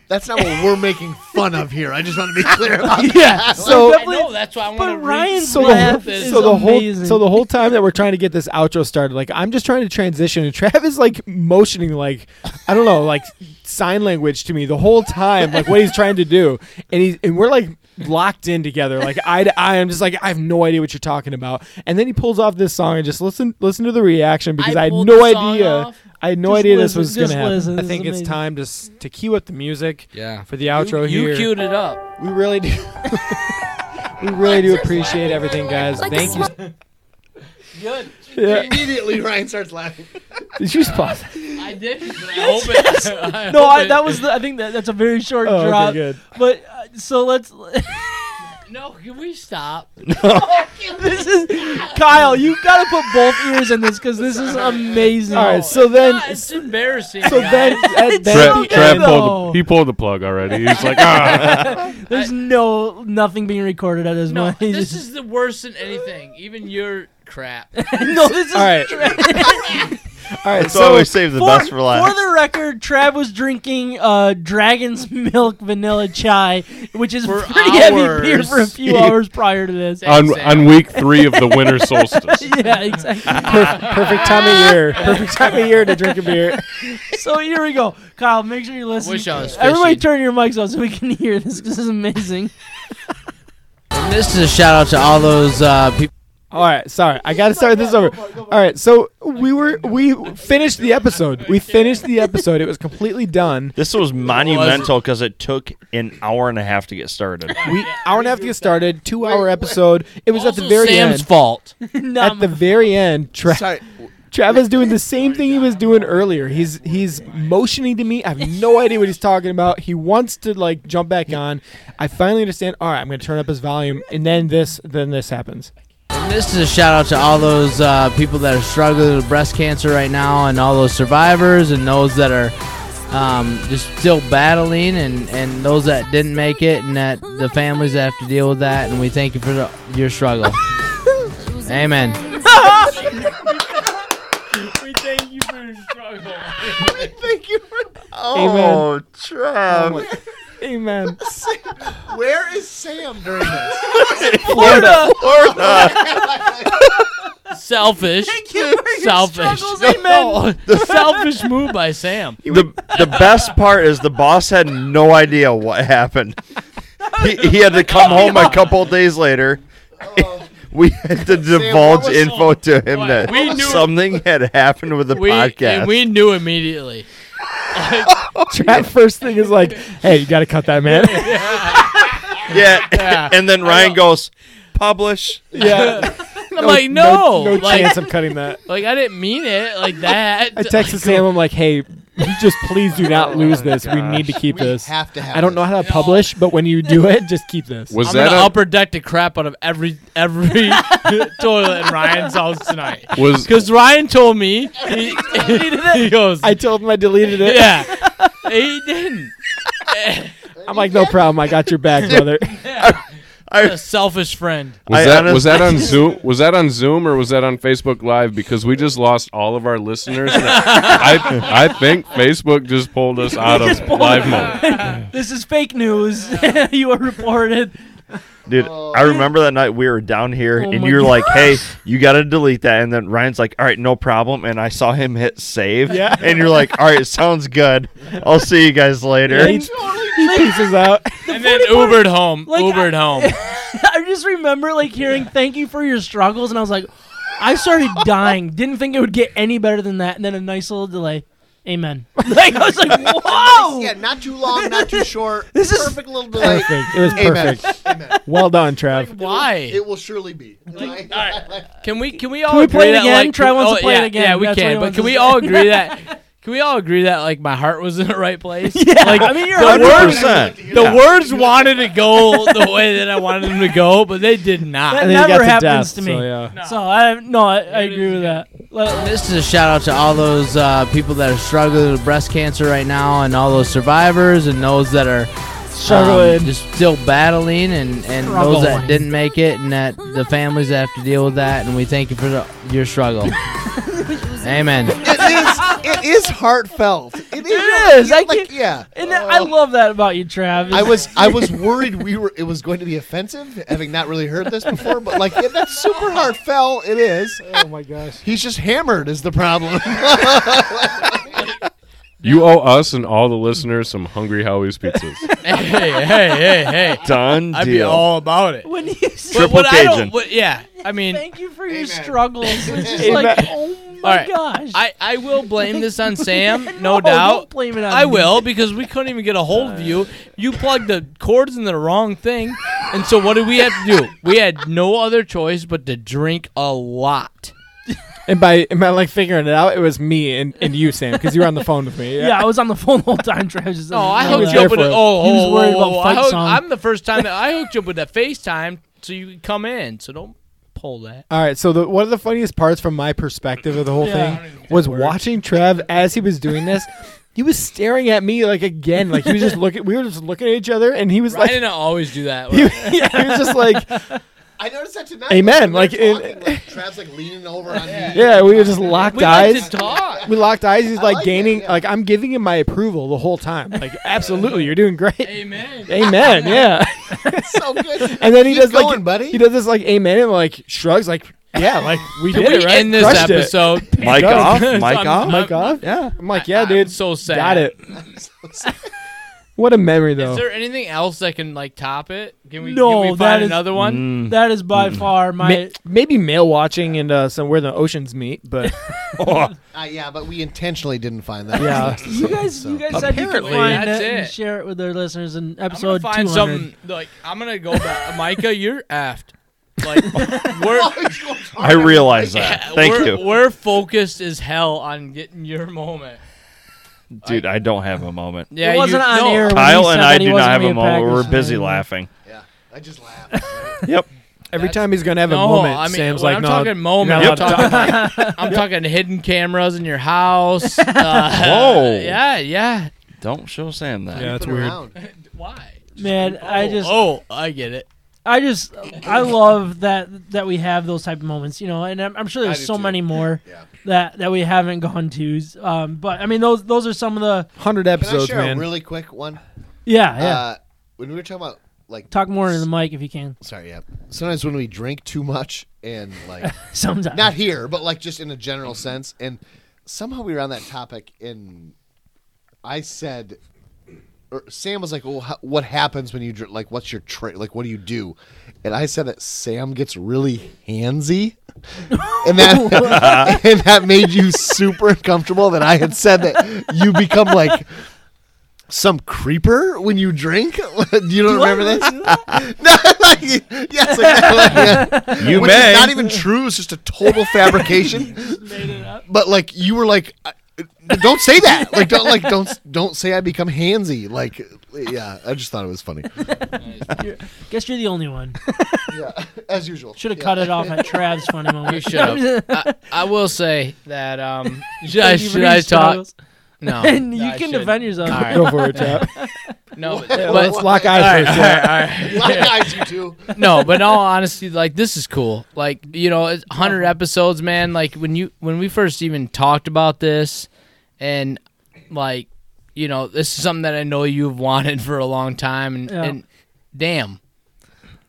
that's not what we're making fun of here. I just want to be clear about that. yeah. So- I know that's why I But want to. Ryan's so the, laugh whole- is so the whole amazing. so the whole time that we're trying to get this outro started, like I'm just trying to transition, and Trav is like motioning, like I don't know, like sign language to me the whole time, like what he's trying to do, and he's and we're like locked in together, like eye to eye. I'm just like I have no idea what you're talking about, and then he pulls off this song and just listen listen to the reaction because I, I had pulled no the song idea. off. I had no Just idea listen, this was just gonna happen. listen, I this is think it's amazing. time to s- to cue up the music Yeah. for the outro you, here. You queued it up. We really do. we really do appreciate everything, guys. Thank you. Good. Yeah. Immediately, Ryan starts laughing. Did you just pause? I did. I hope it. I no, hope I, it- that was the, I think that, that's a very short Oh, okay, drop. good. But uh, so let's. No, can we stop? Oh, this is Kyle. You gotta put both ears in this because this is amazing. All right. So then, Ah, it's so embarrassing. then, guys. at, then so good, at Tra- the end, Trav pulled though. the, he pulled the plug already. He's like, ah. There's no nothing being recorded at this no, moment. this is the worst than anything. Even your crap. no, this is. all right, all right. That's So why we save the For, best for last. for the record, Trav was drinking uh, Dragon's Milk Vanilla Chai, which is For pretty heavy beer hours. for a few hours prior to this. Thanks, on, Sam. on week three of the winter solstice. yeah, exactly. per- perfect time of year. Perfect time of year to drink a beer. So here we go, Kyle. Make sure you listen. wish I was Everybody, fishing. turn your mics off so we can hear this. 'cause This is amazing. And this is a shout out to all those uh, people. All right, sorry. I got to start this over. All right, so we were we finished the episode. We finished the episode. It was completely done. This was monumental because it took an hour and a half to get started. We hour and a half to get started. Two hour episode. It was at the very Sam's end. fault. Not At the very end, Tra- Sorry. Travis doing the same thing he was doing earlier. He's he's motioning to me. I have no idea what he's talking about. He wants to like jump back on. I finally understand. All right, I'm going to turn up his volume, and then this then this happens. And This is a shout out to all those uh, people that are struggling with breast cancer right now, and all those survivors, and those that are um, just still battling, and, and those that didn't make it, and that the families that have to deal with that. And we thank you for the, your struggle. Amen. we thank you for your struggle. Thank you for. Oh, Amen. Trav. Oh Amen. my- Where is Sam during this? Florida. Selfish. Thank you for your Selfish. struggles, amen. No. Selfish move by Sam. The, the best part is the boss had no idea what happened. He, he had to come home a couple days later. We had to divulge was- info to him that We knew- something had happened with the we, podcast. And we knew immediately. Trap first thing is like, hey, you got to cut that, man. yeah. and then Ryan goes, publish. yeah. And I'm like, no. No, like, chance I'm cutting that. like, I didn't mean it like that. I texted Sam. I'm like, hey, just please do not lose this. We need to keep We this. have to have I don't this. know how to publish, but when you do it, just keep this. Was I'm that gonna a- upper deck the crap out of every every toilet in Ryan's house tonight. Was Because Ryan told me he, he goes, I told him I deleted it. yeah, he didn't. I'm like, no problem. I got your back, brother. A selfish friend. was I that was that on Zoom? Was that on Zoom or was that on Facebook Live? Because we just lost all of our listeners. And I I think Facebook just pulled us out of live mode. this is fake news. you are reported. Dude, I remember that night we were down here Oh and my you were like, hey, you got to delete that. And then Ryan's like, all right, no problem. And I saw him hit save. Yeah. And you're like, all right, sounds good. I'll see you guys later. he, he pieces out. And then funny part- Ubered home. like, Ubered home. I just remember like hearing "Thank you for your struggles," and I was like, I started dying. Didn't think it would get any better than that, and then a nice little delay. Amen. Like I was like, Yeah, whoa. not too long, not too short. This is- perfect little delay. Perfect. It was Amen. perfect. Well done, Trav. Why? It will surely be. Can we can we all we agree play it that, again? Like, Try can- once and play it yeah, again. Yeah, we That's what he can. But wants can us we to all do. agree that? Can we all agree that like my heart was in the right place? Yeah, Like, I mean, you're the 100%. words- The Yeah. words wanted to go the way that I wanted them to go, but they did That not. And then he never got to happens death, to me. so, yeah. So I no, I, I agree with that. Let- This is a shout out to all those uh, people that are struggling with breast cancer right now, and all those survivors, and those that are Struggling. um, just still battling, and, and those that Struggling. didn't make it, and that the families that have to deal with that. And we thank you for the, your struggle. Amen. it is. It is heartfelt. It is. is, I like, can't- yeah. and then- I love that about you, Trav. I was I was worried we were it was going to be offensive, having not really heard this before. But like, yeah, that's super heartfelt. It is. Oh my gosh. He's just hammered is the problem. You owe us and all the listeners some Hungry Howie's pizzas. hey, hey, hey, hey. Done I'd be deal. all about it. when you But said, Triple what I don't- Cajun. what- yeah, I mean, "Thank you for your Amen. struggles," it's just like, oh my Alright, gosh. I, I will blame this on Sam, no, No, doubt. don't blame it on I me. will because we couldn't even get a hold of you. You plugged the cords in the wrong thing, and so what did we have to do? We had no other choice but to drink a lot. And by, and by like figuring it out, it was me and, and you, Sam, because you were on the phone with me. yeah. I was on the phone the whole time, Trav. Just No, doesn't know I hooked was you that. up with. there Oh, for it. oh, He was oh, worried oh, about oh, fight I hooked, song. I'm the first time that I hooked you up with that FaceTime, so you could come in. So don't pull that. All right. So the, one of the funniest parts from my perspective of the whole Yeah. thing was watching Trev as he was doing this. He was staring at me like again, like he was just looking. We were just looking at each other, and he was Ryan like, and I always do that. he, yeah, he was just like, I noticed that tonight. Amen, Like, when like, they're it- talking, like, Trav's like leaning over on me. yeah. We were just locked we eyes. like to talk. we locked eyes. He's like like it, gaining, yeah. like I'm giving him my approval the whole time. Like absolutely, you're doing great. Amen. Amen. Yeah. It's so good. And then he Keep does going, like buddy. he does this like amen and like shrugs like yeah like we Can did we it right. end this Crushed it. episode? Mic Does. off. So Mic I'm- off. I'm- Mic off. Yeah. I'm like yeah, I'm dude. so sad. Got it. What a memory though. Is there anything else that can like top it? Can we, No, can we that find is- another one? Mm. That is by far my. Ma- maybe male watching and uh, somewhere the oceans meet, but Oh, Uh, yeah, but we intentionally didn't find that. yeah. you guys, you guys said you could Apparently, find that's it, and it. share it with their listeners in I'm gonna episode find 200. something like I'm gonna go back. Micah, you're aft. Like we're I realize that. Thank we're, you. We're focused as hell on getting your moment. Dude, I don't have a moment. Yeah, it wasn't you, on no, air. when Kyle he and said I that he do not wasn't have gonna a be moment. We're Packers busy fan. laughing. Yeah, I just laughed. Yep. Every time he's gonna have a No, moment, I mean, Sam's when like, I'm no. talking moment. you're I'm not allowed talking, I'm talking hidden cameras in your house. Uh, Whoa. Yeah, yeah. Don't show Sam that. Yeah, that's weird. Why? Man, I Oh, just Oh, I get it. I just I love that that we have those type of moments, you know, and I'm, I'm sure I there's do so too. many more that that we haven't gone to. Um, but I mean, those those are some of the hundred Can I share a really quick one? Yeah, yeah. Uh, when we were talking about like Talk more into the mic if you can. Sorry, yeah. sometimes when we drink too much and like Sometimes. not here, but like just in a general sense, and somehow we were on that topic, and I said. Or Sam was like, "Well, how, what happens when you dr- like? What's your trick? Like, what do you do?" And I said that Sam gets really handsy, and that and that made you super uncomfortable. That I had said that you become like some creeper when you drink. you don't remember this? no, like, yes, like, like, yeah. You Which may. Is not even true. It's just a total fabrication. But like you were like, I- don't say that. Like don't like don't don't say I become handsy. Like yeah, I just thought it was funny. Guess you're the only one. yeah, as usual. Should have cut it off at Trav's funny moment. You should have. I, I will say that. Um, should I, Even should he I talk? struggles. No, And no, you I can shouldn't. defend yourself. All right. Go for it, Tap. no, but, Yeah, but- let's lock eyes all right, first, all right, yeah. all right. Lock eyes, you two. no, but in all honesty, like this is cool. Like you know, it's 100 episodes, man. Like when you when we first even talked about this, and like you know, this is something that I know you've wanted for a long time, and, Yeah. and damn.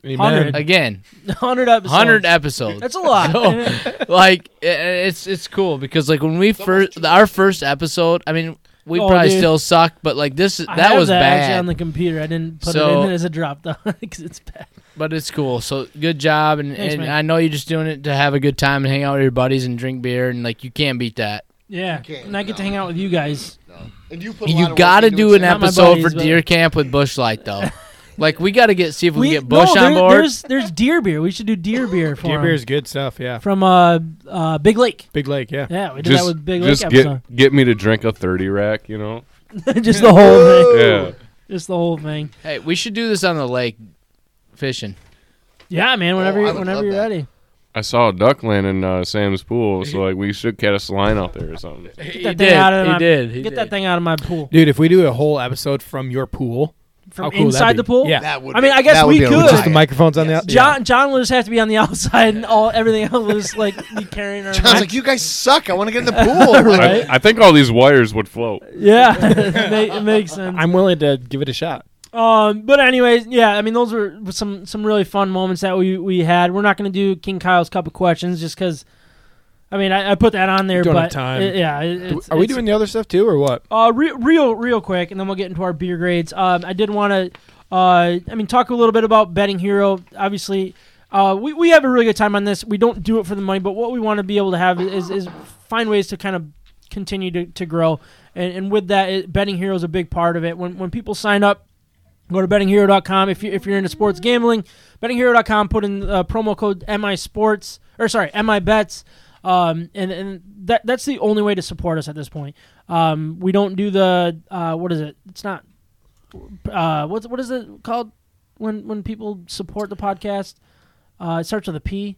Amen. 100. Again, 100 episodes. 100 episodes. That's a lot. So, like i- it's it's cool because like when we first our first episode, I mean, we Oh, probably dude. still suck, but like this is I that have was that actually bad. on the computer. I didn't put So- it in as a drop down because it's bad. But it's cool. So good job, and, Thanks, and man. I know you're just doing it to have a good time and hang out with your buddies and drink beer, and like you can't beat that. Yeah, and I get to hang out with you guys. And put You got to do an Not my episode buddies, for but- Deer Camp with Bushlight though. like we got to get see if we, can get Bush no, on there- board. There's there's deer beer. We should do deer beer for Deer him. beer is good stuff. Yeah, from uh, uh Big Lake. Big Lake. Yeah, Yeah, we did Just, that with Big Lake just episode. get get me to drink a thirty rack. You know. just the whole thing. Yeah. Just the whole thing. Hey, we should do this on the lake, fishing. Yeah, man. Whenever Oh, I you would whenever love you're that. ready. I saw a duck land in uh, Sam's pool, so like we should catch a line out there or something. Get He that thing did, out of he my, did, he Get that thing out of my pool. dude. If we do a whole episode from your pool, From how cool would that inside be? the pool? yeah, That would I mean, be- I guess that we would be could. With just the microphones on the out. John John will just have to be on the outside, and all everything else will just like be carrying around. I was like, you guys suck. I want to get in the pool. I- I, think all these wires would float. yeah, it, ma- it makes sense. I'm willing to give it a shot. Um, but anyways, yeah, I mean, those were some some really fun moments that we we had. We're not going to do King Kyle's cup of questions just because. I mean, I, I put that on there, Don't but have time. it- yeah, it- Do- it's, Are we it's- doing the other stuff too, or what? Uh, re- real, real quick, and then we'll get into our beer grades. Um, I did want to, uh, I mean, talk a little bit about Betting Hero. Obviously, uh, we, we have a really good time on this. We don't do it for the money, but what we want to be able to have is, is find ways to kind of continue to, to grow. And, and with that, it, Betting Hero is a big part of it. When, when people sign up, Go to bettinghero.com if you if you're into sports gambling. Bettinghero.com. Put in uh, promo code MI Sports or sorry MI Bets, um, and and that that's the only way to support us at this point. Um, we don't do the uh, what is it? It's not uh, what's what is it called when when people support the podcast? Uh, it starts with a P.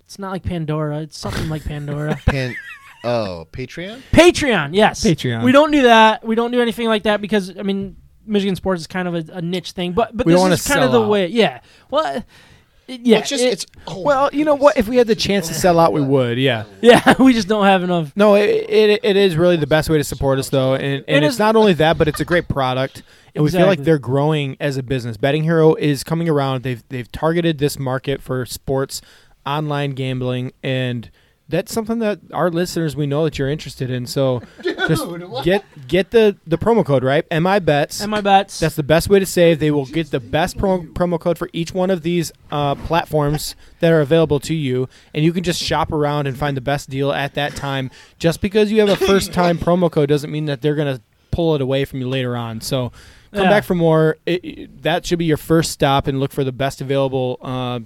It's not like Pandora. It's something like Pandora. Pan- oh, Patreon. Patreon, yes. Patreon. We don't do that. We don't do anything like that because I mean, Michigan sports is kind of a, a niche thing. But but We this don't is wanna kind of sell the out. way. Yeah. Well, it, yeah. It's just it- it's oh, Well, you know what? If we had the chance to sell out, we would. Yeah. yeah. We just don't have enough. No, it, it it is really the best way to support us though, and, It and it's is- not only that, but it's a great product, and we feel Exactly. like they're growing as a business. Betting Hero is coming around. They've they've targeted this market for sports, online gambling, and that's something that our listeners we know that you're interested in. So just get get the the promo code right, mi bets. And my bets. That's the best way to save. They will get the best promo, promo code for each one of these uh, platforms that are available to you, and you can just shop around and find the best deal at that time. Just because you have a first time promo code doesn't mean that they're gonna pull it away from you later on. So come Yeah. back for more. It, it- that should be your first stop and look for the best available, uh,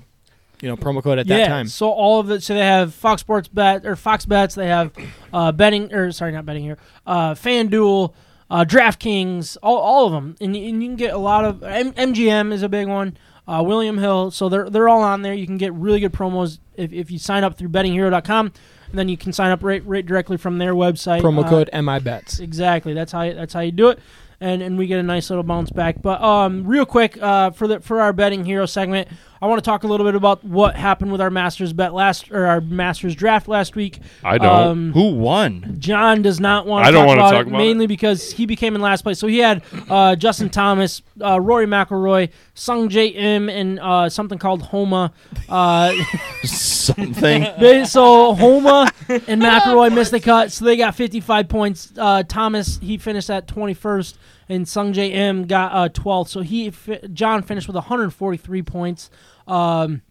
you know, promo code at yeah, that time. So all of the so they have Fox Sports Bet or Fox Bets. They have uh, betting or sorry, not betting here. Uh, FanDuel, uh, DraftKings, all, all of them, and, you- and you can get a lot of M- MGM is a big one. Uh, William Hill. So they're they're all on there. You can get really good promos if, if you sign up through BettingHero.com, and then you can sign up right right directly from their website. Promo Uh, code mi bets. Exactly. That's how you, that's how you do it. and and we get a nice little bounce back. But um, real quick uh, for the for our betting hero segment, I want to talk a little bit about what happened with our Masters bet last or our Masters draft last week. Um, I don't. Who won? John does not want. I to don't talk wanna about talk it, about mainly because he became in last place. So he had uh, Justin Thomas, uh, Rory McIlroy, Sung J M, and uh, something called Homa. Uh, something. They- so Homa and McIlroy missed the cut, so they got 55 points. Uh, Thomas he finished at 21st, and Sung J M got uh, 12th. So he fi- John finished with 143 points. Um,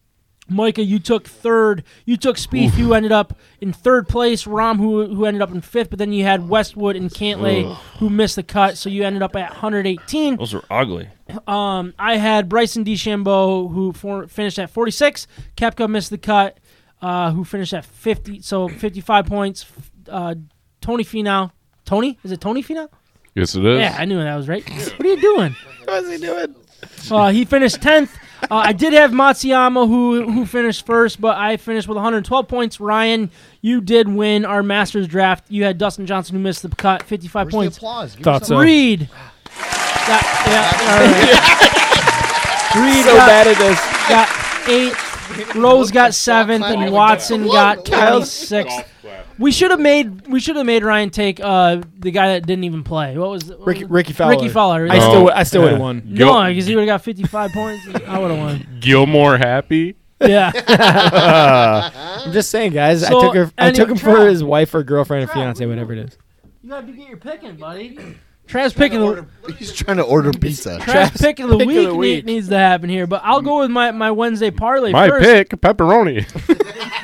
Micah, you took third. You took Spieth, who ended up in third place. Rom, who who ended up in fifth, but then you had Westwood and Cantley, Ugh. who missed the cut. So you ended up at 118. Those are ugly. Um, I had Bryson DeChambeau, who for, finished at 46. Kepka missed the cut, uh, who finished at 50. So 55 points. F- Uh, Tony Finau. Tony? Is it Tony Finau? Yes, it is. Yeah, I knew that was right. What are you doing? What is he doing? Uh, he finished 10th. Uh, I did have Matsuyama, who who finished first, but I finished with 112 points. Ryan, you did win our Masters draft. You had Dustin Johnson, who missed the cut, 55 Where's the points. applause? Give me Thought Thought so. some- Reed. Got, yeah, all right. Reed So got, bad at this. Got eight. Rose got seventh, and Watson got 26th. We should have made we should have made Ryan take uh, the guy that didn't even play. What was what Ricky- was- Ricky Fowler. Ricky Fowler. I yeah. still would- I still would've won. No, Gil- because he would have got fifty five points. and I would have won. Gilmore happy. Yeah. I'm just saying, guys. So, I took her. I any- took him Trout. for his wife or girlfriend or fiance, whatever it is. You have to get your picking, buddy. Trav's picking the He's trying to order pizza. Trav's pick of the pick of week, the ne- week. needs to happen here, but I'll go with my, my Wednesday parlay My first. pick, pepperoni.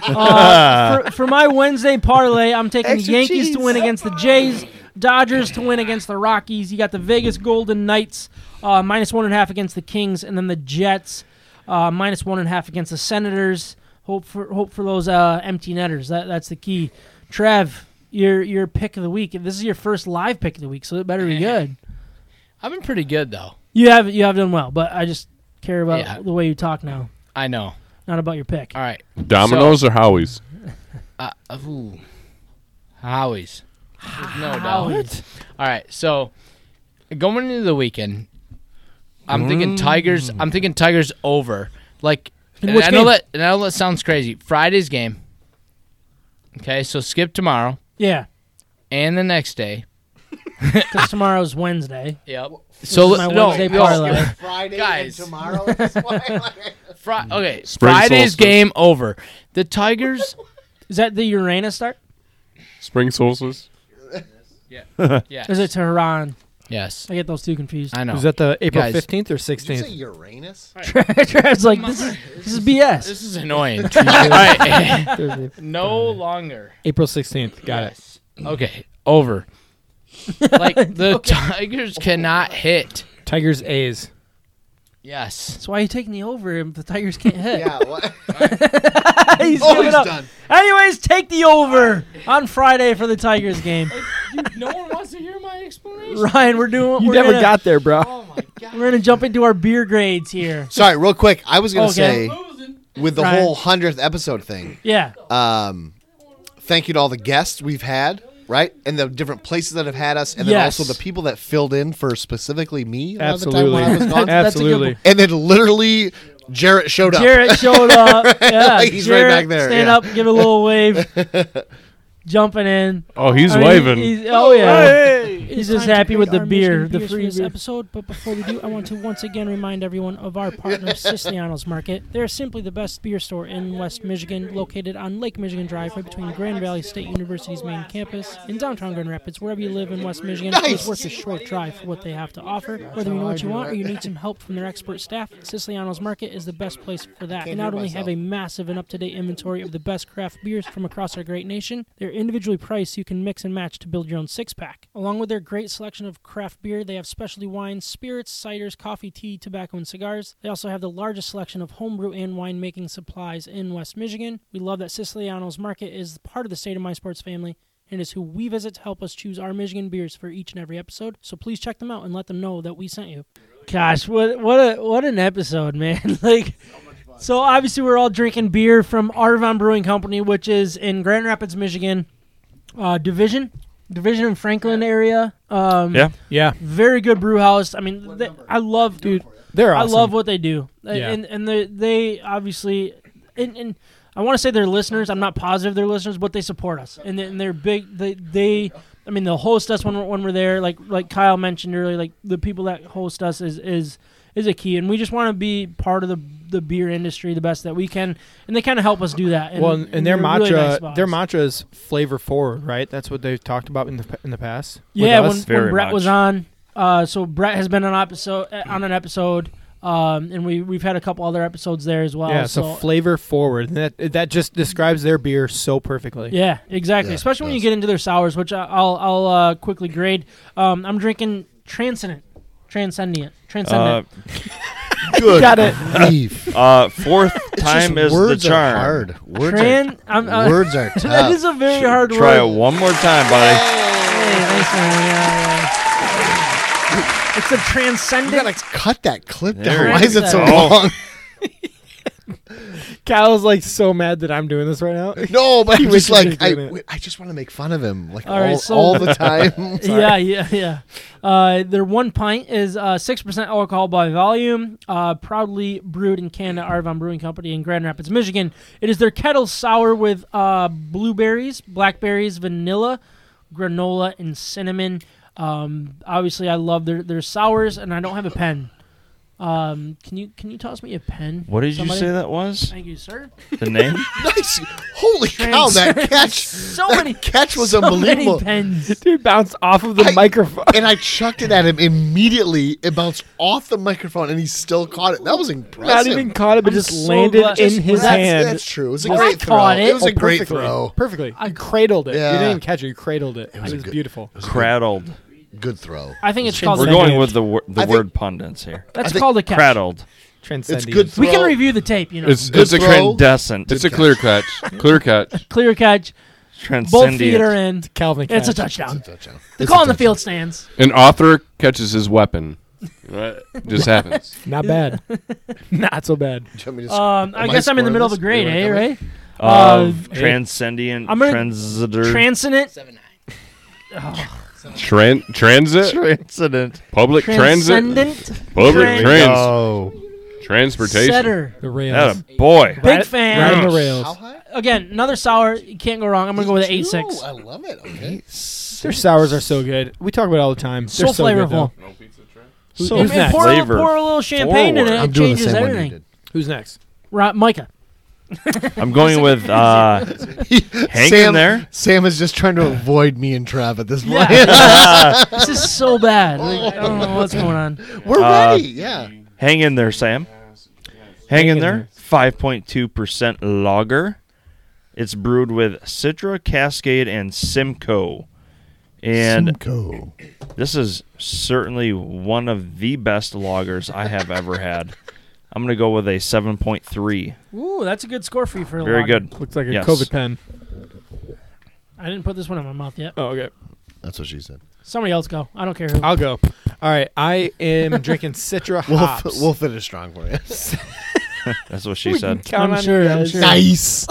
Uh, for, for my Wednesday parlay, I'm taking the Extra Yankees cheese. to win against the Jays, Dodgers to win against the Rockies. You got the Vegas Golden Knights uh, minus one and a half against the Kings, and then the Jets uh, minus one and a half against the Senators. Hope for hope for those uh, empty netters. That that's the key. Trev, your your pick of the week. This is your first live pick of the week, so it better be good. I've been pretty good though. You have you have done well, but I just care about Yeah. the way you talk now, I know. not about your pick. All right. Domino's or Howie's? Uh, ooh. Howie's. There's no doubt. Howie's. All right. So going into the weekend, I'm thinking Tigers. I'm thinking Tigers over. Like, In and which I know game? that. And I know that sounds crazy. Friday's game. Okay, so skip tomorrow Yeah, and the next day. because tomorrow's Wednesday. Yep. This So is my no, Wednesday no. parlay. Friday Guys. and tomorrow. is Fri- okay, Spring Friday's solstice. game over. The Tigers. Is that the Uranus start? Spring solstice. yeah. Yes. Is it Tehran? Yes. I get those two confused. I know. Is that the April Guys. fifteenth or Did you say sixteenth? Uranus? Trev's like, this is, this is BS. This is annoying. All right. no longer. April sixteenth. Got yes. Okay. Over. Like the Tigers cannot hit. it. Tigers A's. Yes. That's why you're taking the over if the Tigers can't hit. Yeah. What? He's Oh, giving he's up. done. Anyways, take the over on Friday for the Tigers game. No one wants to hear my explanation. Ryan, we're doing. You we're never gonna, got there, bro. Oh my god. We're gonna jump into our beer grades here. Sorry, real quick. I was gonna Oh, Okay. say with the Ryan. whole hundredth episode thing. Yeah. Um, thank you to all the guests we've had, right, and the different places that have had us, and Yes. then also the people that filled in for specifically me. a lot of the time Absolutely. when I was gone. that's a good Absolutely. and then literally Jarrett showed up. Jarrett showed up. Yeah, He's right Jarrett, back there, Stand yeah. up, give a little wave. Jumping in. Oh, he's I mean, waving. he's- oh yeah. He's It's just time to happy grade with the our Michigan beer, the beers for free this beer. episode. But before we do, I want to once again remind everyone of our partner, Siciliano's Market. They're simply the best beer store in West Michigan, located on Lake Michigan Drive, right between Grand Valley State University's main campus in downtown Grand Rapids. Wherever you live in West Michigan, it's worth a short drive for what they have to offer. Whether you know what you want or you need some help from their expert staff, Siciliano's Market is the best place for that. They Can't not hear only myself. have a massive and up-to-date inventory of the best craft beers from across our great nation, they're individually priced so you can mix and match to build your own six-pack. Along with their great selection of craft beer, they have specialty wines, spirits, ciders, coffee, tea, tobacco, and cigars. They also have the largest selection of homebrew and winemaking supplies in West Michigan. We love that Siciliano's Market is part of the State of My Sports family and is who we visit to help us choose our Michigan beers for each and every episode. So please check them out and let them know that we sent you. Gosh, what what a what an episode, man! like, so obviously we're all drinking beer from Arvon Brewing Company, which is in Grand Rapids, Michigan, uh, division Division and Franklin area. Um, Yeah. Yeah. Very good brew house. I mean, they, I love dude. They're I love awesome. what they do, A- Yeah. and and they they obviously and. and I want to say they're listeners. I'm not positive they're listeners, but they support us, and, they, and they're big. They, they, I mean, they'll host us when we're, when we're there. Like like Kyle mentioned earlier, like the people that host us is is is a key, and we just want to be part of the the beer industry the best that we can, and they kind of help us do that. And, well, and, and their they're really mantra, nice about their us. mantra is flavor forward, right? That's what they've talked about in the p- in the past. with Yeah, us. when, when Brett was on. Uh, so Brett has been on episode on an episode, um, and we we've had a couple other episodes there as well. yeah, so, so, flavor forward. And that that just describes their beer so perfectly. yeah, exactly. Especially when you get into their sours, which I- I'll I'll uh, quickly grade. Um, I'm drinking transcendent, transcendent, Uh, Uh, transcendent. Good Got it. grief. Uh, fourth time is the words charm. Are hard. Words Tran- are, I'm- uh, words are that tough. is a very hard Try word. it one more time, buddy. Hey, nice one, yeah, yeah. It's a transcendent. You gotta cut that clip down. There Why it is it so is. long? Kyle's like so mad that I'm doing this right now. No, but He I'm just wishes he like I, was doing it. I just want to make fun of him like all, All right, so- all the time. Sorry. yeah, yeah, yeah. Uh, their one pint is uh, 6% alcohol by volume, uh, proudly brewed in Canada, Arvon Brewing Company in Grand Rapids, Michigan. It is their kettle sour with uh, blueberries, blackberries, vanilla, granola, and cinnamon. Um, obviously, I love their, their sours, and I don't have a pen. Um, can you can you toss me a pen? What did somebody? you say that was? Thank you, sir. The name? Nice. Holy cow! That catch. so that many catch was so many unbelievable. pens. Dude bounced off of the I- microphone. and I chucked it at him immediately. It bounced off the microphone, and he still caught it. That was Not impressive. even caught it, but I'm just so landed glad- in Just- his that's- hand. That's true. It was a Well, I great throw. caught it. It was Oh, a great perfectly. throw. Perfectly. You cradled it. You Yeah. didn't even catch it. You cradled it. It was, was a good- beautiful. Cradled. Good throw. I think it's called. We're going with the wor- the I think- word pundits here. That's I think- called a catch. Cradled. Transcendent. It's good. Throw. We can review the tape, you know. It's Good it's a throw. trend. Descent. It's a clear catch. Clear catch. Clear catch. Both transcendent. feet are in. Calvin. It's a catch. touchdown. touchdown. The call on the field stands. An author catches his weapon. Just happens. Not bad. Not so bad. Do you want me to sc- Um, I Am I guess I'm in the scoring middle of a this? grade, You wanna eh? come in? Right? Of Uh, transcendent. I'm gonna- transitor. Transcendent. Tran- transit. transcendent. Public transit. Transcendent. Public trans. Oh, Transportation. Setter. The rails. Atta boy. Big Right on fan. the how rails. high? Again, another sour. You can't go wrong. I'm going to go with an 8 6. Ooh, I love it. Okay. Their sours are so good. We talk about it all the time. So They're so good, flavorful. though. So Who's And next? pour, a, flavor pour a little champagne in it. forward. It I'm doing the changes same one you everything. did. Who's next? Right, Micah. I'm going with uh, Hank Sam, in there. Sam is just trying to avoid me and Trav at this point. This is so bad. Like, I don't know what's going on. We're Uh, ready. Yeah. Hang in there, Sam. Hang, in in there. Five point two percent lager. It's brewed with Citra, Cascade, and Simcoe. And Simcoe. this is certainly one of the best lagers I have ever had. I'm gonna go with a seven point three. Ooh, that's a good score for you for a Very lager. good. Looks like a Yes. COVID pen. I didn't put this one in my mouth yet. Oh, okay. That's what she said. Somebody else go. I don't care who. I'll go. All right. I am drinking Citra We'll, hops. f- we'll finish strong for you. That's what she said. Count I'm on sure, you I'm guys. sure. nice.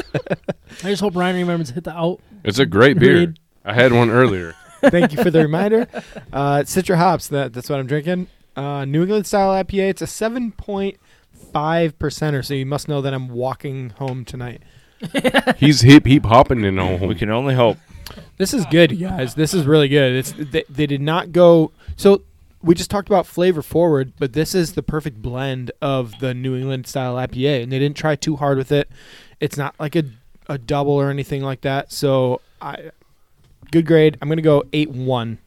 I just hope Ryan remembers to hit the out. It's a great beer. Agreed. I had one earlier. Thank you for the reminder. Uh, Citra hops. That that's what I'm drinking. Uh, New England style IPA. It's a seven point five percenter. So you must know that I'm walking home tonight. He's hip hip hopping in home. We can only hope. This is good, you guys. This is really good. It's they, they did not go. So we just talked about flavor forward, but this is the perfect blend of the New England style IPA, and they didn't try too hard with it. It's not like a a double or anything like that. So I good grade. I'm gonna go eight one.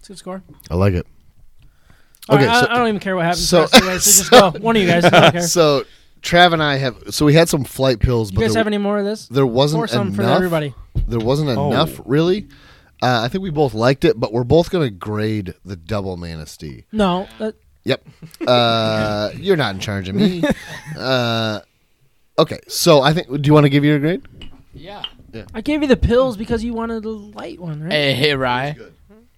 It's a good score. I like it. All Okay, right, I, so- I don't even care what happens. so- So, so just go. One of you guys. I don't care. So Trav and I have. So we had some flight pills, you but guys there, have any more of this? there wasn't Pour some enough. for everybody. There wasn't Oh. enough, really. Uh, I think we both liked it, but we're both going to grade the double manistee. No, that, Yep. Uh, you're not in charge of me. Uh, okay, so I think. Do you want to give your grade? I gave you the pills because you wanted a light one, right? Hey, hey, Ryan.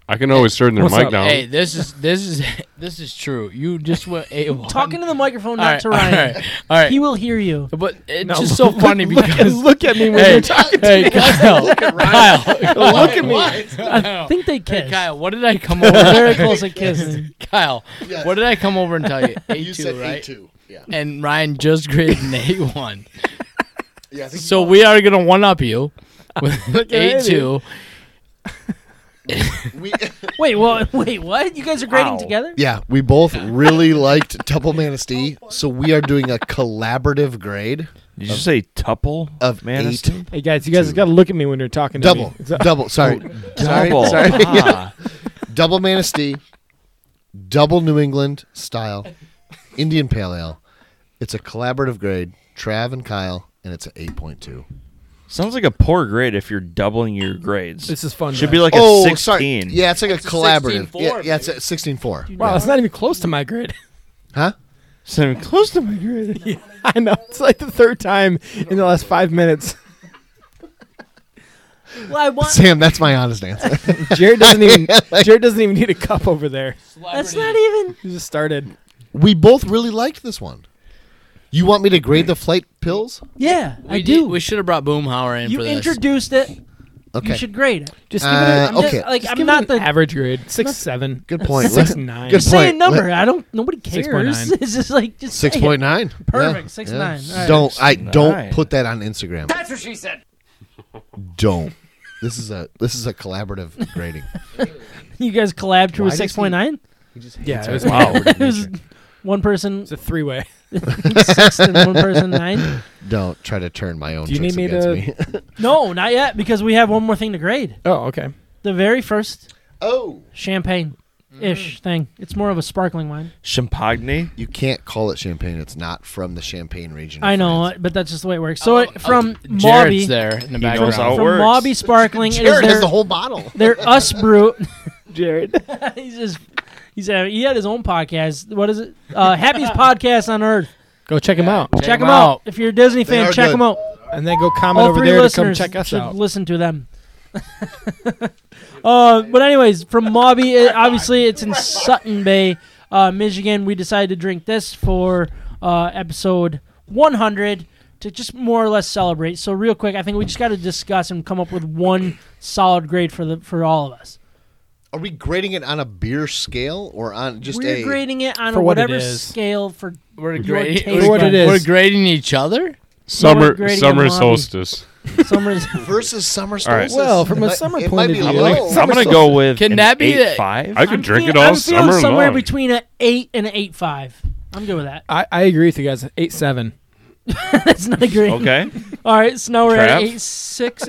I can always turn their What's mic up? down. Hey, this is this is This is true. You just went AWOL. Talking to the microphone, All not right, to Ryan. all right, all right. He will hear you. But it's just so funny because look at me when hey, you're talking to hey, me. Kyle, Look Kyle, at Ryan. Kyle, Look at me. I think they Hey, kissed. Kyle, what did I come over? Very close at kissing. Kyle, Yes. what did I come over and tell you? A You two, said right? A2, Yeah. And Ryan just graded an A one. Yeah, I think so we are gonna one up you with Look at A two. wait, well, wait, what? You guys are grading Wow. together? Yeah, we both really liked Tuple Manistee, so we are doing a collaborative grade. Did you say tuple of Manistee? eight? Hey guys, you guys got to look at me when you're talking. Double, to me. double. Sorry, sorry, Oh, Double. sorry. Ah. Yeah. Double Manistee, double New England style, Indian Pale Ale. It's a collaborative grade. Trav and Kyle, and it's an eight point two. Sounds like a poor grade if you're doubling your grades. This is fun, Should guys. be like oh, a 16. sorry. Yeah, it's like a It's a collaborative. 16-4, yeah, yeah, it's a sixteen four. Wow, it's not even close to my grade. Huh? So close to my grade. I know. It's like the third time in the last five minutes. Well, I want. Sam, that's my honest answer. Jared doesn't even. Jared doesn't even need a cup over there. That's not even. He just started. We both really liked this one. You want me to grade the flight pills? Yeah, I do. we should have brought Boomhauer in You for this. introduced it. Okay. You should grade it. Just give it a- Uh, I'm just- okay. like, Just I'm give not the. average grade six seven. Good point. Six Let- nine. good Say a point. number. Let- I don't. Nobody cares. 6.9. It's just like just say it. Six point nine. Perfect. Six nine. All right. Don't I don't 6.9. put that on Instagram. That's what she said. Don't. This is a this is a collaborative grading. You guys collabed to Why a does he- six point nine. Yeah, it was Wow. it was one person. It's a three way. six and one person nine. Don't try to turn my own Do you tricks need me against to- me. No, not yet, because we have one more thing to grade. Oh, okay. The very first. Oh. Champagne. Ish thing. It's more of a sparkling wine. Champagne. You can't call it champagne. It's not from the Champagne region. I know, but that's just the way it works. So it, from oh, Mobby, Jared's there in the from- background. From, He knows how it works. Mobby Sparkling, it is Jared has their- the whole bottle. Their Us Brew. Jared, he's just he's uh, he had his own podcast. What is it? Uh, Happiest podcast on earth. Go check him out. Check, them out. If you're a Disney They fan, are check good. them out. And then go comment All over three there to come listeners check us should out. Listen to them. uh, but anyways, from Mobby, it, obviously it's in Sutton Bay, uh, Michigan. We decided to drink this for uh, episode 100 to just more or less celebrate. So real quick, I think we just got to discuss and come up with one solid grade for the for all of us. Are we grading it on a beer scale or on just We're a grading it on For a what it whatever is. scale for We're your grading- taste For what it buds. is. We're grading each other. Summer- we're grading summer on Mobby. solstice. Summer's versus summer All right. solstice? Well, from a It summer might- it point might of be view, low. like I'm gonna go with Can an that be eight the- five. I could drink feel- it all I'm feeling summer somewhere long. between an eight and an eight five. I'm good with that. I, I agree with you guys. Eight seven. That's not great. Okay. All right, so now we're at Trav? eight six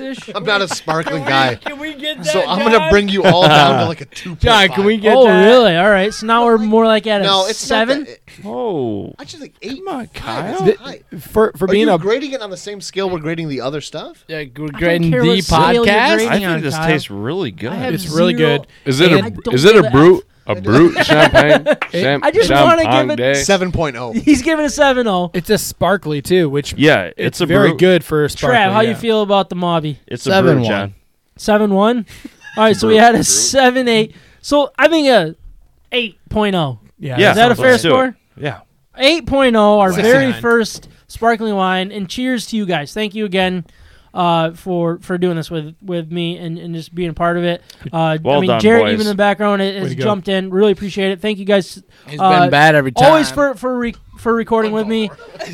ish. I'm not a sparkling guy. Can we get So I'm gonna bring you all down to like a two. John, can we get Oh, that? really? All right. So now we're more like at a No, it's not seven. that- Oh, I just think eight. Kyle. Five is Th- high. for for Oh, Are being you a grading it on the same scale we're grading the other stuff? Yeah, we're grading care the what scale you're podcast? grading I think on, this Kyle. tastes really good. I have It's really zero- good. Is it And- I a don't is it give a it brute a brute champagne? Cham- I just wanna give champagne it day? 7.0. He's giving a seven zero. It's a sparkly too, which Yeah, it's, it's a very brew- good for a sparkly. Trav, how yeah. you feel about the Mobby? It's a brew, 7-1. John. Seven one. All right, so we had a seven eight. So I think a eight oh. Yeah, Yeah, is that a let's fair do it. score? Yeah. 8.0, oh, our Sixty very nine. first sparkling wine, and cheers to you guys. Thank you again uh, for for doing this with with me and, and just being a part of it. Uh, I Well mean, done, Jared, boys. even in the background, it, Way has to go. jumped in. Really appreciate it. Thank you guys. He's been bad every uh, Always time. for for re- for recording with me.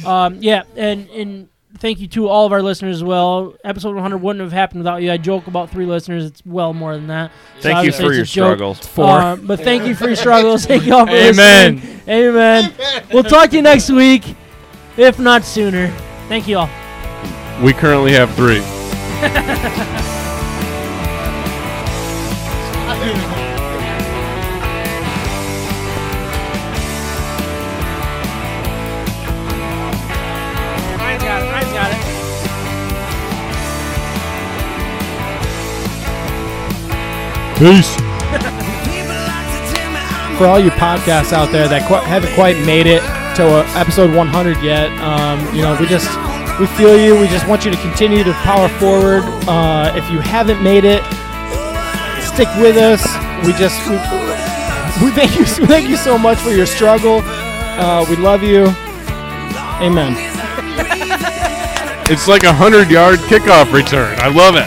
Um, yeah, and and thank you to all of our listeners as well. Episode 100 wouldn't have happened without you. I joke about three listeners. It's well more than that. Thank you obviously for it's your a joke. struggles. Uh, but thank you for your struggles. Thank you all for Amen. listening. Amen. We'll talk to you next week, if not sooner. Thank you all. We currently have three. Ryan's got it. Ryan's got it. Peace. For all you podcasts out there that qu- haven't quite made it to uh, episode 100 yet, um, you know, we just we feel you. We just want you to continue to power forward. Uh, if you haven't made it, stick with us. We just we, We thank you, thank you so much for your struggle. Uh, we love you. Amen. It's like a hundred yard kickoff return. I love it.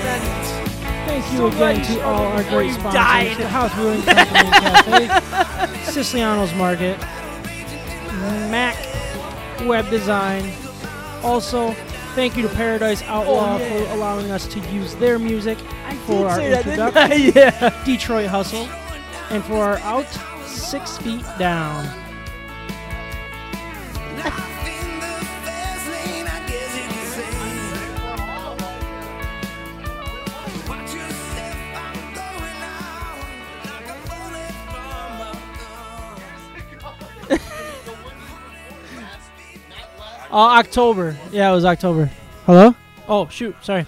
Thank you again to all our great sponsors: died. the House Brewing Company and Cafe, Siciliano's Market, Mac Web Design. Also, thank you to Paradise Outlaw Oh, yeah. for allowing us to use their music for did our say that, introduction. didn't I? Yeah. Detroit Hustle, and for our out six feet down. Uh, October. Yeah, it was October. Hello? Oh, shoot. Sorry.